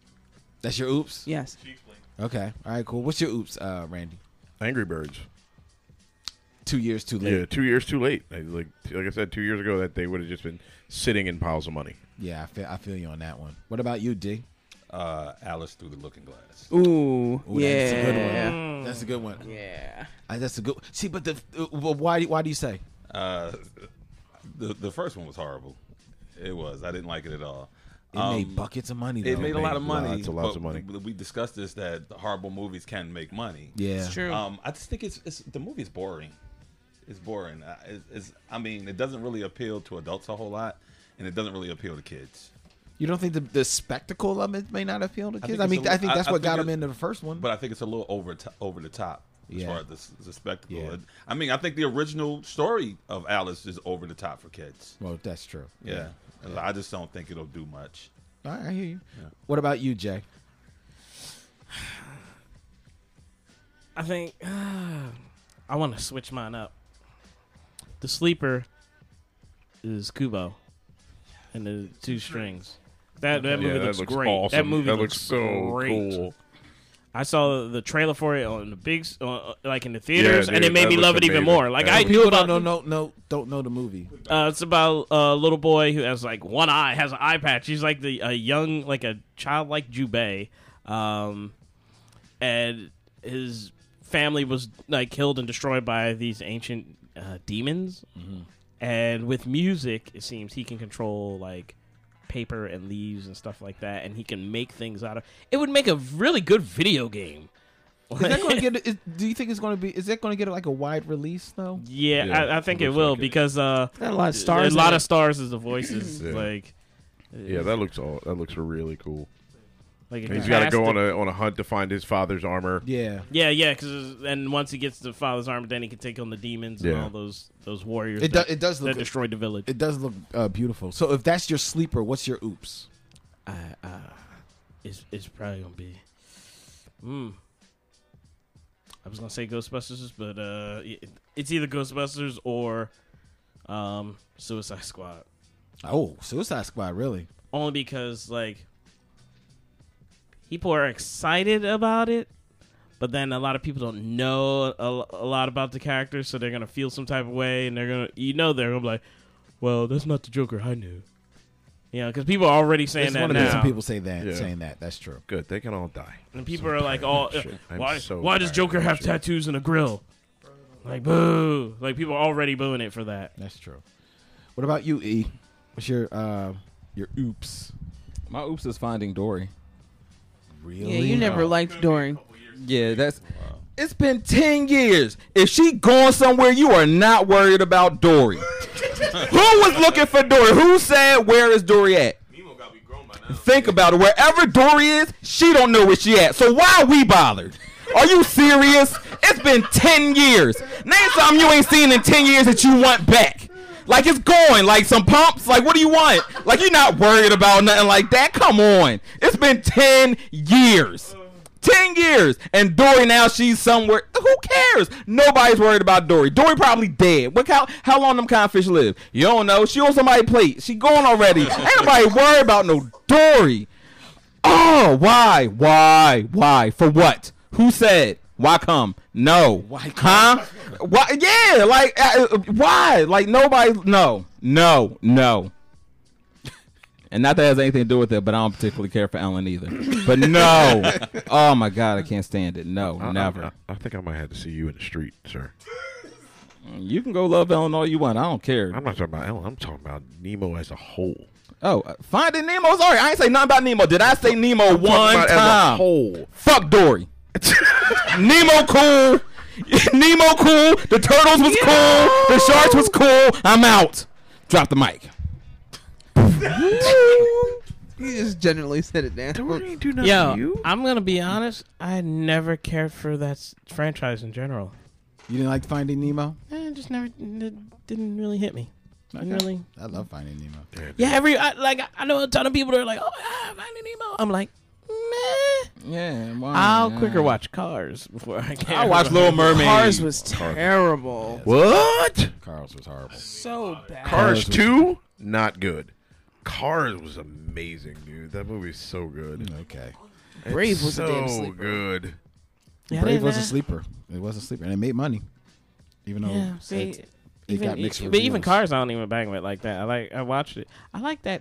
S2: That's your oops.
S4: Yes.
S2: Okay. All right. Cool. What's your oops, uh, Randy?
S10: Angry Birds.
S2: Two years too
S10: Yeah,
S2: late.
S10: two years too late. Like like like I said, two years ago that they would have just been sitting in piles of money.
S2: Yeah, I feel I feel you on that one. What about you, D?
S9: Uh, Alice through the Looking Glass.
S4: Ooh.
S2: Ooh,
S4: yeah.
S2: That's a good one. That's a good one.
S4: Yeah.
S2: Uh, that's a good. See, but the uh, well, why do- why do you say?
S9: Uh, the the first one was horrible. It was. I didn't like it at all.
S2: It made buckets of money. Though.
S9: Um, It made a lot of money.
S10: Lots and lots
S9: but
S10: of money.
S9: We discussed this that horrible movies can make money.
S2: Yeah.
S4: True.
S9: Um, I just think it's, it's the movie is boring. It's boring. Uh, It's, it's, I mean, it doesn't really appeal to adults a whole lot, and it doesn't really appeal to kids.
S2: You don't think the, the spectacle of it may not appeal to
S9: I
S2: kids?
S9: think
S2: I,
S9: it's
S2: mean,
S9: a-
S2: I think
S9: I-
S2: that's
S9: I
S2: what
S9: think
S2: got
S9: it-
S2: them into the first one.
S9: But I think it's a little over to, over the top as
S2: Yeah.
S9: far as the, s- the spectacle.
S2: Yeah.
S9: I mean, I think the original story of Alice is over the top for kids.
S2: well, that's true.
S9: Yeah, I just don't think it'll do much.
S2: All right, I hear you. What about you, Jay?
S6: I think I want to switch mine up. The sleeper is Kubo, and the two strings. That that movie looks great. That movie looks, great. I saw the trailer for it on the big, s- uh, like in the theaters, and
S10: dude,
S6: it made
S10: that
S6: me
S10: looks
S6: love it even
S10: amazing.
S6: more. Like
S10: That
S6: I
S10: looks-
S6: knew
S2: No,
S6: about
S2: no, no, no, don't know the movie.
S6: Uh, it's about a little boy who has like one eye, has an eye patch. He's like the a young, like a childlike Jubei, um, and his family was like killed and destroyed by these ancient uh, demons. And with music, it seems he can control like paper and leaves and stuff like that, and he can make things out of. It would make a really good video game.
S2: Is that going to get? Is, do you think it's going to be? Is that going to get like a wide release though?
S6: yeah,
S10: Yeah,
S6: I, I think
S10: it
S6: it
S10: looks
S6: will
S10: like it.
S6: because uh,
S4: Got a lot of stars.
S6: a lot
S4: in
S6: of stars is the voices
S10: Yeah.
S6: like.
S10: Yeah, that looks all that looks really cool.
S6: Like it
S10: He's got to
S6: has
S10: go on a on a hunt to find his father's armor.
S2: Yeah.
S6: Yeah, yeah, because and once he gets to Father's armor, then he can take on the demons and
S10: Yeah.
S6: all those those warriors.
S2: It do,
S6: that,
S2: it does
S6: that
S2: look
S6: destroyed the village.
S2: it does look uh, beautiful. So if that's your sleeper, what's your oops?
S6: I, uh, it's it's probably gonna be. Hmm. I was gonna say Ghostbusters, but uh, it, it's either Ghostbusters or um Suicide Squad.
S2: Oh, Suicide Squad, really?
S6: Only because like people are excited about it, but then a lot of people don't know a, a lot about the character, so they're gonna feel some type of way, and they're gonna you know they're gonna be like, well, that's not the Joker I knew. You know, because people are already saying
S2: It's
S6: that
S2: one of
S6: now,
S2: some people say that,
S10: Yeah.
S2: saying that. That's true.
S10: Good, they can all die.
S6: and people are like, "All
S10: Shit, I'm
S6: why?
S10: so
S6: why does
S10: tired
S6: Joker
S10: of that
S6: have
S10: shit.
S6: tattoos and a grill?" Like boo! Like people are already booing it for that.
S2: That's true. What about you, E? What's your uh your oops?
S7: My oops is finding Dory.
S2: Really?
S4: yeah, you never liked Dory.
S7: Yeah, that's. It's been ten years. If she going somewhere, you are not worried about Dory. Who was looking for Dory? Who said where is Dory at?
S8: Nemo gotta be grown by now.
S7: Think about it. Wherever Dory is, she don't know where she at. So why are we bothered? Are you serious? It's been ten years. Name something you ain't seen in ten years that you want back. Like it's going. Like some pumps. Like what do you want? Like you're not worried about nothing like that. Come on. It's been ten years. Ten years. And Dory now she's somewhere. Who cares? Nobody's worried about Dory. Dory probably dead. What how how long them kind of fish live? You don't know. She on somebody's plate. She gone already. ain't nobody worried about no Dory. Oh, why? Why? Why? For what? Who said? Why come? No. Why come? Huh? Why? Yeah, like, uh, uh, why? Like, nobody, no. No, no. And not that it has anything to do with it, but I don't particularly care for Ellen either. But no. oh, my God, I can't stand it. No,
S10: I- I-
S7: never.
S10: I, I think I might have to see you in the street, sir.
S7: You can go love Ellen all you want. I don't care.
S10: I'm not talking about Ellen. I'm talking about Nemo as a whole.
S7: Oh, uh, Finding Nemo. Sorry, I ain't say nothing about Nemo. Did I say Nemo
S10: Talking
S7: one
S10: about As a
S7: time?
S10: whole.
S7: Fuck Dory. Nemo cool. Nemo cool. The turtles was cool. The sharks was cool. I'm out. Drop the mic.
S4: You just generally said it down.
S10: Dory do not
S6: Yo,
S10: you.
S6: I'm gonna be honest. I never cared for that s- franchise in general.
S2: You didn't like Finding Nemo?
S6: Eh, it just never it didn't really hit me. Didn't really.
S2: I love Finding Nemo.
S6: Yeah, every I, like I know a ton of people that are like, oh, ah, Finding Nemo. I'm like, meh.
S2: Yeah. why
S3: I'll
S2: not?
S3: quicker watch Cars before I can.
S2: I watched Little Mermaid.
S4: Cars was terrible.
S10: What?
S2: Cars was horrible.
S4: So bad.
S10: Cars 2? Not good. Cars was amazing, dude. That movie's so good.
S2: Okay.
S4: Brave was
S10: so
S4: a damn sleeper.
S10: good.
S4: Yeah,
S2: Brave
S4: they-
S2: was a sleeper. It was a sleeper, and it made money, even though
S4: Yeah, they-
S2: it, it got mixed.
S6: but even e-
S2: reviews.
S6: cars, I don't even bang with like that. I like I watched it. I like that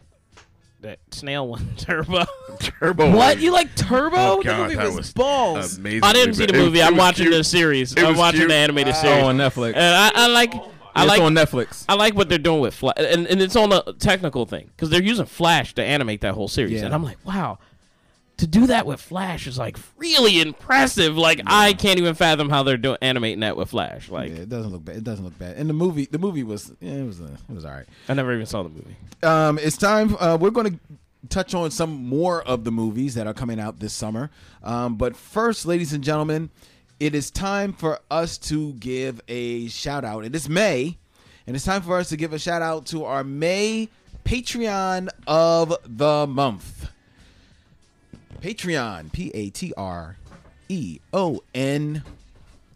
S6: that snail one turbo.
S10: Turbo.
S4: What you like Turbo?
S10: Oh,
S4: the
S10: God,
S4: movie
S10: that
S4: was,
S10: was
S4: balls.
S10: Amazing.
S6: I didn't see the
S10: It was-
S6: movie.
S10: it
S6: I'm
S10: was
S6: watching
S10: cute.
S6: the series.
S10: It
S6: I'm
S10: was
S6: watching
S10: cute.
S6: the animated series.
S7: Oh, on Netflix.
S6: And I, I like I
S7: it's
S6: like
S7: on Netflix.
S6: I like what they're doing with Flash, and, and it's on a technical thing because they're using Flash to animate that whole series,
S2: Yeah.
S6: and I'm like, wow, to do that with Flash is like really impressive. Like I can't even fathom how they're doing animating that with Flash. Like
S2: Yeah, it doesn't look bad. It doesn't look bad. And the movie, the movie was, yeah, it was, uh, it was all right.
S6: I never even saw the movie.
S2: um, it's time. Uh, we're going to touch on some more of the movies that are coming out this summer. Um, but first, ladies and gentlemen, it is time for us to give a shout out. It is May, and it's time for us to give a shout out to our May Patreon of the month. Patreon, P A T R E O N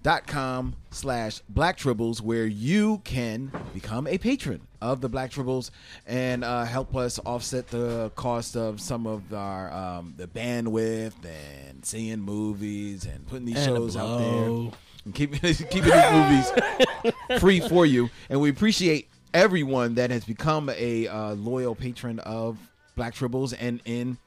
S2: dot com slash black tribbles where you can become a patron of the black tribbles and uh, help us offset the cost of some of our um, the bandwidth and seeing movies and putting these shows out there and keep, keeping these movies free for you and we appreciate everyone that has become a uh, loyal patron of black tribbles and in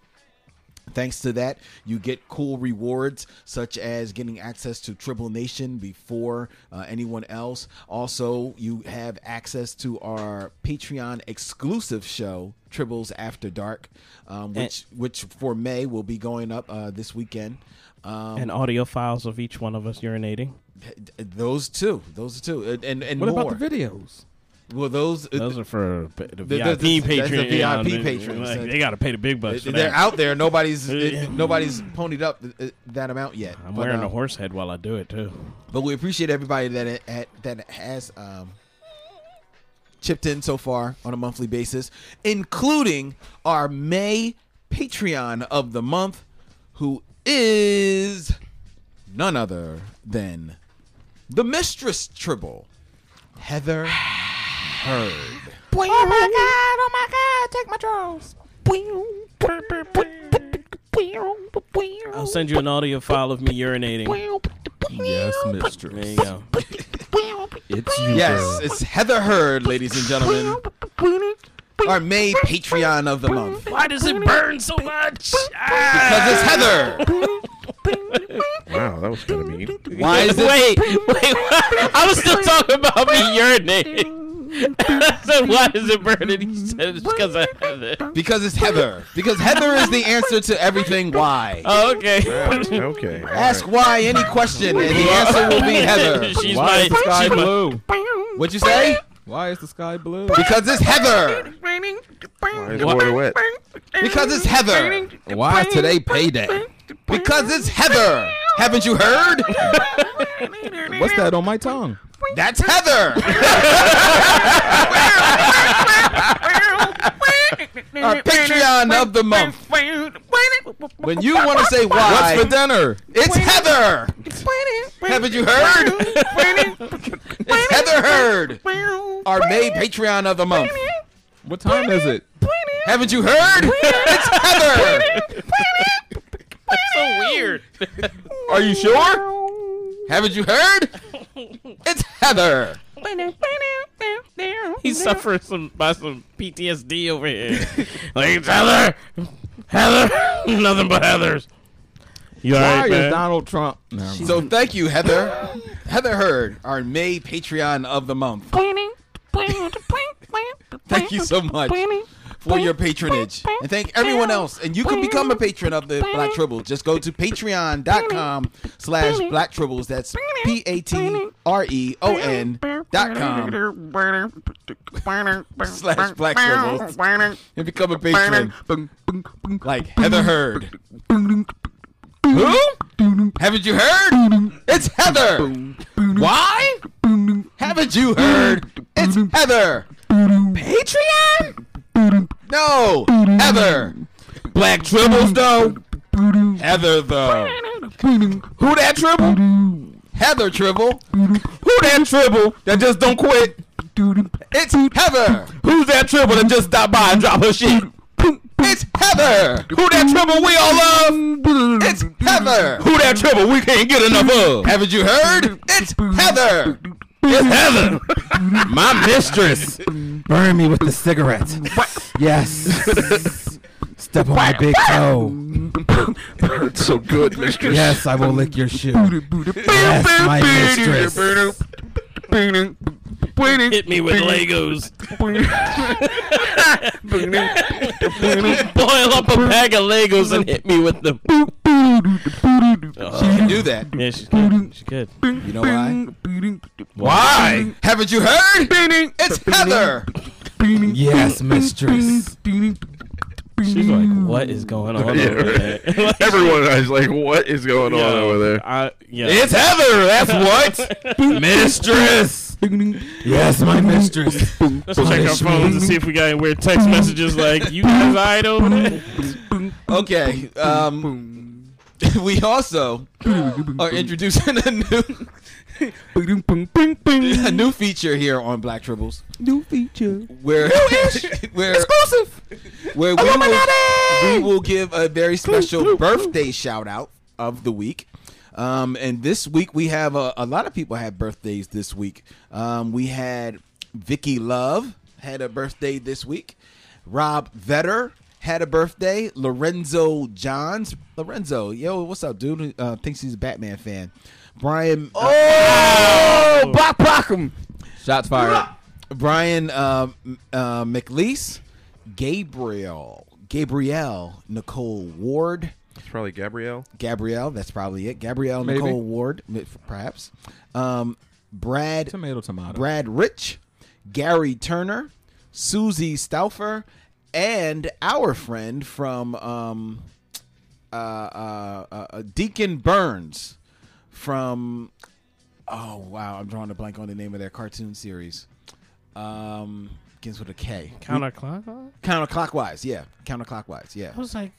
S2: Thanks to that, you get cool rewards such as getting access to Tribble Nation before uh, anyone else. Also, you have access to our Patreon exclusive show, Tribbles After Dark, um, which which for May will be going up uh, this weekend. Um,
S6: And audio files of each one of us urinating.
S2: th- those two, those two, and and, and
S7: What
S2: more.
S7: about the videos?
S2: well, those, uh,
S6: Those are for the, the
S2: that's-
S6: VIP
S2: that's the
S6: Patreon.
S2: VIP
S6: Like,
S2: patrons.
S6: they got to pay the big bucks for
S2: they're
S6: that.
S2: out there. Nobody's nobody's ponied up uh, that amount yet.
S6: I'm
S2: But,
S6: wearing
S2: um,
S6: a horse head while I do it too.
S2: But we appreciate everybody that that, that has um, chipped in so far on a monthly basis, including our May Patreon of the month, who is none other than the Mistress Tribble, Heather Heard.
S4: oh my god! Oh my god! Take my draws.
S6: I'll send you an audio file of me urinating.
S7: Yes,
S6: There
S7: mistress.
S6: you go.
S7: It's you.
S2: Yes, it's Heather Heard, ladies and gentlemen. Our May Patreon of the month.
S6: Why does it burn so much? Ah.
S2: Because it's Heather.
S10: Wow, that was kind of mean.
S2: Why is this?
S6: wait, wait, I was still talking about me urinating. I said, why does it burn? And he said, it's because I have it.
S2: Because it's Heather. Because Heather is the answer to everything why.
S6: Oh, okay.
S10: okay. all
S2: Ask
S10: right.
S2: why any question, and the answer will be Heather.
S6: She's
S7: Why
S6: my,
S7: is the sky
S6: she's my
S7: blue?
S2: What'd you say?
S7: Why is the sky blue?
S2: Because it's Heather.
S10: Why is water wet?
S2: Because it's Heather.
S7: Why today payday?
S2: Because it's Heather. Haven't you heard?
S7: What's that on my tongue?
S2: That's Heather. Our Patreon of the month. When you want to say
S7: What's for
S2: why,
S7: dinner?
S2: it's Heather. Haven't you heard? It's Heather Heard. Our May Patreon of the month.
S7: What time is it?
S2: Haven't you heard? It's Heather.
S6: so weird.
S2: Are you sure? Haven't you heard? It's Heather.
S6: He suffers some by some PTSD over here. like it's Heather, Heather, nothing but Heather's. You
S7: Why
S6: alright,
S7: is
S6: man?
S7: Donald Trump? No, I'm
S2: So thank you, Heather. Heather Heard, our May Patreon of the month. Thank you so much for your patronage. And thank everyone else. And you can become a patron of the Black Tribbles. Just go to patreon.com slash black tribbles. That's P A T R E O N dot com slash black tribbles. And become a patron. Like Heather Heard. Who? Haven't you heard? It's Heather. Why? Haven't you heard? It's Heather. Patreon? No, Heather. Black Tribbles, though.
S9: Heather the Who that
S2: Tribble?
S9: Heather Tribble.
S2: Who that Tribble that just don't quit? It's Heather. Who's that Tribble that just stopped by and dropped her shit? It's Heather. Who that Tribble we all love? It's Heather. Who that Tribble we can't get enough of? Haven't you heard? It's Heather. It's Heather.
S7: My mistress. Burn me with the cigarette. yes. Step on my big toe.
S10: It's so good, mistress.
S7: Yes, I will lick your shoe. Yes, my mistress.
S6: Hit me with Legos. Boil up a bag of Legos and hit me with them. Oh,
S2: She can do that.
S6: Yeah, she's good. She's good.
S2: You know why? Why? Haven't you heard? It's Heather.
S7: Yes, mistress.
S6: She's like, what is going on
S10: Yeah,
S6: over
S10: right.
S6: there? Like,
S10: Everyone is like, "What is going on
S6: yo,
S10: over there?"
S6: I, yeah.
S2: It's Heather. That's what. Mistress.
S7: Yes, my mistress.
S6: Let's check our phones and see if we got any weird text messages like, you guys eyed over there?
S2: Okay. Um, we also are introducing a new a new feature here on Black Tribbles.
S4: New feature.
S2: Where where exclusive. Where we will, we will give a very special birthday shout out of the week. Um, and this week we have a, a lot of people had birthdays this week. Um, we had Vicky Love had a birthday this week. Rob Vetter had a birthday. Lorenzo Johns. Lorenzo, yo, what's up, dude? Uh, thinks he's a Batman fan. Brian. uh,
S7: Oh, Bach Bachum. Shots fired.
S2: Brian uh, m- uh, McLeese, Gabriel, Gabrielle Nicole Ward,
S10: It's probably Gabrielle.
S2: Gabrielle. That's probably it. Gabrielle
S7: Maybe.
S2: Nicole Ward, m- perhaps. Um, Brad
S7: Tomato, tomato.
S2: Brad Rich, Gary Turner, Susie Stauffer, and our friend from um, uh, uh, uh, uh, Deacon Burns from. Oh wow, I'm drawing a blank on the name of their cartoon series. Um, begins with a K.
S6: Counterclockwise?
S2: Counterclockwise, yeah. Counterclockwise, yeah.
S6: I was like,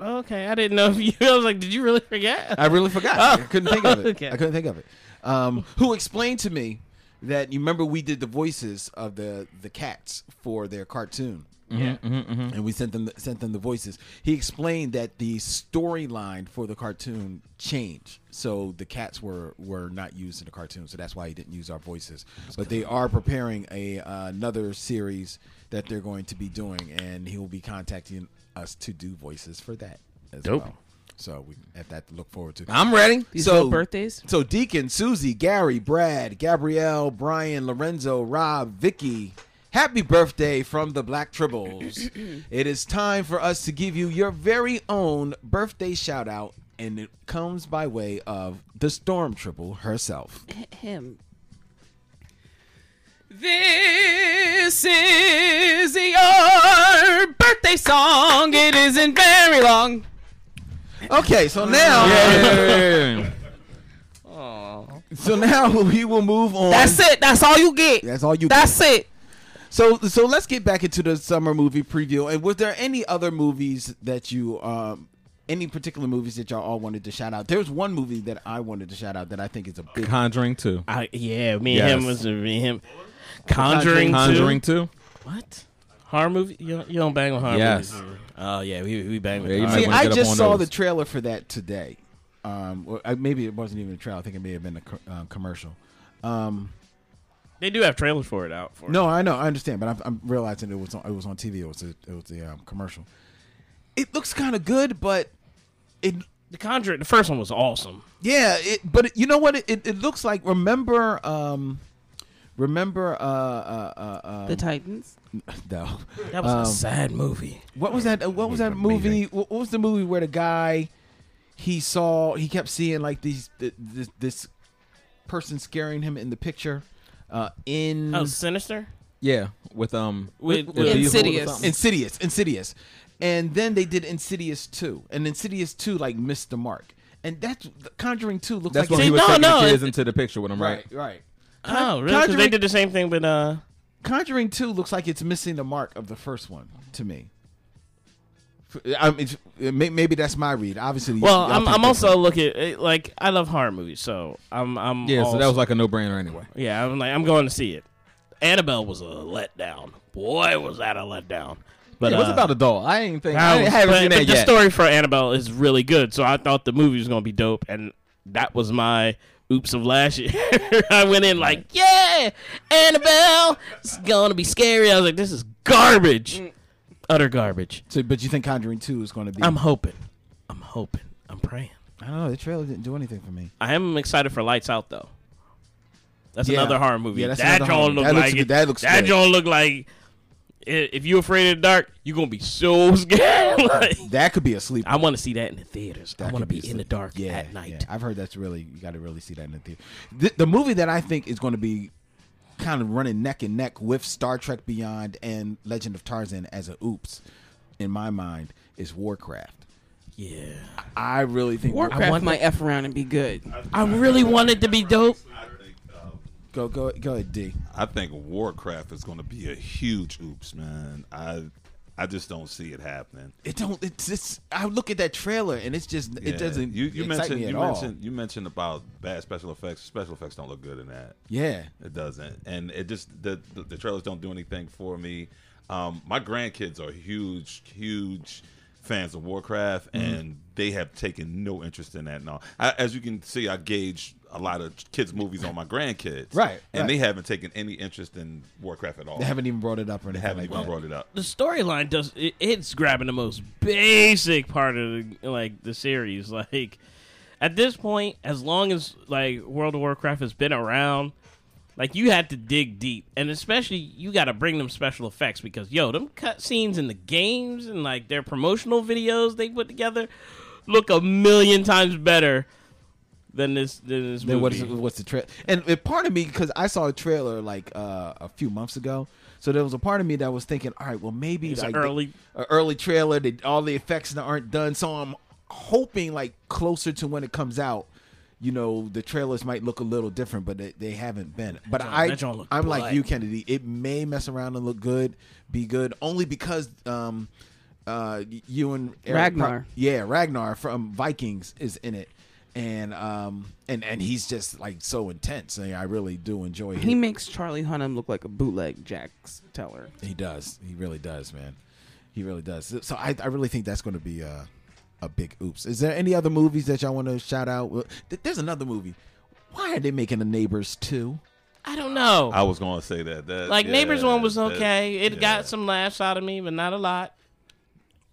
S6: okay, I didn't know if you. I was like, did you really forget?
S2: I really forgot. I couldn't think of it.
S6: okay.
S2: I couldn't think of it. Um, who explained to me that you remember we did the voices of the the cats for their cartoon.
S6: Yeah.
S2: and we sent them sent them the voices. He explained that the storyline for the cartoon changed, so the cats were were not used in the cartoon, so that's why he didn't use our voices. But they are preparing a uh, another series that they're going to be doing, and he will be contacting us to do voices for that as
S10: Dope.
S2: well. So we have that to look forward to.
S7: I'm ready.
S4: These
S2: So-
S4: so, little birthdays.
S2: So Deacon, Susie, Gary, Brad, Gabrielle, Brian, Lorenzo, Rob, Vicky, happy birthday from the Black Tribbles. it is time for us to give you your very own birthday shout out, and it comes by way of the Storm Triple herself.
S4: him. This is your birthday song. It isn't very long.
S2: Okay,
S4: Oh,
S2: so now so now we will move on.
S4: That's it. That's all you get.
S2: That's all you get.
S4: That's it.
S2: So so let's get back into the summer movie preview. And was there any other movies that you um any particular movies that y'all all wanted to shout out? There's one movie that I wanted to shout out that I think is a big
S7: Conjuring 2.
S6: I, yeah, me
S7: Yes.
S6: and him was me and him. Conjuring, Conjuring.
S7: Conjuring 2.
S6: What? Horror movie? You don't, you don't bang with horror
S7: Yes.
S6: movies. Oh yeah, we we bang with.
S7: Yeah, you
S6: horror
S7: might
S2: See,
S6: movies.
S7: wanna
S2: I
S7: get up
S2: just
S7: on
S2: saw
S7: those.
S2: the trailer for that today. Um, or I- maybe it wasn't even a trailer. I think it may have been a co- uh, commercial. Um,
S6: they do have trailers for it out. For
S2: no, I know, I understand, but I'm, I'm realizing it was on, it was on TV. It was a, it was the um, commercial. It looks kind of good, but it
S6: the Conjuring. The first one was awesome.
S2: Yeah, it, but it- you know what? It, it, it looks like remember, um, remember, uh, uh, uh, uh,
S4: The Titans.
S2: no.
S6: That was
S2: Um,
S6: a sad movie.
S2: What was that? uh, What was that movie? What what was the movie where the guy he saw he kept seeing like these th- this, this person scaring him in the picture uh, in
S6: Oh, Sinister.
S7: Yeah, mm. with um
S6: With,
S7: the
S6: with
S7: bees or
S4: Insidious.
S7: something.
S2: Insidious, Insidious, and then they did Insidious two, and Insidious two like missed the mark, and that's Conjuring two looks
S7: That's
S2: like it's-
S7: when he was
S6: no,
S7: taking
S6: no,
S7: the kids
S6: it-
S7: into the picture with him, right?
S2: right, right.
S6: oh, really? 'Cause they
S2: Conjuring-
S6: did the same thing, but uh,
S2: Conjuring 2 looks like it's missing the mark of the first one to me. I mean, may- maybe that's my read. Obviously, you-
S6: Well,
S2: y'all
S6: I'm,
S2: think
S6: I'm
S2: different.
S6: also looking eh, like I love horror movies, so I'm I'm
S7: Yeah, so that was
S6: also-
S7: like a no-brainer anyway.
S6: Yeah, I'm like I'm going to see it. Annabelle was a letdown. Boy, was that a letdown. But
S7: Yeah, it was
S6: uh,
S7: about a doll. I ain't think
S6: I
S7: I,
S6: was-
S7: haven't
S6: but-
S7: seen
S6: but
S7: that
S6: the
S7: yet.
S6: story for Annabelle is really good, so I thought the movie was gonna be dope, and that was my oops of last year. I went in like, yeah, Annabelle, it's gonna be scary. I was like, this is garbage,
S2: Mm.
S6: utter garbage.
S2: So, but you think Conjuring Two is going to be?
S6: I'm hoping, I'm hoping, I'm praying.
S2: I don't know. The trailer didn't do anything for me.
S6: I am excited for Lights Out though. That's
S2: Yeah.
S6: another horror movie.
S2: Yeah, that's
S6: that
S2: another
S6: don't
S2: horror
S6: look
S2: movie. That
S6: like
S2: looks
S6: it.
S2: good. That looks
S6: that
S2: good.
S6: don't look like. i- If you're afraid of the dark, you're gonna be so scared. Like,
S2: That could be a sleeper.
S6: I want to see that in the theaters. I
S2: That
S6: want to
S2: could
S6: be,
S2: a
S6: in the
S2: sleeper.
S6: dark
S2: yeah,
S6: at night.
S2: yeah. I've heard that's really you got to really see that in the theater. The, the movie that I think is going to be kind of running neck and neck with Star Trek Beyond and Legend of Tarzan as a oops, in my mind, is Warcraft.
S6: Yeah.
S2: I really think
S4: Warcraft
S2: I
S4: might F around and be good.
S6: I really want it to be dope.
S2: Go go go ahead, D.
S9: I think Warcraft is going to be a huge oops, man. I I just don't see it happening.
S2: It don't. It's just. I look at that trailer and it's just.
S9: Yeah.
S2: It doesn't.
S9: You, you
S2: excite
S9: mentioned
S2: me at
S9: you
S2: all.
S9: mentioned you mentioned about bad special effects. Special effects don't look good in that.
S2: Yeah.
S9: It doesn't, and it just the the, the trailers don't do anything for me. Um, my grandkids are huge, huge fans of Warcraft,
S7: Mm-hmm.
S9: and they have taken no interest in that. Now, I, as you can see, I gauge a lot of kids' movies on my grandkids,
S2: Right,
S9: And
S2: right.
S9: they haven't taken any interest in Warcraft at all.
S2: They haven't even brought it up or
S9: They
S2: anything.
S9: haven't
S2: like
S9: even
S2: that.
S9: brought it up.
S6: The storyline does it, it's grabbing the most basic part of the, like the series. Like at this point, as long as like World of Warcraft has been around, like you had to dig deep, and especially you got to bring them special effects because yo, them cut scenes in the games and like their promotional videos they put together look a million times better than this than this
S2: Then
S6: movie.
S2: what is what's the trailer? And it, part of me, because I saw a trailer like uh, a few months ago, so there was a part of me that was thinking, all right, well maybe
S6: It's an
S2: like
S6: early-
S2: the, a early trailer, that all the effects that aren't done. So I'm hoping like closer to when it comes out, you know, the trailers might look a little different, but they, they haven't been. But
S6: joint-
S2: I,
S6: that joint look
S2: I'm like
S6: black.
S2: you, Kennedy. It may mess around and look good, be good, only because. Um, uh, you and Eric
S4: Ragnar.
S2: Pro- yeah, Ragnar from Vikings is in it, and um, and and he's just like so intense. And I really do enjoy him.
S4: He makes Charlie Hunnam look like a bootleg Jack's teller.
S2: He does. He really does, man. He really does. So I, I really think that's going to be a, a big oops. Is there any other movies that y'all want to shout out? Well, th- There's another movie. Why are they making the Neighbors two?
S6: I don't know.
S9: I was going to say that. that
S6: Like
S9: yeah,
S6: Neighbors one was
S9: that-
S6: okay. It
S9: yeah.
S6: got some laughs out of me, but not a lot.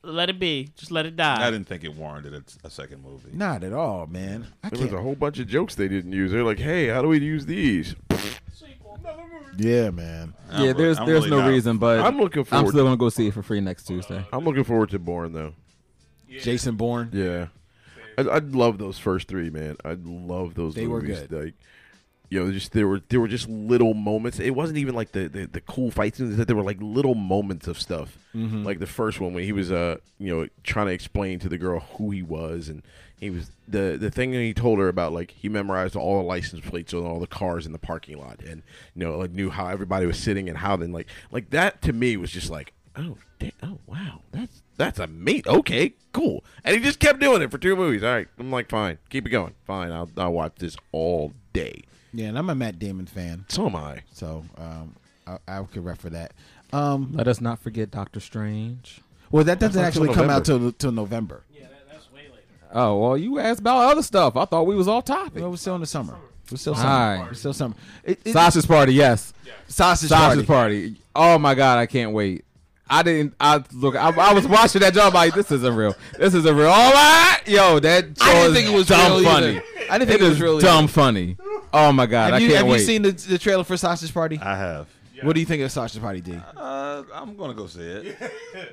S6: Let it be. Just let it die.
S9: I didn't think it warranted a, a second movie.
S2: Not at all, man. I
S10: There was
S2: can't.
S10: a whole bunch of jokes they didn't use. They're like, "Hey, how do we use these?"
S2: Yeah, man.
S9: I'm
S7: yeah,
S9: really-
S7: there's
S9: I'm
S7: there's
S9: really
S7: no
S9: not-
S7: reason, but
S10: I'm looking
S7: I'm
S10: forward-
S7: still gonna go see it for free next Tuesday.
S10: I'm looking forward to Born though.
S2: Jason Bourne.
S10: Yeah, I, I love those first three, man. I love those.
S2: They were
S10: movies.
S2: good.
S10: Like, you know, just there were there were just little moments. It wasn't even like the the, the cool fight scenes. That there were like little moments of stuff. Like the first one when he was uh you know trying to explain to the girl who he was and he was the the thing that he told her about like he memorized all the license plates on all the cars in the parking lot and you know like knew how everybody was sitting and how then like like that to me was just like oh da- oh wow that's that's a meat okay cool and he just kept doing it for two movies all right i'm like fine keep it going fine i'll, I'll watch this all day
S2: Yeah, and I'm a Matt Damon fan,
S10: so am i
S2: so um, I, I could ref for that. Um,
S7: Let us not forget Doctor Strange.
S2: Well, that doesn't
S10: That's not till
S2: actually come out till till November.
S7: Oh well, you asked about other stuff. I thought we was off topic.
S2: Well, we're still in the summer. We're still summer.
S7: All right.
S2: We're still summer. It, it-
S7: Sausage party, yes.
S2: sausage,
S7: Sausage
S2: party.
S7: party. Oh my god, I can't wait. I didn't. I look. I, I was watching that job. Like this isn't real. This isn't real. All right, yo, that.
S2: I didn't
S7: show
S2: think
S7: is
S2: it was
S7: dumb
S2: real
S7: funny.
S2: either. I didn't think it
S7: is
S2: was real
S7: dumb funny. Oh my
S2: Have
S7: god, I
S2: you,
S7: can't
S2: have
S7: wait.
S2: you seen the, the trailer for Sausage Party?
S9: I have.
S2: What do you think of Sausage Party, D?
S9: Uh, I'm going to go see it.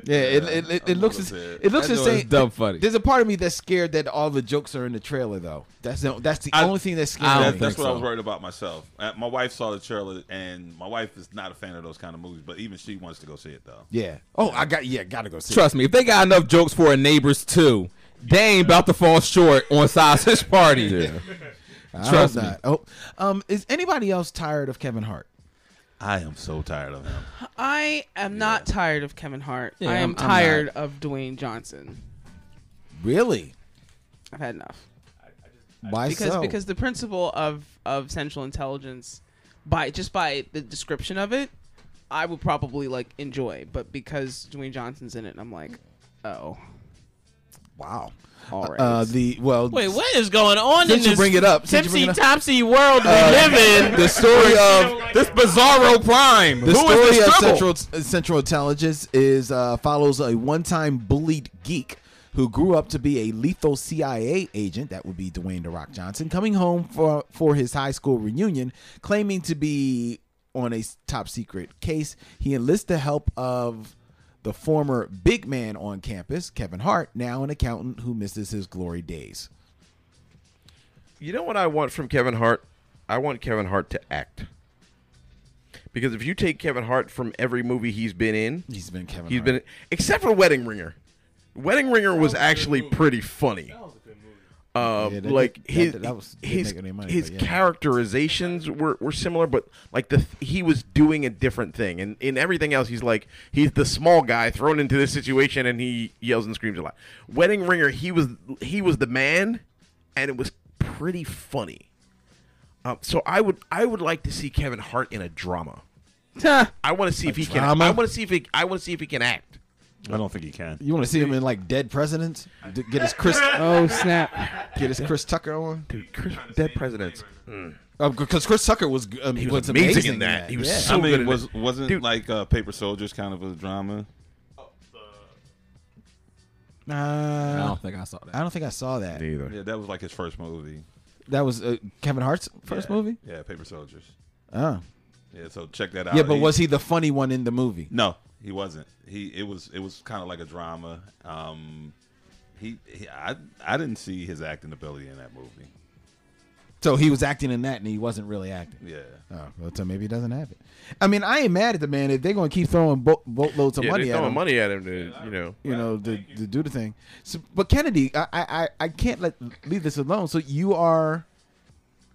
S2: Yeah, it, it, it, it
S9: I'm
S2: looks
S9: gonna
S2: as,
S9: see it.
S2: it looks
S7: That
S2: the
S7: joint is
S2: same.
S7: dumb funny.
S2: There's a part of me that's scared that all the jokes are in the trailer though. That's the, that's the
S9: I-
S2: only thing that's
S7: I
S2: scaring
S9: That,
S7: don't
S2: me.
S9: that's
S7: think
S9: what I
S7: so.
S9: was worried about myself. Uh, My wife saw the trailer, and my wife is not a fan of those kind of movies, but even she wants to go see it though.
S2: yeah. Oh, I got yeah, gotta go see.
S7: Trust me, if they got enough jokes for a neighbors too, they ain't about to fall short on sausage party.
S2: it. I
S7: trust
S2: hope
S7: me.
S2: not. Oh, um, is anybody else tired of Kevin Hart?
S9: I am so tired of him.
S4: I am not tired of Kevin Hart.
S2: Yeah,
S4: I am
S2: I'm- I'm
S4: tired of Dwayne Johnson.
S2: Really?
S4: I've had enough.
S2: Why
S4: because
S2: so?
S4: because the principle of of central intelligence by just by the description of it i would probably like enjoy but because dwayne johnson's in it i'm like oh
S2: wow
S4: all right
S2: uh, the well.
S6: Wait, what is going on
S2: Since
S6: in
S2: you
S6: this
S2: bring it up, since you
S6: tipsy
S2: bring it up-
S6: topsy world
S2: Uh,
S6: we live in?
S2: the story of
S10: This Bizarro Prime.
S2: The
S10: Who
S2: story
S10: is this
S2: of
S10: Tribble?
S2: Central uh, Central Intelligence is uh, follows a one-time bullied geek who grew up to be a lethal CIA agent. That would be Dwayne the Rock Johnson coming home for for his high school reunion, claiming to be on a s- top secret case. He enlists the help of the former big man on campus, Kevin Hart, now an accountant who misses his glory days.
S10: You know what I want from Kevin Hart? I want Kevin Hart to act. Because if you take Kevin Hart from every movie he's been in,
S2: He's been Kevin.
S10: he's
S2: Hart.
S10: been except for Wedding Ringer. Wedding Ringer was actually pretty funny. Uh,
S2: Yeah, that
S10: like
S2: did- that
S10: his
S2: did- that was- didn't
S10: his,
S2: make any money,
S10: his
S2: but yeah.
S10: characterizations were, were similar, but like the he was doing a different thing, and in everything else he's like he's the small guy thrown into this situation, and he yells and screams a lot. Wedding Ringer, he was he was the man, and it was pretty funny. Um, so I would I would like to see Kevin Hart in a drama. I want to see if he can.
S2: drama?
S10: I want to see if he. I want to see if he can act.
S9: I don't think he can.
S2: You want to see him in like Dead Presidents? D- Get his Chris,
S4: oh snap
S2: get his Chris Tucker on.
S10: Dude, Chris, Dead Presidents.
S2: Because Chris Tucker was um,
S10: He
S2: he
S10: was
S2: was,
S10: amazing
S2: amazing,
S10: in that. He was
S2: yeah.
S10: so-
S9: I
S10: good
S9: mean,
S10: in
S9: was
S10: it.
S9: wasn't
S10: Dude.
S9: like uh, Paper Soldiers kind of a drama?
S7: I
S2: Uh,
S7: don't think I saw that.
S2: I don't think I saw that.
S10: Neither.
S9: Yeah, that was like his first movie.
S2: That was uh, Kevin Hart's first
S9: Yeah.
S2: movie.
S9: Yeah, Paper Soldiers.
S2: Oh,
S9: Yeah, so check that out.
S2: yeah, but was he the funny one in the movie?
S9: No, he wasn't. He it was it was kind of like a drama. Um, he, he I I didn't see his acting ability in that movie.
S2: So he was acting in that, and he wasn't really acting.
S9: Yeah,
S2: Oh, well, so maybe he doesn't have it. I mean, I ain't mad at the man if they're going to keep throwing bo- boatloads of
S10: Yeah,
S2: money
S10: they're
S2: at
S10: throwing
S2: him.
S10: money at him. To, you know,
S2: You know, to, to do the thing. So, but Kennedy, I, I, I- I can't let leave this alone. So you are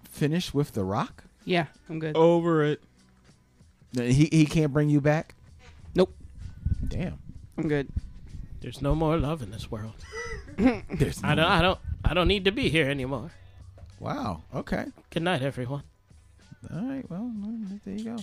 S2: finished with The Rock?
S4: yeah i'm good
S2: Oh.
S8: Over it.
S2: He he can't bring you back.
S4: nope
S2: Damn.
S4: i'm good
S6: There's no more love in this world.
S2: There's
S6: I don't. I don't. I don't need to be here anymore.
S2: Wow. Okay.
S6: Good night, everyone.
S2: All right. Well, there you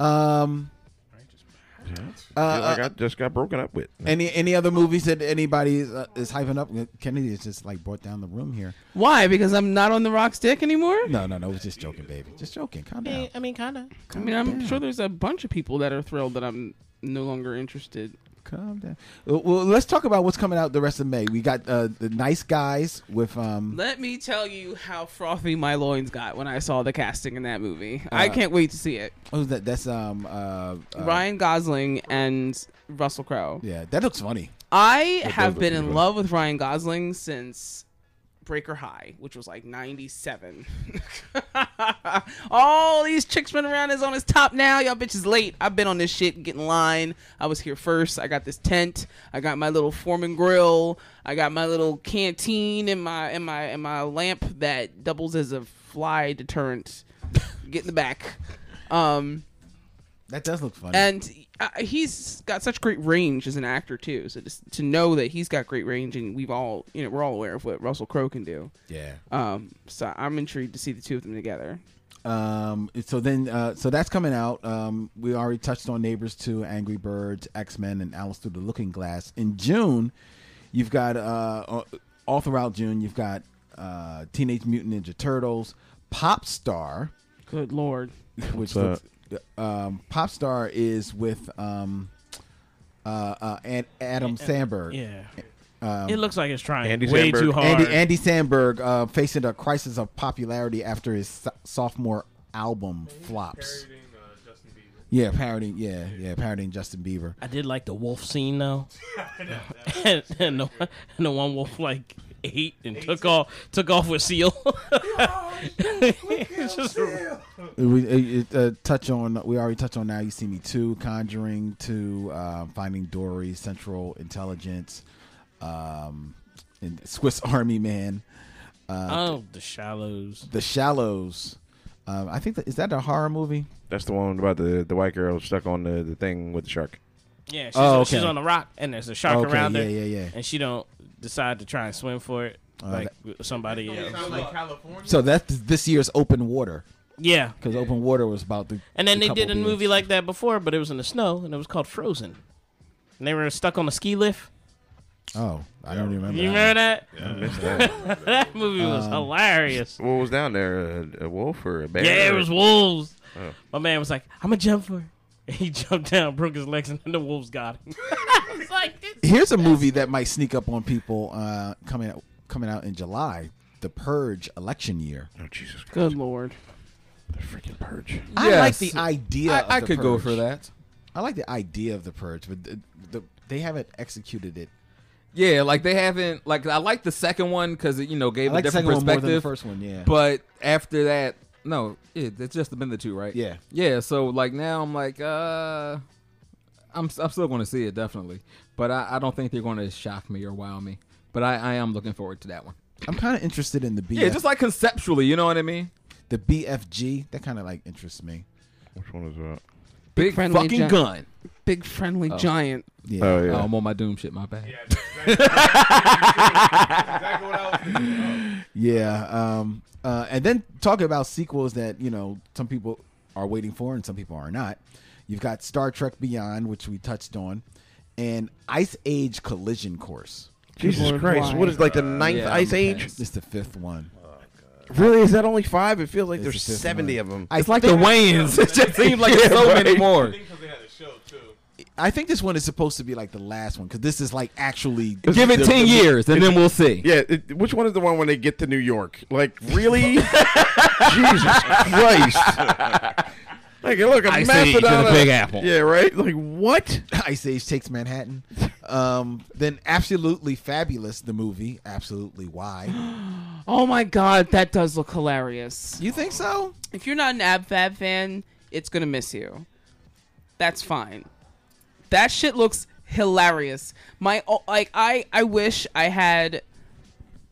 S2: go. Um. Uh,
S10: Feel like
S2: uh,
S10: I just got broken up with.
S2: any any other movies that anybody is, uh, is hyping up? Kennedy has just like brought down the room here.
S4: why because i'm not on the rock's dick anymore
S2: No, no, no. I was just joking, baby. Just joking. Calm down.
S6: I mean, kind of.
S4: i mean i'm sure there's a bunch of people that are thrilled that i'm no longer interested
S2: Calm down. Well, well, let's talk about what's coming out the rest of May. We got uh, the nice guys with um.
S4: let me tell you how frothy my loins got when i saw the casting in that movie i can't wait to see it
S2: Who's that? That's um. Uh, uh,
S4: ryan gosling and russell crowe
S2: Yeah, that looks funny.
S4: I have been in love with Ryan Gosling since Breaker High, which was like 97. All these chicks running around is on his top now. Y'all bitches late. I've been on this shit, get in line. I was here first. I got this tent. I got my little Foreman grill. I got my little canteen and my and my and my lamp that doubles as a fly deterrent. get in the back. Um
S2: That does look funny.
S4: and uh, he's got such great range as an actor too. So just to know that he's got great range, and we've all you know we're all aware of what Russell Crowe can do.
S2: yeah.
S4: Um, so I'm intrigued to see the two of them together.
S2: Um, so then, uh, so that's coming out. Um, we already touched on Neighbors 2, Angry Birds, X Men, and Alice Through the Looking Glass. In June, you've got uh, all throughout June, you've got uh, Teenage Mutant Ninja Turtles, Pop Star,
S4: Good lord,
S2: which looks, um, Pop Star is with um, uh, uh, Ad- Adam Sandberg.
S6: Yeah. it looks like it's trying
S10: Andy
S6: way
S10: Samberg.
S6: too hard.
S2: Um, Andy, Andy Sandberg uh, facing a crisis of popularity after his so- sophomore album flops.
S6: uh,
S2: Yeah, parodying. Yeah, yeah, parodying Justin Bieber.
S6: I did like the wolf scene though, and, and, the, and the one wolf like ate and took off took off with seal. It's just-
S2: We uh, uh, touch on. We already touched on. Now you see me too. Conjuring two, uh, Finding Dory, Central Intelligence, um, and Swiss Army Man,
S6: oh, the shallows.
S2: The Shallows, Um, I think that, is that a horror movie?
S10: That's the one about the, the white girl stuck on the, the thing with the shark.
S6: Yeah, she's,
S2: Oh,
S6: on,
S2: okay.
S6: she's on the rock, and there's a shark
S2: Okay,
S6: around her.
S2: yeah, yeah, yeah.
S6: And she don't decide to try and swim for it
S2: Oh,
S6: like somebody else.
S2: So that's this year's Open Water.
S6: Yeah.
S2: because Open Water was about the.
S6: and then
S2: the
S6: they did a
S2: couple being-
S6: movie like that before, but it was in the snow, and it was called Frozen. And they were stuck on a ski lift.
S2: Oh, I don't remember.
S6: You remember that? that. movie was
S10: Um,
S6: hilarious.
S10: What was down there? A, a wolf or a bear?
S6: Yeah, it
S10: or-
S6: was wolves.
S10: Oh.
S6: My man was like, "I'm gonna jump for it." And he jumped down, broke his legs, and then the wolves got him. It's like, this-
S2: Here's a movie that might sneak up on people uh, coming out, coming out in July: The Purge, election year.
S10: Oh Jesus!
S4: Good lord.
S10: The freaking purge.
S2: I like
S7: Yes.
S2: the idea.
S7: I-
S2: of
S7: I
S2: the
S7: could go
S2: Purge.
S7: for that.
S2: I like the idea of the purge, but the, the, they haven't executed it.
S7: Yeah, like they haven't. Like I like the second one because it you know gave
S2: I like the
S7: a different
S2: second one more than the
S7: perspective.
S2: first one, yeah.
S7: But after that, no, yeah, it's just been the two, right?
S2: Yeah.
S7: Yeah. So like now I'm like, uh, I'm s- I'm still going to see it definitely, but I, I don't think they're going to shock me or wow me. But I, I am looking forward to that one.
S2: I'm kind of interested in the BF,
S7: Yeah, just like conceptually, you know what I mean?
S2: the BFG. That kind of like interests me.
S10: Which one is that?
S7: Big
S4: friendly
S7: fucking
S4: gi-
S7: gun.
S4: Big friendly
S7: Oh.
S4: giant.
S2: Yeah.
S10: Oh yeah.
S7: Oh, I'm on my doom shit. My bad.
S2: Yeah. Um, uh, and then talking about sequels that, you know, some people are waiting for and some people are not. You've got Star Trek Beyond, which we touched on, and Ice Age Collision Course.
S10: Jesus
S4: Lord,
S10: Christ!
S4: why?
S10: What is like the ninth
S7: Yeah,
S10: ice
S7: I'm
S10: age?
S2: It's the fifth one.
S10: Really? Is that only five? It feels like
S2: It's
S10: there's
S2: the fifth
S10: seventy
S2: one.
S10: of them.
S2: I
S7: It's like the Wayans. It just seems like there's so many more.
S2: I think this one is supposed to be like the last one because this is like actually.
S7: Give it ten years and then we'll see.
S10: Yeah. It, which one is the one when they get to New York? Like really? Jesus Christ! like look, a
S7: Ice Age and
S10: mastodon.
S7: a
S10: of-
S7: Big Apple.
S10: Yeah. Right. Like what?
S2: Ice Age takes Manhattan. Um, then Absolutely Fabulous, the movie. Absolutely Why.
S4: Oh my god, that does look hilarious.
S2: You think so?
S4: If you're not an Ab Fab fan, it's gonna miss you. That's fine. That shit looks hilarious. My o- like, I I wish I had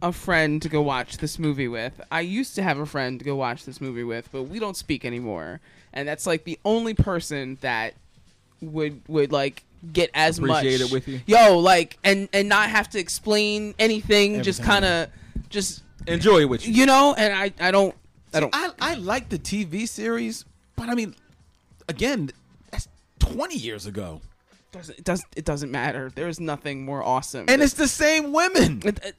S4: a friend to go watch this movie with. I used to have a friend to go watch this movie with, but we don't speak anymore. And that's like the only person that would would like get as much
S7: Appreciate it with you?
S4: Yo, like and and not have to explain anything. just
S2: Everything.
S4: kind of just
S7: Enjoy it with you.
S4: you know. And I I don't I don't.
S2: I, I like the TV series, but I mean, again, that's 20 years ago.
S4: doesn't it does it doesn't matter. There is nothing more awesome.
S2: And it's the same women.
S4: It- it-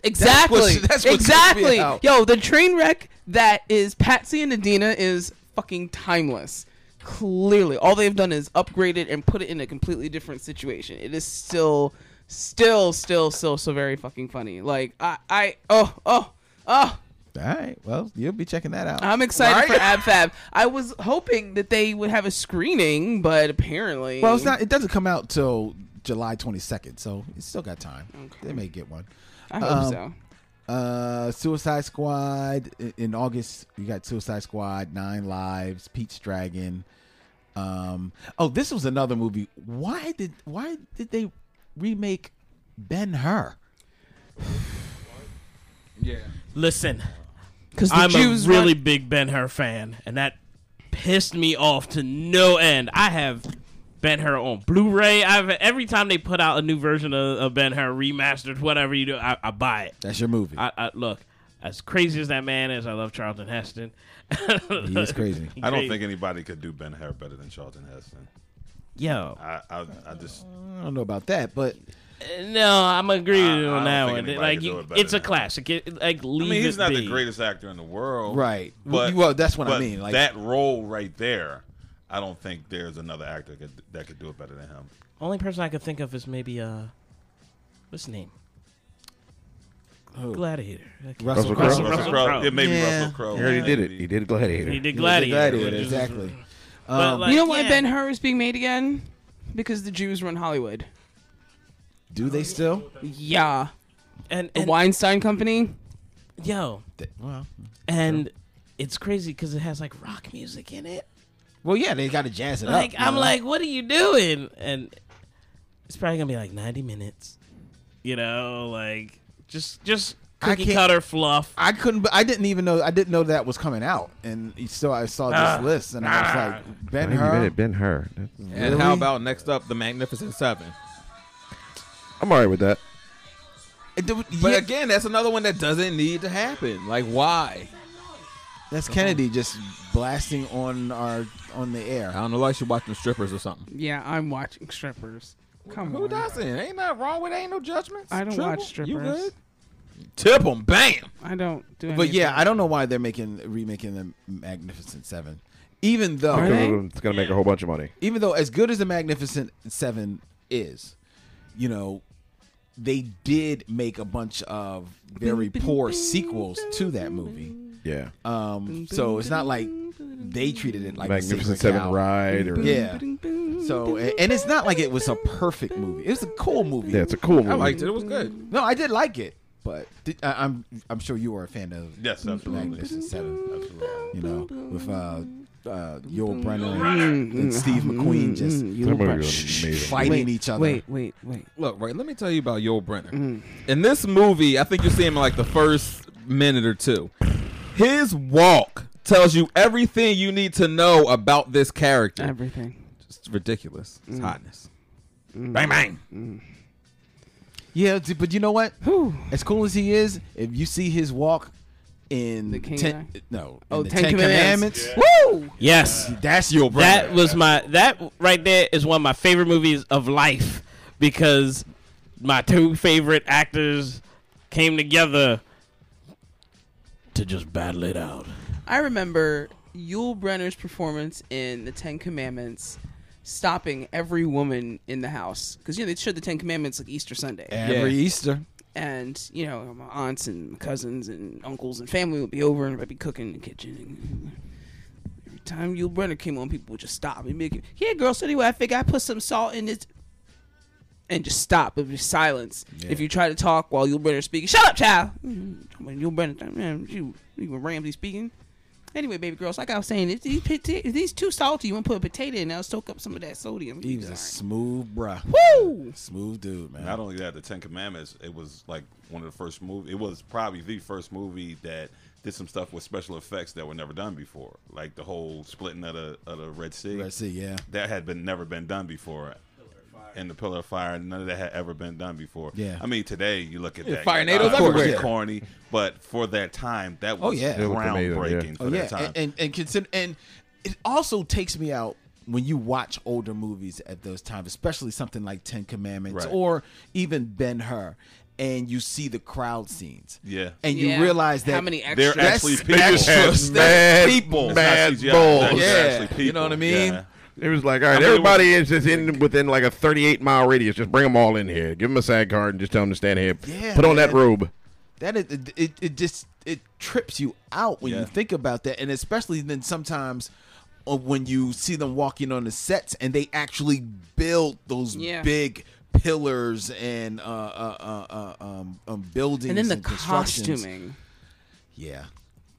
S2: That's
S4: exactly
S2: what- that's what creeped me
S4: exactly.
S2: out.
S4: Yo, the train wreck that is Patsy and Adina is fucking timeless. Clearly, all they've done is upgrade it and put it in a completely different situation. It is still, still, still, still so very fucking funny. Like I, I, oh, oh, oh.
S2: All right. Well, you'll be checking that out.
S4: I'm excited for Ab Fab. I was hoping that they would have a screening, but apparently,
S2: well, it's not. It doesn't come out till July 22nd, so it's still got time. They may get one.
S4: I hope
S2: um,
S4: so.
S2: Uh, Suicide Squad i- in August. You got Suicide Squad, Nine Lives, Pete's Dragon. Um. Oh, this was another movie. Why did Why did they remake Ben Hur?
S7: Yeah.
S6: listen,
S4: Because the
S6: I'm
S4: Jews
S6: a really
S4: run-
S6: big Ben Hur fan, and that pissed me off to no end. I have Ben Hur on Blu-ray. I've every time they put out a new version of, of Ben Hur remastered, whatever you do, I, I buy it.
S2: That's your movie.
S6: I, I look as crazy as that man is. I love Charlton Heston.
S2: he is crazy.
S9: I don't think anybody could do Ben Hur better than Charlton Heston.
S6: Yo,
S9: I, I, I just
S2: I don't know about that, but
S6: no, I'm agree
S9: I-
S6: with you
S9: I don't
S6: on that
S9: think
S6: one.
S9: anybody
S6: Like,
S9: could do
S6: you-
S9: it better
S6: it's a
S9: than him.
S6: classic. It, like,
S9: I
S6: leave
S9: mean, he's
S6: it
S9: not
S6: be.
S9: the greatest actor in the world,
S2: Right.
S9: But
S2: Well, that's what I
S9: but
S2: mean, like-
S9: that role right there, I don't think there's another actor could, that could do it better than him.
S6: Only person I could think of is maybe uh, what's his name? Gladiator. Okay.
S2: Russell
S10: Russell
S2: Crowe.
S10: Russell
S9: Russell
S6: Crowe.
S9: Crowe. It may be
S2: Yeah.
S9: Russell Crowe.
S10: He already did it.
S9: Maybe-
S10: He did Gladiator.
S6: He did
S2: Yeah, Gladiator,
S6: Gladiator.
S2: Um,
S6: which is-
S2: exactly.
S6: but,
S2: Um,
S6: like,
S4: you know why
S6: yeah.
S4: Ben Hur is being made again? Because the Jews run Hollywood.
S2: do they still?
S4: Yeah.
S6: and,
S4: The
S6: and
S4: Weinstein Company.
S6: yo,
S2: Well,
S6: and it's crazy because it has like rock music in it.
S2: well, yeah, Uh-huh. they got to jazz it
S6: Like
S2: up. you
S6: I'm
S2: know?
S6: like, what are you doing? And it's probably gonna be like 90 minutes. You know, like just just
S2: I
S6: Cookie
S2: can't-
S6: cutter fluff.
S2: I couldn't. I didn't even know. I didn't know that was coming out, and so I saw this
S6: Ah.
S2: list, and I was like, Ben Hur.
S10: been her.
S7: And how about next up, the Magnificent Seven?
S10: I'm alright with that.
S7: But again, that's another one that doesn't need to happen. Like, why?
S2: That's Kennedy just blasting on our on the
S7: I
S2: air.
S7: don't know. Like, she watching strippers or something.
S4: Yeah, I'm watching strippers. Come
S7: Who
S4: on.
S7: doesn't? Ain't nothing wrong with. Ain't no judgments.
S4: I don't
S7: Triple,
S4: watch strippers.
S7: You good? Tip them, bam.
S4: I don't do. Any
S2: But
S4: of
S2: yeah,
S4: that.
S2: I don't know why they're making remaking the Magnificent Seven, even though
S4: Are they?
S10: It's gonna make a whole bunch of money.
S2: even though as good as the Magnificent Seven is, you know, they did make a bunch of very poor sequels to that movie.
S10: Yeah,
S2: Um, so it's not like they treated it like a
S10: Magnificent
S2: sacred
S10: Seven
S2: cow.
S10: ride. Or,
S2: Yeah. So a- and it's not like it was a perfect movie. It was a cool movie.
S10: yeah, it's a cool movie.
S7: I liked it. It was good.
S2: No, I did like it, but did, I, I'm I'm sure you were a fan of
S9: Yes, absolutely.
S2: Magnificent Seven.
S9: Absolutely.
S2: You know, with uh, uh, Yul Brenner
S4: Mm,
S2: and, and Steve McQueen just
S10: That movie was amazing.
S2: fighting each other.
S4: Wait, wait, wait.
S7: Look, right. Let me tell you about Yul Brenner. In this movie, I think you see him in like the first minute or two. His walk tells you everything you need to know about this character.
S4: Everything.
S7: It's ridiculous. It's hotness.
S2: Yeah, d- but you know what?
S4: Whew.
S2: As cool as he is, if you see his walk in
S4: The King
S2: ten, no,
S4: Oh,
S2: in the
S4: Ten
S2: Ten
S4: Commandments.
S2: Commandments,
S4: Woo!
S6: Yes.
S7: Uh,
S2: that's Yul Brenner.
S6: That was my that right there is one of my favorite movies of life because my two favorite actors came together to just battle it out.
S4: I remember Yul Brenner's performance in The Ten Commandments stopping every woman in the house because you know they showed the Ten Commandments like Easter Sunday,
S2: every
S7: Yeah.
S2: Easter.
S4: and you know my aunts and my cousins and uncles and family would be over and I'd be cooking in the kitchen. Every time Yul Brenner came on, people would just stop and make it. Yeah, girl. So anyway, I figure I put some salt in it. And just stop. It was just silence. If you try to talk while Yul Brenner's speaking, shut up, child. Mm-hmm. When Yul Brenner, man, you, you were Ramsey speaking. Anyway, baby girls, like I was saying, if these, pota- if these too salty, you want to put a potato in, that'll soak up some of that sodium.
S2: He was a smooth bruh,
S4: Woo!
S2: smooth dude, man.
S9: Not only that, the Ten Commandments. It was like one of the first movie. It was probably the first movie that did some stuff with special effects that were never done before, like the whole splitting of the of the Red Sea.
S2: Let's see, yeah,
S9: That had been never been done before. And the pillar of fire, none of that had ever been done before.
S2: Yeah.
S9: I mean, today you look at that,
S7: fire
S9: you're like,
S7: nados
S9: "Ah, that was
S7: everywhere."
S9: corny. But for that time, that was
S2: Oh, yeah. It
S10: looked amazing, yeah.
S9: groundbreaking for
S2: oh
S9: that
S2: yeah,
S9: time.
S2: and and, and consider and it also takes me out when you watch older movies at those times, especially something like Ten Commandments
S9: Right.
S2: or even Ben Hur, and you see the crowd scenes.
S9: Yeah.
S2: and you realize that
S4: how many extras?
S9: they're actually
S2: that's-
S9: people.
S2: that's
S9: It's
S2: just-
S10: mad
S2: that's people.
S9: not
S10: Mad
S9: CGI,
S10: Bulls.
S9: that's
S2: Yeah.
S9: actually people.
S2: You know what I mean?
S9: Yeah.
S10: It was like, all right,
S9: mean, it
S10: everybody is just in within like a 38 mile radius. Just bring them all in here. Give them a SAG card and just tell them to stand here.
S2: Yeah,
S10: Put on that
S2: man.
S10: robe.
S2: That is, it, it, it just it trips you out when
S9: Yeah.
S2: you think about that, and especially then sometimes uh, when you see them walking on the sets and they actually build those
S4: Yeah.
S2: big pillars and uh, uh, uh, uh, um, um, buildings
S4: and then the
S2: constructions.
S4: costuming.
S2: Yeah.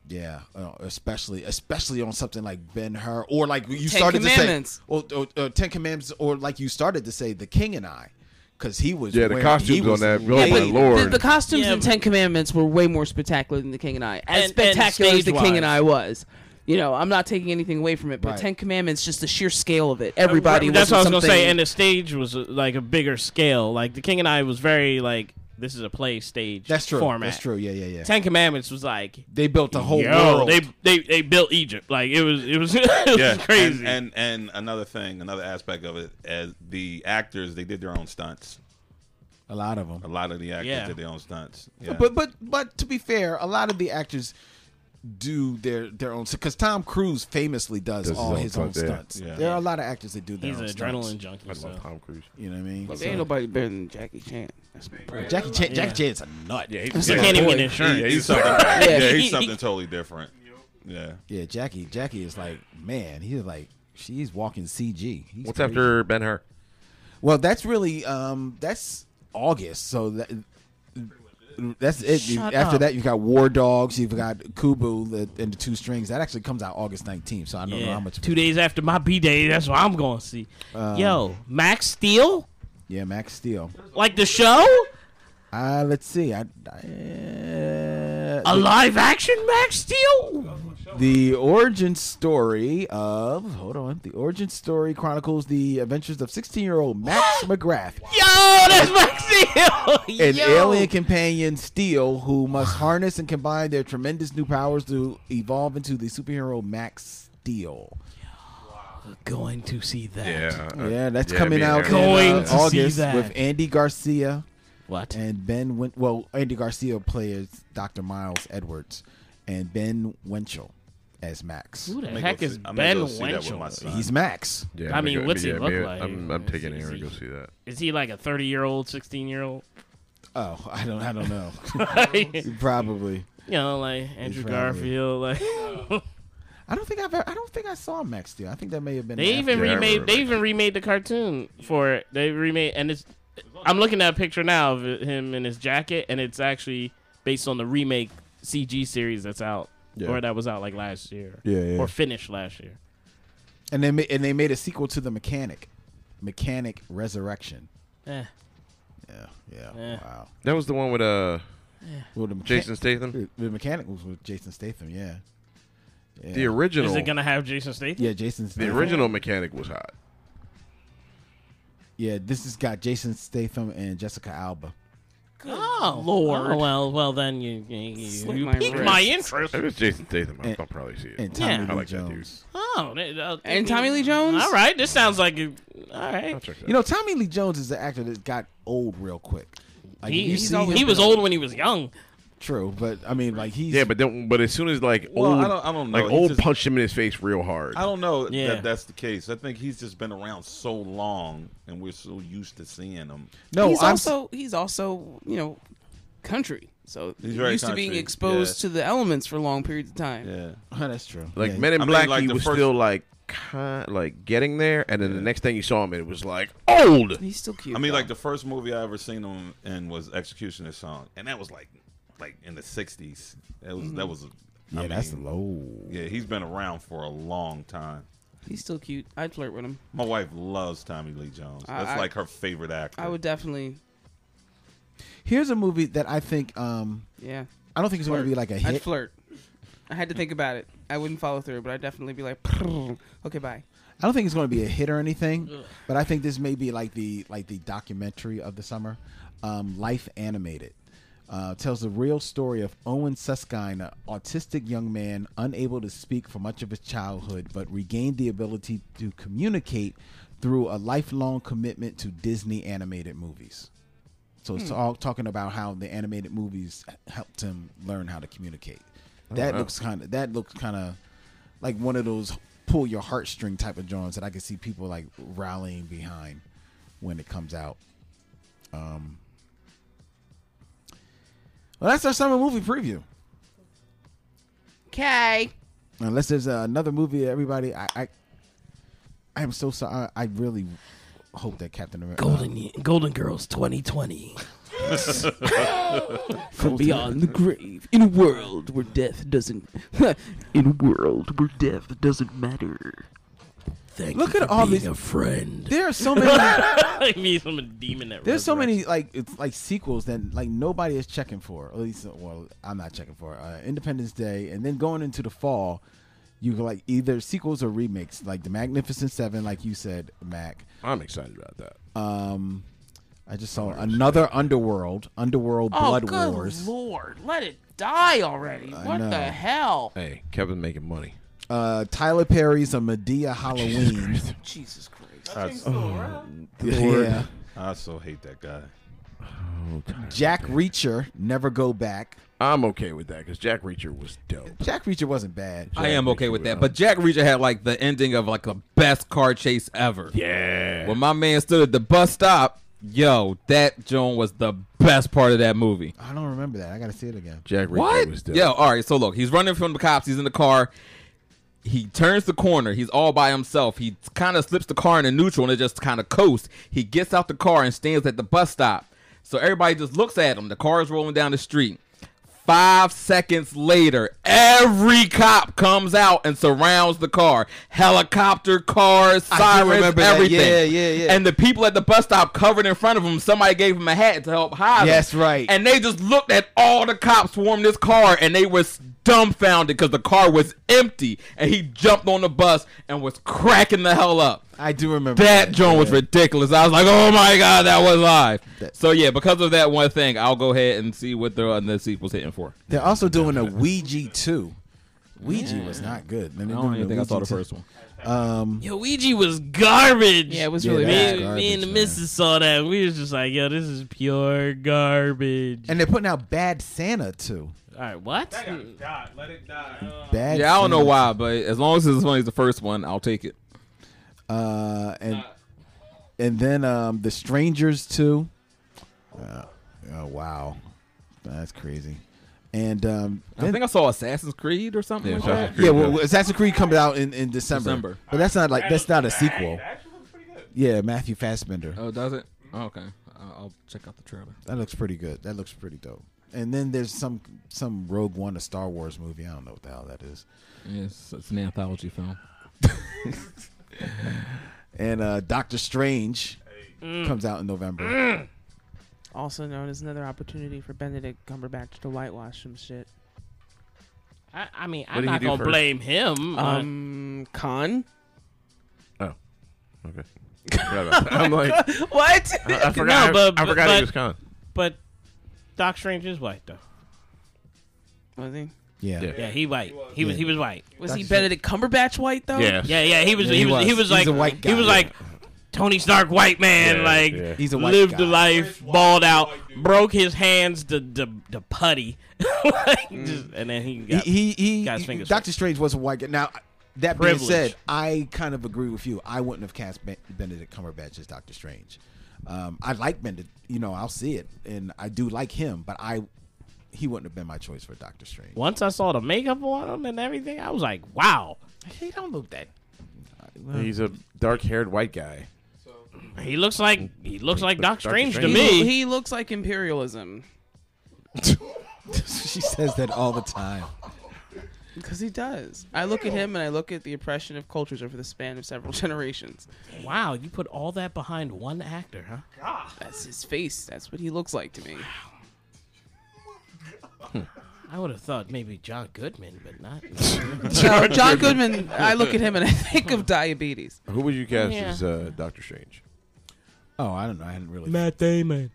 S2: Yeah, uh, especially especially on something like Ben Hur, or like you
S4: Ten
S2: started to say,
S4: Commandments.
S2: or, or, or Ten Commandments, or like you started to say, The King and I, because he was
S10: Yeah, the
S2: wearing-
S10: costumes
S2: he was
S10: on that. Oh
S4: Yeah,
S10: my
S4: but
S10: lord!
S4: The, the costumes
S6: Yeah,
S4: in
S6: but-
S4: Ten Commandments were way more spectacular than The King and I. As
S6: And- and
S4: spectacular as The King and
S6: stage-wise.
S4: I was. You know, I'm not taking anything away from it, but
S2: Right.
S4: Ten Commandments, just the sheer scale of it. Everybody
S6: Right, That's what I was
S4: wasn't
S6: gonna
S4: something-
S6: say. And the stage was uh, like a bigger scale. Like the King and I was very like this is a play stage.
S2: That's true.
S6: Format.
S2: That's true. Yeah, yeah, yeah.
S6: Ten Commandments was like
S2: They built the whole
S6: yo,
S2: world.
S6: They they they built Egypt. Like it was it was, it was
S9: yeah,
S6: crazy.
S9: And, and and another thing, another aspect of it, as the actors, they did their own stunts.
S2: a lot of them.
S9: A lot of the actors
S6: Yeah.
S9: did their own stunts. Yeah.
S2: But but but to be fair, a lot of the actors do their their own because Tom Cruise famously does,
S10: Does his
S2: all
S10: own
S2: his own
S10: stunts, yeah.
S2: stunts.
S9: Yeah.
S2: There are a lot of actors that do their
S6: He's
S2: own
S6: an
S2: stunts.
S6: adrenaline junkie.
S10: I
S6: So.
S10: love Tom Cruise.
S2: You know what I mean?
S4: There ain't nobody better than Jackie Chan. That's my brother.
S2: Jackie Chan, Jackie Chan's a nut. Yeah,
S6: He can't even get
S9: He-
S6: insurance.
S9: he's something.
S4: Yeah.
S9: yeah. he's something totally different. Yeah.
S2: yeah. Jackie, Jackie is like man. He's like she's walking CG. He's
S10: What's
S2: crazy.
S10: after Ben Hur?
S2: Well, that's really um that's August. So that that's it. You-
S4: Shut
S2: after
S4: up.
S2: that, you've got War Dogs. You've got Kubu the, and the Two Strings. That actually comes out August nineteenth. So I don't know
S9: Oh,
S2: how
S6: Yeah.
S2: much.
S6: Two days after my B day, that's what I'm gonna see.
S9: Uh,
S6: Yo, Max Steel,
S2: Yeah, Max Steel.
S6: like the show.
S2: Uh, let's see. I, I,
S3: A live action Max Steel?
S2: The origin story of hold on. The origin story chronicles the adventures of 16-year-old Max McGrath,
S3: Yo, that's Max Steel.
S2: an
S3: Yo.
S2: alien companion Steel, who must harness and combine their tremendous new powers to evolve into the superhero Max Steel.
S3: Going to see that.
S5: Yeah. uh,
S2: Yeah, that's
S5: yeah,
S2: coming
S5: me
S2: out
S5: and
S2: in
S5: Aaron.
S3: Going
S2: uh,
S3: to see
S2: August
S3: that.
S2: with Andy Garcia
S3: What?
S2: and Ben. Win- well, Andy Garcia plays Dr. Miles Edwards, and Ben Winchell as Max.
S6: Who the
S9: I'm gonna
S6: heck
S9: go
S6: is
S9: see- I'm gonna
S6: Ben
S9: go see that with
S6: Winchell?
S9: my son.
S2: He's Max.
S5: Yeah,
S6: I
S5: I'm
S6: mean,
S5: gonna go-
S6: what's he look
S5: me-
S6: like?
S5: I'm, I'm
S6: Is-
S5: taking
S6: is
S5: Aaron to
S6: he-
S5: go see that.
S6: Is he like a 30 year old, 16 year old?
S2: Oh, I don't. I don't know.
S6: you
S2: Probably.
S6: know, like Andrew
S2: probably-
S6: Garfield. Like
S2: I don't think I've. Ever, I don't think I saw Max Steel. I think that may have been.
S6: they
S2: after-
S6: even
S5: Yeah, I
S6: remade. They
S5: remember.
S6: even remade the cartoon for it. They remade, and it's. I'm looking at a picture now of him in his jacket, and it's actually based on the remake CG series that's out,
S2: Yeah.
S6: or that was out like last year,
S2: Yeah, yeah.
S6: or finished last year.
S2: and they ma- and they made a sequel to the Mechanic, Mechanic Resurrection.
S6: Eh.
S2: Yeah, yeah.
S6: Eh.
S2: Wow.
S5: That was the one with uh
S2: Well, the Mecha-
S5: Jason Statham.
S2: The the Mechanic was with Jason Statham. Yeah. Yeah.
S5: The original.
S6: Is it gonna have Jason Statham?
S2: yeah, Jason.
S5: the
S2: Statham.
S5: original mechanic was hot.
S2: Yeah, this has got Jason Statham and Jessica Alba.
S6: Oh
S4: Lord.
S6: Oh, well, well then you you, you,
S4: Slit
S6: you
S4: my
S6: piqued
S4: wrist.
S6: my interest.
S5: If it's Jason Statham, I'll,
S2: And-
S5: I'll probably see it.
S2: and Tommy
S6: Yeah.
S2: Lee
S5: I like that dude.
S2: Jones.
S6: Oh, uh,
S4: And Tommy Lee Jones?
S6: All right, this sounds like a, all
S5: I'll
S6: right.
S5: check that.
S2: You know, Tommy Lee Jones is the actor that got old real quick. Like,
S6: He,
S2: you see him-
S6: he was old when he was young.
S2: True, but I mean, like he's
S5: yeah, but then, but as soon as like
S9: Well,
S5: old,
S9: I don't- I don't know.
S5: like
S9: He
S5: old
S9: just-
S5: punched him in his face real hard.
S9: I don't know
S6: Yeah.
S9: that that's the case. I think he's just been around so long, and we're so used to seeing him.
S2: no.
S4: he's
S2: I'm,
S4: also he's also you know country, so
S9: He's very
S4: used to being
S9: country,
S4: exposed to
S9: yeah.
S4: the elements for long periods of time.
S9: Yeah,
S2: that's true.
S5: Like
S2: Yeah,
S5: Men in
S9: I mean,
S5: Black,
S9: like,
S5: he
S9: the
S5: was
S9: first-
S5: still like kind, like getting there, and then the next thing you saw him, it was like old.
S4: He's still cute.
S9: I mean,
S4: though.
S9: like the first movie I ever seen him in was Executioner's Song, and that was like, like in the '60s. That was
S10: Mm.
S9: that was. I
S2: Yeah,
S9: mean,
S2: that's low.
S9: Yeah, he's been around for a long time.
S4: he's still cute. I'd flirt with him.
S9: My wife loves Tommy Lee Jones.
S4: I-
S9: That's
S4: I-
S9: like her favorite actor.
S4: I would definitely,
S2: Here's a movie that I think um
S4: yeah.
S2: I don't think it's going to be like a
S4: I'd
S2: hit.
S4: flirt. I had to think about it. I wouldn't follow through, but I'd definitely be like, okay, bye.
S2: I don't think it's going to be a hit or anything, but I think this may be like the like the documentary of the summer. Um, Life animated uh, tells the real story of Owen Suskind, an autistic young man unable to speak for much of his childhood, but regained the ability to communicate through a lifelong commitment to Disney animated movies. So it's all talking about how the animated movies helped him learn how to communicate. That looks kind of that looks kind of like one of those pull your heartstring type of joints that I can see people like rallying behind when it comes out. Um, well, that's our summer movie preview.
S4: Okay.
S2: Unless there's uh, another movie, that everybody, I, I, I am so sorry. I really hope that Captain uh, America,
S3: Golden Golden Girls 2020. From beyond the grave, in a world where death doesn't, in a world where death doesn't matter. Thank
S2: Look
S3: you
S2: at
S3: for
S2: all
S3: being
S2: these-
S3: a friend.
S2: There are so many.
S6: I mean, some demon that
S2: There's so
S6: resurrects.
S2: many like it's like sequels that like nobody is checking for. At least, well, I'm not checking for uh, Independence Day, and then going into the fall, you can like either sequels or remakes, like the Magnificent Seven, like you said, Mac.
S5: I'm excited about that.
S2: Um, I just saw another Underworld, Underworld
S4: Oh,
S2: Blood
S4: good
S2: Wars.
S4: lord, let it die already!
S2: I
S4: what
S2: know.
S4: the hell?
S5: Hey, Kevin making money.
S2: Uh, Tyler Perry's a Medea Halloween.
S4: Jesus Christ!
S9: I,
S2: yeah.
S9: I so hate that guy.
S2: Jack Reacher, Never Go Back.
S5: I'm okay with that because Jack Reacher was dope.
S2: Jack Reacher wasn't bad.
S7: I am okay with that.
S5: uh,
S7: But Jack Reacher had like the ending of like the best car chase ever.
S5: Yeah.
S7: When my man stood at the bus stop, yo, that Joan was the best part of that movie.
S2: I don't remember that. I gotta see it again.
S5: Jack Reacher was dope.
S7: Yo, all right. So look, he's running from the cops. He's in the car. He turns the corner. He's all by himself. He kind of slips the car into neutral and it just kind of coasts. He gets out the car and stands at the bus stop. So everybody just looks at him. The car is rolling down the street. Five seconds later, every cop comes out and surrounds the car. Helicopter, cars,
S2: do
S7: sirens,
S2: remember that.
S7: everything.
S2: Yeah, yeah, yeah.
S7: And the people at the bus stop covered in front of them. Somebody gave them a hat to help hide. 'em.
S2: Yes, right.
S7: And they just looked at all the cops swarm this car, and they was dumbfounded because the car was empty, and he jumped on the bus and was cracking the hell up.
S2: I do remember
S7: That joint was ridiculous. I was like, "Oh my god, that was live." So yeah, because of that one thing, I'll go ahead and see what the, uh, the sequel's hitting for.
S2: They're also doing a Ouija two. Ouija was not good. Man,
S7: I
S2: they're
S7: don't
S2: doing
S7: even
S2: a
S7: think I saw the
S2: Ouija
S7: first one.
S2: two. Um,
S6: Yo, Ouija was garbage.
S4: Yeah, it was
S2: Yeah,
S4: really
S2: that-
S4: bad.
S6: me,
S2: garbage,
S6: me and the
S2: man.
S6: missus saw that. We was just like, yo, this is pure garbage.
S2: and they're putting out Bad Santa too.
S6: All right, what?
S8: That gotta die. Let it die. Uh,
S2: Bad.
S7: Yeah, I don't know
S2: Santa.
S7: why, but as long as it's funny as the first one, I'll take it.
S2: Uh, and and then um, the Strangers too. Uh, oh wow, that's crazy. And um,
S7: I think I saw Assassin's Creed or something. like that.
S2: yeah, well, Assassin's Creed comes out in in December.
S7: December.
S2: But that's not like that's not a sequel.
S8: actually looks pretty good.
S2: Yeah, Matthew Fassbender.
S7: Oh, does it? Oh, okay, I'll I'll check out the trailer.
S2: That looks pretty good. That looks pretty dope. And then there's some some Rogue One, a Star Wars movie. I don't know what the hell that is.
S7: Yes, it's an anthology film.
S2: And uh, Doctor Strange
S6: Mm.
S2: comes out in November.
S4: Also known as another opportunity for Benedict Cumberbatch to whitewash some shit.
S6: I, I mean,
S10: did
S6: I'm
S10: he
S6: not
S10: do
S6: gonna
S10: first?
S6: blame him. Uh,
S4: Um, con.
S10: Okay. Forgot about that. I'm like, I,
S4: What?
S10: I
S6: No,
S10: forgot.
S6: but-
S10: I, forgot
S6: but-
S10: he was con.
S6: but Doc Strange is white though.
S4: Was he?
S2: Yeah.
S10: Yeah.
S6: Yeah, he white. He was. He was white.
S4: Was he Benedict Cumberbatch white
S9: Oh,
S4: though?
S10: Yes.
S6: Yeah, yeah. He was.
S2: Yeah,
S6: he,
S2: he
S6: was, He
S2: was.
S6: was
S2: He's
S6: like.
S2: a white guy.
S6: He was like Tony Stark, white man.
S10: Yeah,
S6: like
S10: yeah.
S2: He's a white
S6: lived
S2: guy.
S6: a life, balled out, broke his hands to the the putty, like, just, and then he got.
S2: Mm. he he,
S6: got his
S2: he
S6: fingers
S2: Doctor Strange was a white guy. Now that
S6: Privilege.
S2: being said, I kind of agree with you. I wouldn't have cast ben- Benedict Cumberbatch as Doctor Strange. Um, I like Benedict. You know, I'll see it, and I do like him, but I he wouldn't have been my choice for Doctor Strange.
S6: once I saw the makeup on him and everything, I was like, wow.
S2: He don't look that.
S10: He's a dark-haired white guy.
S2: Mm.
S6: He looks like he looks like Doc
S10: Doctor
S6: Strange to
S10: Strange.
S6: me.
S4: He looks like imperialism
S2: she says that all the time.
S4: because he does. I look at him and I look at the oppression of cultures over the span of several generations.
S6: wow, you put all that behind one actor, huh?
S4: That's his face. That's what he looks like to me.
S6: I would have thought maybe John Goodman, but not.
S4: No, John Goodman. I look at him and I think of diabetes.
S10: Who would you cast
S6: Yeah.
S10: as uh, Doctor Strange?
S2: Oh, I don't know. I hadn't really.
S7: Damon.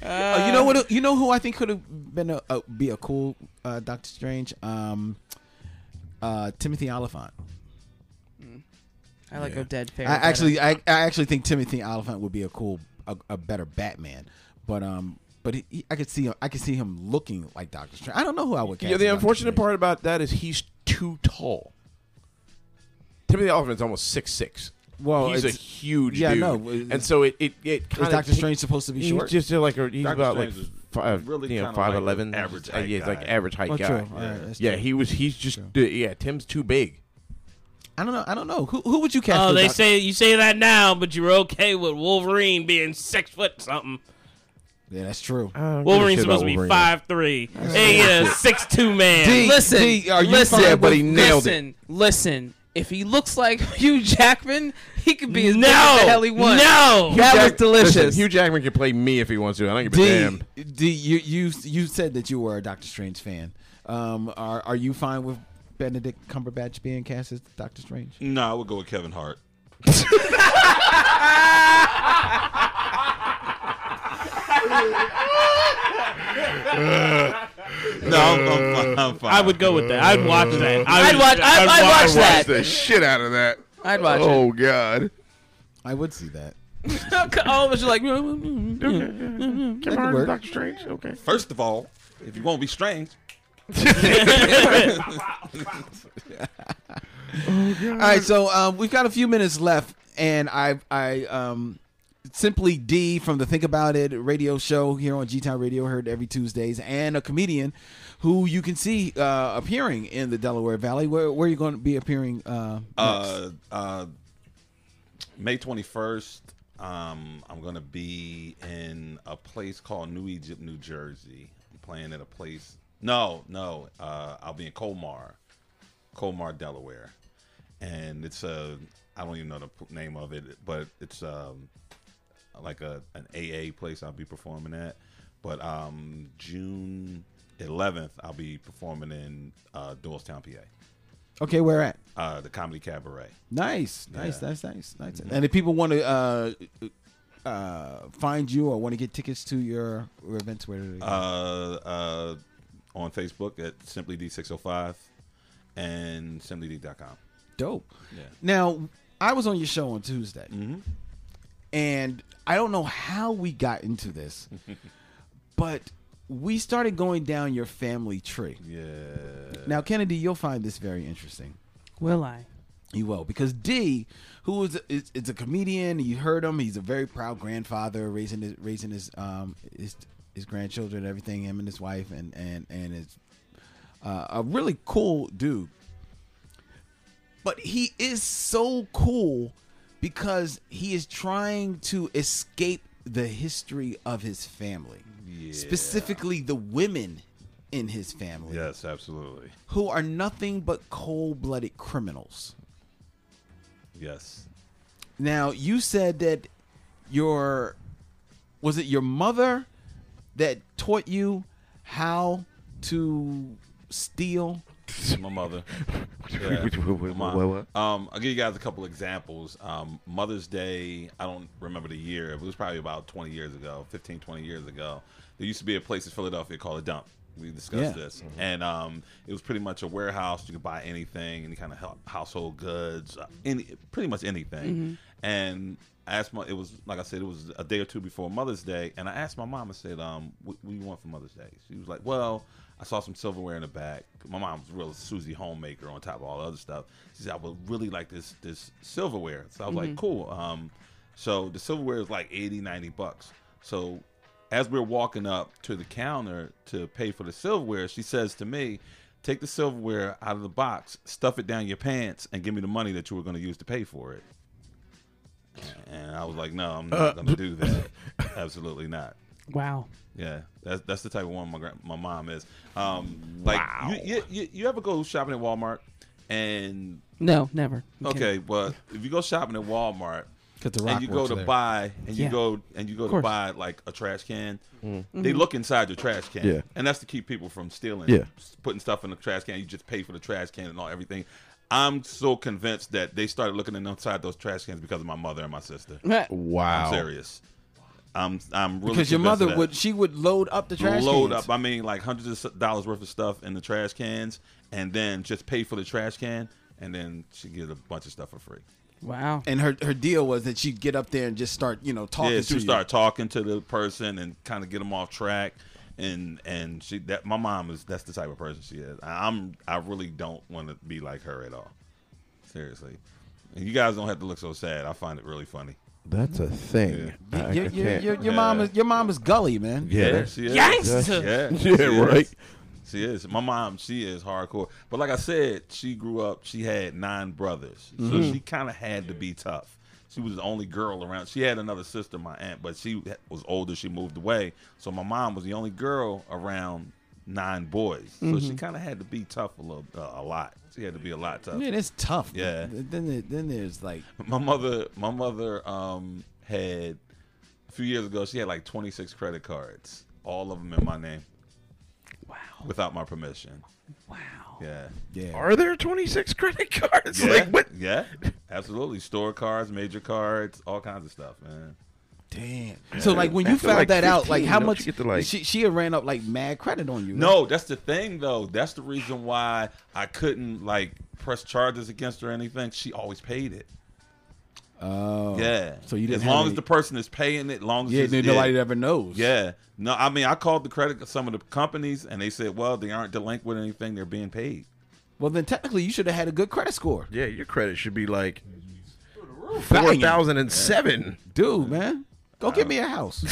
S2: Oh,
S10: Um,
S2: you know what? You know who I think could have been a, a be a cool uh, Doctor Strange? Um, uh, Timothy Oliphant.
S4: I like a dead fair.
S2: I actually, I, I actually think Timothy Oliphant would be a cool, a, a better Batman. But um, but he, he- I could see, I could see him looking like Doctor Strange. I don't know who I would. Cast
S10: Yeah, the
S2: as Dr.
S10: unfortunate
S2: Strange.
S10: part about that is he's too tall. Timothy Oliphant's almost six six.
S2: Well,
S10: he's a
S2: it's-
S10: huge
S2: yeah,
S10: dude.
S2: no, it-
S10: and so it it, it
S2: is
S10: kind
S2: Doctor Strange supposed to be
S10: He's
S2: short?
S10: just uh, like a, he's
S9: Dr.
S10: about like
S9: Strange is
S10: five,
S9: really
S10: you know,
S9: kinda
S10: five
S9: like
S10: eleven,
S9: average
S10: He's- uh,
S9: height
S10: yeah, he's like
S9: guy.
S10: average height
S2: Oh,
S10: guy.
S2: true.
S10: Yeah.
S2: All right, that's
S10: yeah,
S2: true.
S10: he was. He's just d- yeah. Tim's too big.
S2: I don't know. I don't know who who would you cast?
S6: oh,
S2: for
S6: they
S2: Doc-
S6: say you say that now, but you're okay with Wolverine being six foot something.
S2: Yeah, that's true.
S6: Wolverine's supposed to be five three. Hey, yeah, six two man.
S4: listen.
S2: D, are you
S4: listen,
S2: fine
S10: but he nailed
S4: listen,
S10: it.
S4: Listen, If he looks like Hugh Jackman, he could be as big as
S7: Oh,
S6: no,
S4: the hell he wants.
S6: no.
S4: that was
S10: Jack-
S4: delicious.
S10: Listen, Hugh Jackman can play me if he wants to. I don't give a
S2: D,
S10: damn.
S2: D, you you you said that you were a Doctor Strange fan. Um, are are you fine with Benedict Cumberbatch being cast as Doctor Strange?
S9: No, I would go with Kevin Hart. no, I'm, I'm fine. I'm fine.
S6: I would go with that. I'd watch that. I
S4: I'd
S6: would,
S4: watch. I'd, I'd, watch, that.
S10: the shit out of that.
S4: I'd watch it.
S10: Oh God.
S2: I would see that.
S4: All of us are like, "Mm, mm, mm,
S10: Kim
S2: Hart, work. Doctor
S10: Strange. Okay.
S9: First of all, if you won't be strange,
S4: mm,
S2: All right, so um, we've got a few minutes left, and I I um, simply D from the Think About It radio show here on G Town Radio, heard every Tuesdays, and a comedian who you can see uh, appearing in the Delaware Valley. Where where are you Uh, going to be appearing? Uh, next?
S9: uh, uh, May 21st Um, I'm gonna be in a place called New Egypt, New Jersey. I'm playing at a place. No, no. Uh, I'll be in Colmar, Colmar, Delaware, and it's a. I don't even know the p- name of it, but it's um, like a an AA place I'll be performing at. But um, June 11th, I'll be performing in uh, Doylestown, PA,
S2: Okay, where at?
S9: uh, the Comedy Cabaret.
S2: Nice, nice,
S9: Yeah. Mm-hmm.
S2: nice, nice, nice. And if people want to uh, uh, find you or want to get tickets to your your events, where do they go?
S9: uh, uh, on Facebook at Simply D605 and SimplyD.com.
S2: dope.
S9: Yeah.
S2: Now, I was on your show on Tuesday,
S9: Mhm.
S2: and I don't know how we got into this, but we started going down your family tree.
S9: Yeah.
S2: Now, Kennedy, you'll find this very interesting.
S4: Will I?
S2: You will because D, who is is, is a comedian, you heard him. He's a very proud grandfather, raising his raising his um his his grandchildren, and everything. Him and his wife, and and and is uh, a really cool dude. But he is so cool because he is trying to escape the history of his family, specifically the women in his family
S9: Yes, absolutely.
S2: who are nothing but cold-blooded criminals.
S9: Yes.
S2: Now you said that your was it your mother that taught you how to steal?
S9: My mother. Yeah. My mom. Um, I'll give you guys a couple examples. Um, Mother's Day, I don't remember the year. It was probably about 20 years ago, 15, 20 years ago. There used to be a place in Philadelphia called a dump. We discussed
S2: Yeah.
S9: this. And um, it was pretty much a warehouse. You could buy anything, any kind of hou- household goods, uh, any, pretty much anything. And I asked my, it was, like I said, it was a day or two before Mother's Day. And I asked my mom, I said, um, what, what do you want for Mother's Day? She was like, well, I saw some silverware in the back. My mom's a real Susie homemaker on top of all the other stuff. She said, I would really like this this silverware. So I was like, cool. Um, so the silverware is like 80, 90 bucks. So as we're walking up to the counter to pay for the silverware, she says to me, Take the silverware out of the box, stuff it down your pants, and give me the money that you were going to use to pay for it. And I was like, No, I'm not going to do that. Absolutely not.
S4: Wow.
S9: Yeah, that's that's the type of one my gra- my mom is. Um, like you, you, you you ever go shopping at Walmart and
S4: No, never. I'm kidding.
S9: okay, well if you go shopping at Walmart
S2: Because the
S9: and you go to buy and you
S4: Yeah.
S9: go and you go to
S4: course.
S9: buy like a trash can, they look inside your trash can,
S10: Mm-hmm. Yeah.
S9: and that's to keep people from stealing,
S10: Yeah.
S9: s- putting stuff in the trash can. You just pay for the trash can and all everything. I'm so convinced that they started looking inside those trash cans because of my mother and my sister. I'm
S10: Wow.
S9: serious. I'm I'm really
S2: Because your
S9: convinced
S2: mother
S9: of that
S2: would she would load up the trash
S9: load
S2: cans.
S9: up. I mean, like hundreds of dollars worth of stuff in the trash cans, and then just pay for the trash can, and then she get a bunch of stuff for free.
S4: Wow.
S2: and her her deal was that she'd get up there and just start you know talking
S9: yeah,
S2: to
S9: she
S2: you.
S9: would start talking to the person and kind of get them off track, and and she that my mom is that's the type of person she is. I- I'm I really don't want to be like her at all. Seriously, and you guys don't have to look so sad. I find it really funny.
S10: That's a thing. I- I
S2: Your, your,
S10: can't-
S2: your, your mom is your mom is gully man.
S10: Yeah,
S9: Yeah,
S10: that's-
S9: she is.
S4: Gangster.
S9: Yeah,
S10: Yeah,
S9: she is.
S10: right.
S9: She is. My mom, she is hardcore. But like I said, she grew up. She had nine brothers,
S10: Mm-hmm.
S9: so she kind of had to be tough. She was the only girl around. She had another sister, my aunt, but she was older. She moved away, so my mom was the only girl around nine boys. So
S10: Mm-hmm.
S9: she kind of had to be tough a little, uh, a lot. She had to be a lot tough.
S2: Man, it's tough.
S9: Yeah.
S2: Then there- then there's like
S9: My mother, my mother, um, had a few years ago. She had like twenty six credit cards, all of them in my name. Wow. Without my permission. Wow. Yeah.
S2: yeah.
S10: Are there 26 credit cards?
S9: Yeah,
S10: Like, what?
S9: yeah, absolutely. Store cards, major cards, all kinds of stuff, man.
S2: Damn. So like when you
S10: After,
S2: found
S10: like,
S2: that out,
S10: 15,
S2: like how
S10: don't
S2: much
S10: you get to, like-
S2: she she had ran up like mad credit on you. right?
S9: No, that's the thing though. That's the reason why I couldn't like press charges against her or anything. She always paid it.
S2: Oh.
S9: Yeah.
S2: So you didn't
S9: as
S2: have
S9: long
S2: any-
S9: as the person is paying it, long as
S2: Yeah,
S9: it's-
S2: then nobody ever knows.
S9: Yeah. No, I mean, I called the credit some of the companies, and they said, "Well, they aren't delinquent or anything; they're being paid."
S2: Well, then technically you should have had a good credit score,
S10: Yeah, your credit should be like
S2: Banging.
S10: 4,007.
S2: dude, man. Go get me a house.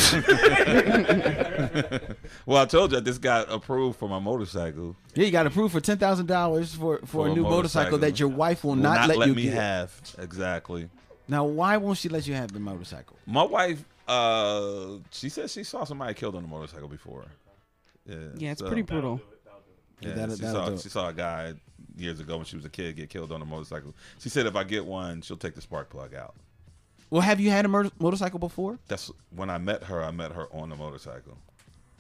S9: Well, I told you I just got approved for my motorcycle.
S2: yeah, you got approved for ten thousand dollars for for a new motorcycle, that your wife will,
S9: Will
S2: not, let, you
S9: me
S2: get.
S9: have exactly.
S2: Now, why won't she let you have the motorcycle?
S9: My wife, uh, she said she saw somebody killed on a motorcycle before. Yeah,
S4: Yeah, it's
S9: so-
S4: pretty brutal.
S9: Yeah,
S2: That'll-
S9: she,
S2: that'll do
S9: saw,
S2: it.
S9: she saw a guy years ago when she was a kid get killed on a motorcycle. She said, if I get one, she'll take the spark plug out.
S2: Well, have you had a mur- motorcycle before?
S9: That's when I met her. I met her on the motorcycle.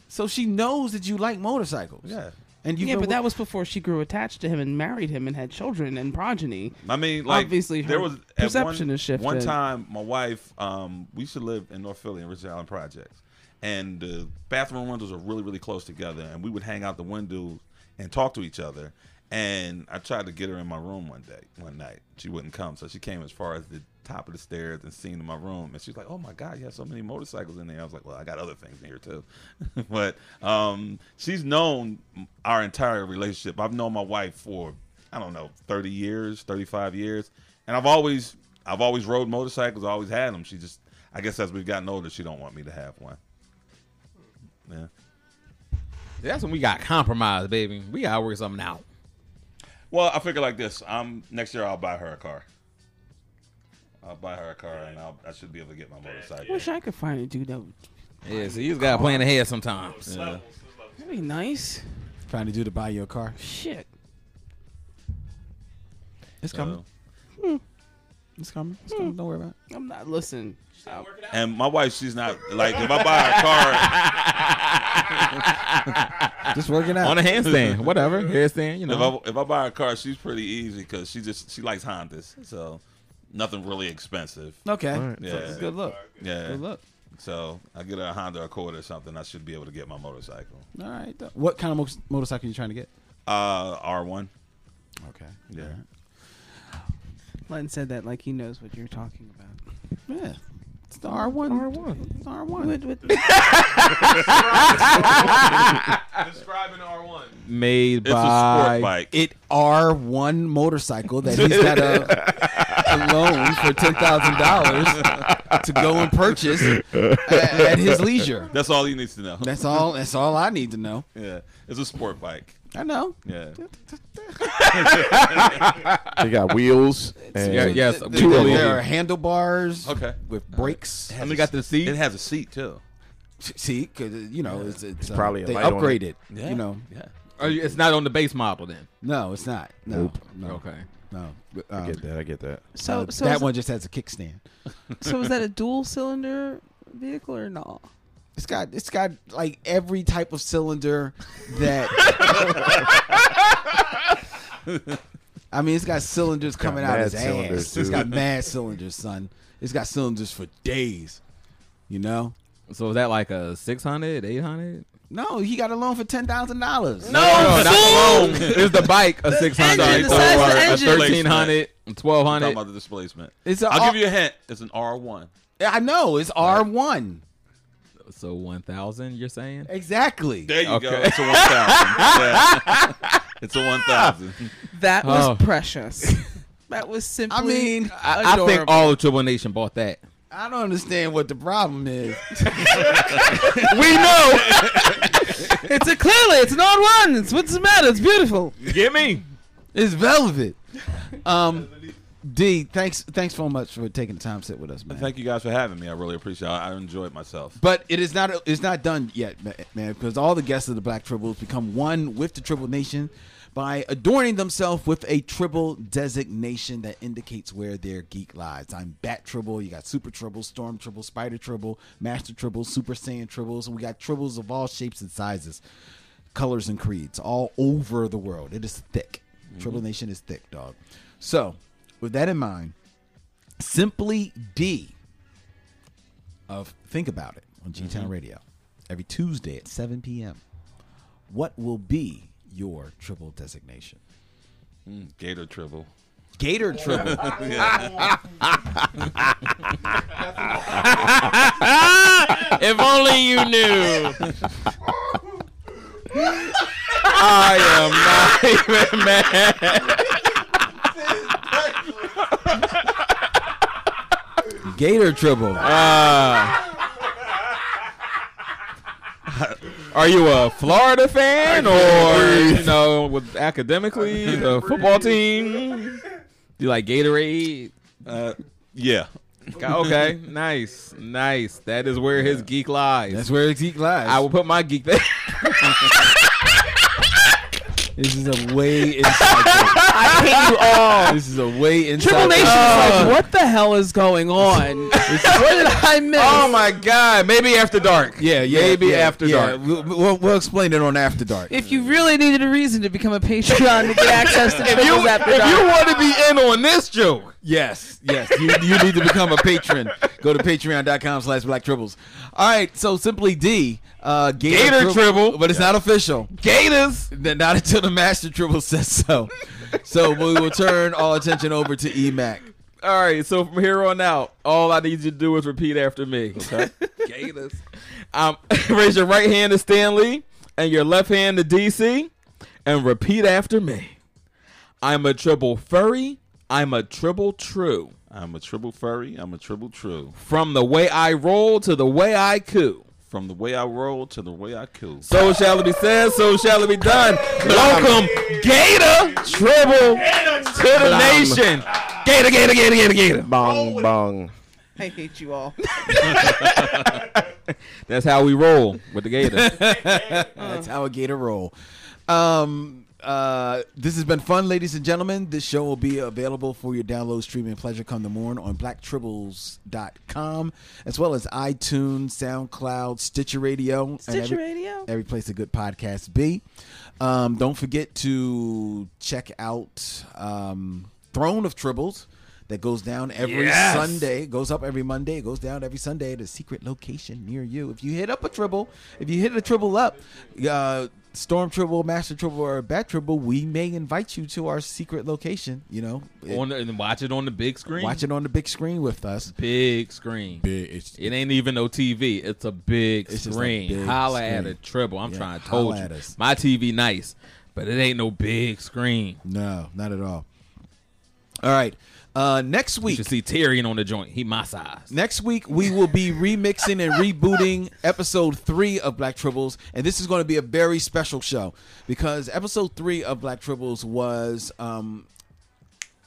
S2: So she knows that you like motorcycles.
S9: Yeah.
S2: And you
S4: yeah,
S2: know
S4: but
S2: what-
S4: that was before she grew attached to him and married him and had children and progeny.
S9: I mean, like
S4: Obviously, her
S9: there was at
S4: perception
S9: one,
S4: has shifted.
S9: One time, my wife, um, we used to live in North Philly in Richard Island Projects, and the bathroom windows are really, really close together, and we would hang out the windows and talk to each other. And I tried to get her in my room one day, one night. She wouldn't come, so she came as far as the top of the stairs and seen my room, and she's like, "Oh my God, you have so many motorcycles in there." I was like, "Well, I got other things in here too," but um, she's known our entire relationship. I've known my wife for I don't know, 30 years, 35 years. And I've always I've always rode motorcycles, I always had them. She just I guess as we've gotten older, she don't want me to have one. Yeah.
S7: That's when we got compromised, baby. We gotta work something out.
S9: Well, I figure like this. Um next year I'll buy her a car. I'll buy her a car and I'll, I should be able to get my motorcycle.
S4: Wish I could find a dude that would
S7: Yeah, so you just gotta plan ahead sometimes.
S4: that'd be nice.
S2: trying to do to buy your car.
S4: Shit.
S2: It's coming. It's coming. It's coming. Don't worry about it.
S4: Hmm. I'm not listening.
S9: and my wife, she's not like if I buy her a car,
S2: Just work it out.
S7: Ah, On a handstand, whatever. Handstand, you
S9: if
S7: know.
S9: I if I buy her a car, she's pretty easy because she just she likes Hondas, so nothing really expensive.
S2: okay.
S9: Yeah,
S2: So it's good look.
S9: yeah.
S2: Good look.
S9: So I get her a Honda Accord or something. I should be able to get my motorcycle.
S2: All right. th- What kind of mo- motorcycle are you trying to get?
S9: Uh, R one.
S2: Okay.
S9: Yeah.
S4: Len said that like he knows what you're talking about.
S2: Yeah. It's the R one. R one. It's R one.
S8: Describe an R1.
S7: Made
S9: It's a sport bike.
S2: It R one motorcycle that he's got a, a loan for ten thousand dollars to go and purchase at, at his leisure.
S9: That's all he needs to know.
S2: That's all. That's all I need to know.
S9: yeah, it's a sport bike.
S2: I know.
S9: Yeah.
S10: They got wheels. And
S7: Yeah, yes.
S2: There-
S7: two
S2: there,
S7: wheels.
S2: are handlebars.
S9: Okay.
S2: With brakes.
S7: And we got the seat.
S9: It has a seat too.
S2: See, 'cause, uh, you know, it's, it's, uh,
S10: probably a
S2: they
S10: light on it.
S2: upgraded. You know,
S9: Yeah.
S7: Are Oh, you- It's not on the base model then.
S2: no, it's not. No, no,
S7: Okay.
S2: no. But,
S10: I
S2: um,
S10: get that. I get that.
S4: So,
S2: uh,
S4: so
S2: that
S4: is,
S2: one just has a kickstand.
S4: So is that a dual cylinder vehicle or not?
S2: It's got it's got like every type of cylinder that. I mean, it's got cylinders coming out
S10: mad
S2: his ass.
S10: cylinders,
S2: It's got
S10: dude.
S2: mad cylinders, son. It's got cylinders for days. You know?
S7: So is that like a 600, 800?
S2: No, he got a loan for ten thousand dollars.
S7: No, no, not alone. It's the bike a 600,
S4: engine, the
S7: or
S4: size of the
S7: a
S4: engine.
S7: 1300,
S9: I'm talking
S7: 1200.
S9: about the displacement.
S2: It's a
S9: I'll
S2: R-
S9: give you a hint. It's an R one.
S2: I know it's R one
S7: So 1000, you're saying?
S2: exactly.
S9: There you go.
S7: Okay.
S9: It's a one thousand. yeah. It's a one thousand.
S4: That was
S7: Oh.
S4: precious. that was simply.
S2: I mean,
S7: I, I think
S4: adorable.
S7: all of Triple Nation bought that.
S2: I don't understand what the problem is.
S7: we know.
S4: it's a clearly it's an odd one. It's what's the matter? It's beautiful.
S7: Get me.
S2: It's velvet. Um, D, thanks, thanks so much for taking the time to sit with us, man.
S9: Thank you guys for having me. I really appreciate. it. I, I enjoyed myself.
S2: But it is not it's not done yet, ma- man, because all the guests of the Black Tribbles become one with the Tribble Nation by adorning themselves with a Tribble designation that indicates where their geek lies. I'm Bat Tribble. You got Super Tribble, Storm Tribble, Spider Tribble, Master Tribble, Super Saiyan Tribbles, and we got Tribbles of all shapes and sizes, colors and creeds, all over the world. It is thick. Tribble Nation is thick, dog. So, with that in mind, simply D of Think About It on G
S4: Mm-hmm.
S2: Town Radio every Tuesday at 7 p.m. What will be your triple designation?
S9: Gator triple.
S2: Gator triple.
S6: if only you knew.
S7: I am not even mad.
S2: Gator triple.
S4: Uh,
S7: Are you a Florida fan or you know, with academically the football team? You like Gatorade?
S9: Uh, Yeah.
S7: Okay, nice, nice. That is where his geek lies.
S2: That's where it's geek lies.
S7: I will put my geek there.
S2: this is a way inside.
S4: I hate you all.
S2: joke. this is a way inside.
S4: Triple Nation
S2: joke. Uh,
S4: is like, what the hell is going on? what did I miss?
S7: oh my god, maybe after dark.
S2: Yeah, yeah,
S7: Maybe
S2: yeah,
S7: after
S2: yeah.
S7: dark.
S2: We'll, we'll, we'll explain it on After Dark.
S4: If you really needed a reason to become a Patreon to get access to
S7: If you
S4: Fizzles After
S7: if
S4: Dark.
S7: you want to be in on this joke,
S2: Yes, yes. You, you need to become a patron. Go to patreon.com slash black tribbles. All right, so simply D, uh, Gator,
S7: Gator
S2: Trib-
S7: Tribble.
S2: But it's not official.
S7: Gators.
S2: N- Not until the master tribble says so. So we will turn all attention over to EMAC.
S7: All right, so from here on out, all I need you to do is repeat after me. Okay. Gators. Um, raise your right hand to Stanley and your left hand to DC, and repeat after me. I'm a triple furry. I'm a triple true.
S9: I'm a triple furry. I'm a triple true.
S7: From the way I roll to the way I coo.
S9: From the way I roll to the way I cool.
S7: So shall it be said, so shall it be done. Welcome, Gator Tribble, to the nation. Gator, Gator, Gator, Gator, Gator.
S10: Bong bong.
S4: I hate you all.
S7: That's how we roll with the Gator.
S2: That's how a gator roll. Um, uh, this has been fun, ladies and gentlemen. This show will be available for your download, streaming pleasure come the morn on blacktribbles.com, as well as iTunes, SoundCloud, Stitcher Radio. and
S4: Stitcher
S2: every-
S4: Radio.
S2: Every place a good podcast be. Um, don't forget to check out um, Throne of Tribbles. That goes down every Sunday. It goes up every Monday. It goes down every Sunday at a secret location near you. If you hit up a tribble, if you hit a tribble up, uh, storm tribble, master tribble, or bat tribble, we may invite you to our secret location. You know,
S7: on the, and watch it on the big screen.
S2: watch it on the big screen with us.
S7: big screen. It ain't even no TV. It's a big
S2: It's just a
S7: screen.
S2: big
S7: holla at
S2: screen.
S7: a triple. I'm
S2: Yeah,
S7: trying to
S2: holla
S7: told you.
S2: at us.
S7: My TV nice, but it ain't no big screen.
S2: No, not at all. All right. Uh, next
S7: You
S2: week,
S7: should see Tyrion on the joint. He my size.
S2: Next week we will be remixing and rebooting episode three of Black Tribbles, and this is going to be a very special show because episode three of Black Tribbles was um,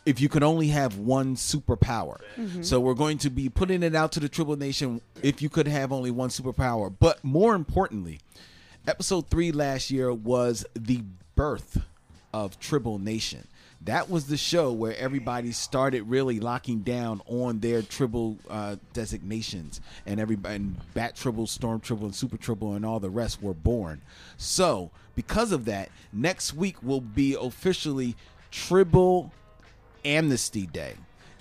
S2: if you could only have one superpower. So we're going to be putting it out to the Tribble Nation if you could have only one superpower. But more importantly, episode three last year was the birth of Tribble Nation. That was the show where everybody started really locking down on their tribal uh, designations, and everybody, and Bat Tribble, Storm Tribble, and Super Tribble, and all the rest were born. So, because of that, next week will be officially Tribble Amnesty Day.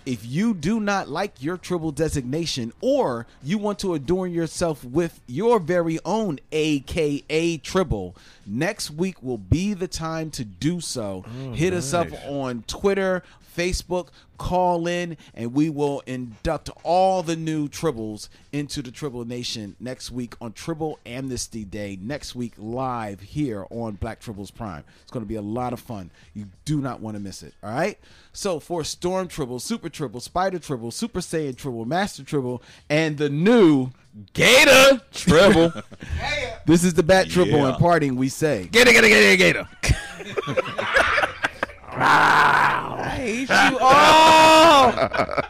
S2: If you do not like your tribal designation or you want to adorn yourself with your very own AKA tribal, next week will be the time to do so. Hit us up on Twitter, Facebook, call in, and we will induct all the new tribbles into the Tribble Nation next week on Tribble Amnesty Day, next week live here on Black Tribbles Prime. It's going to be a lot of fun. You do not want to miss it, all right? So for Storm Tribble, Super Tribble, Spider Tribble, Super Saiyan Tribble, Master Tribble, and the new
S7: Gator Tribble.
S2: This is the Bat Tribble
S9: Yeah.
S2: and parting we say.
S7: gator, gator, gator, gator.
S4: I hate you all.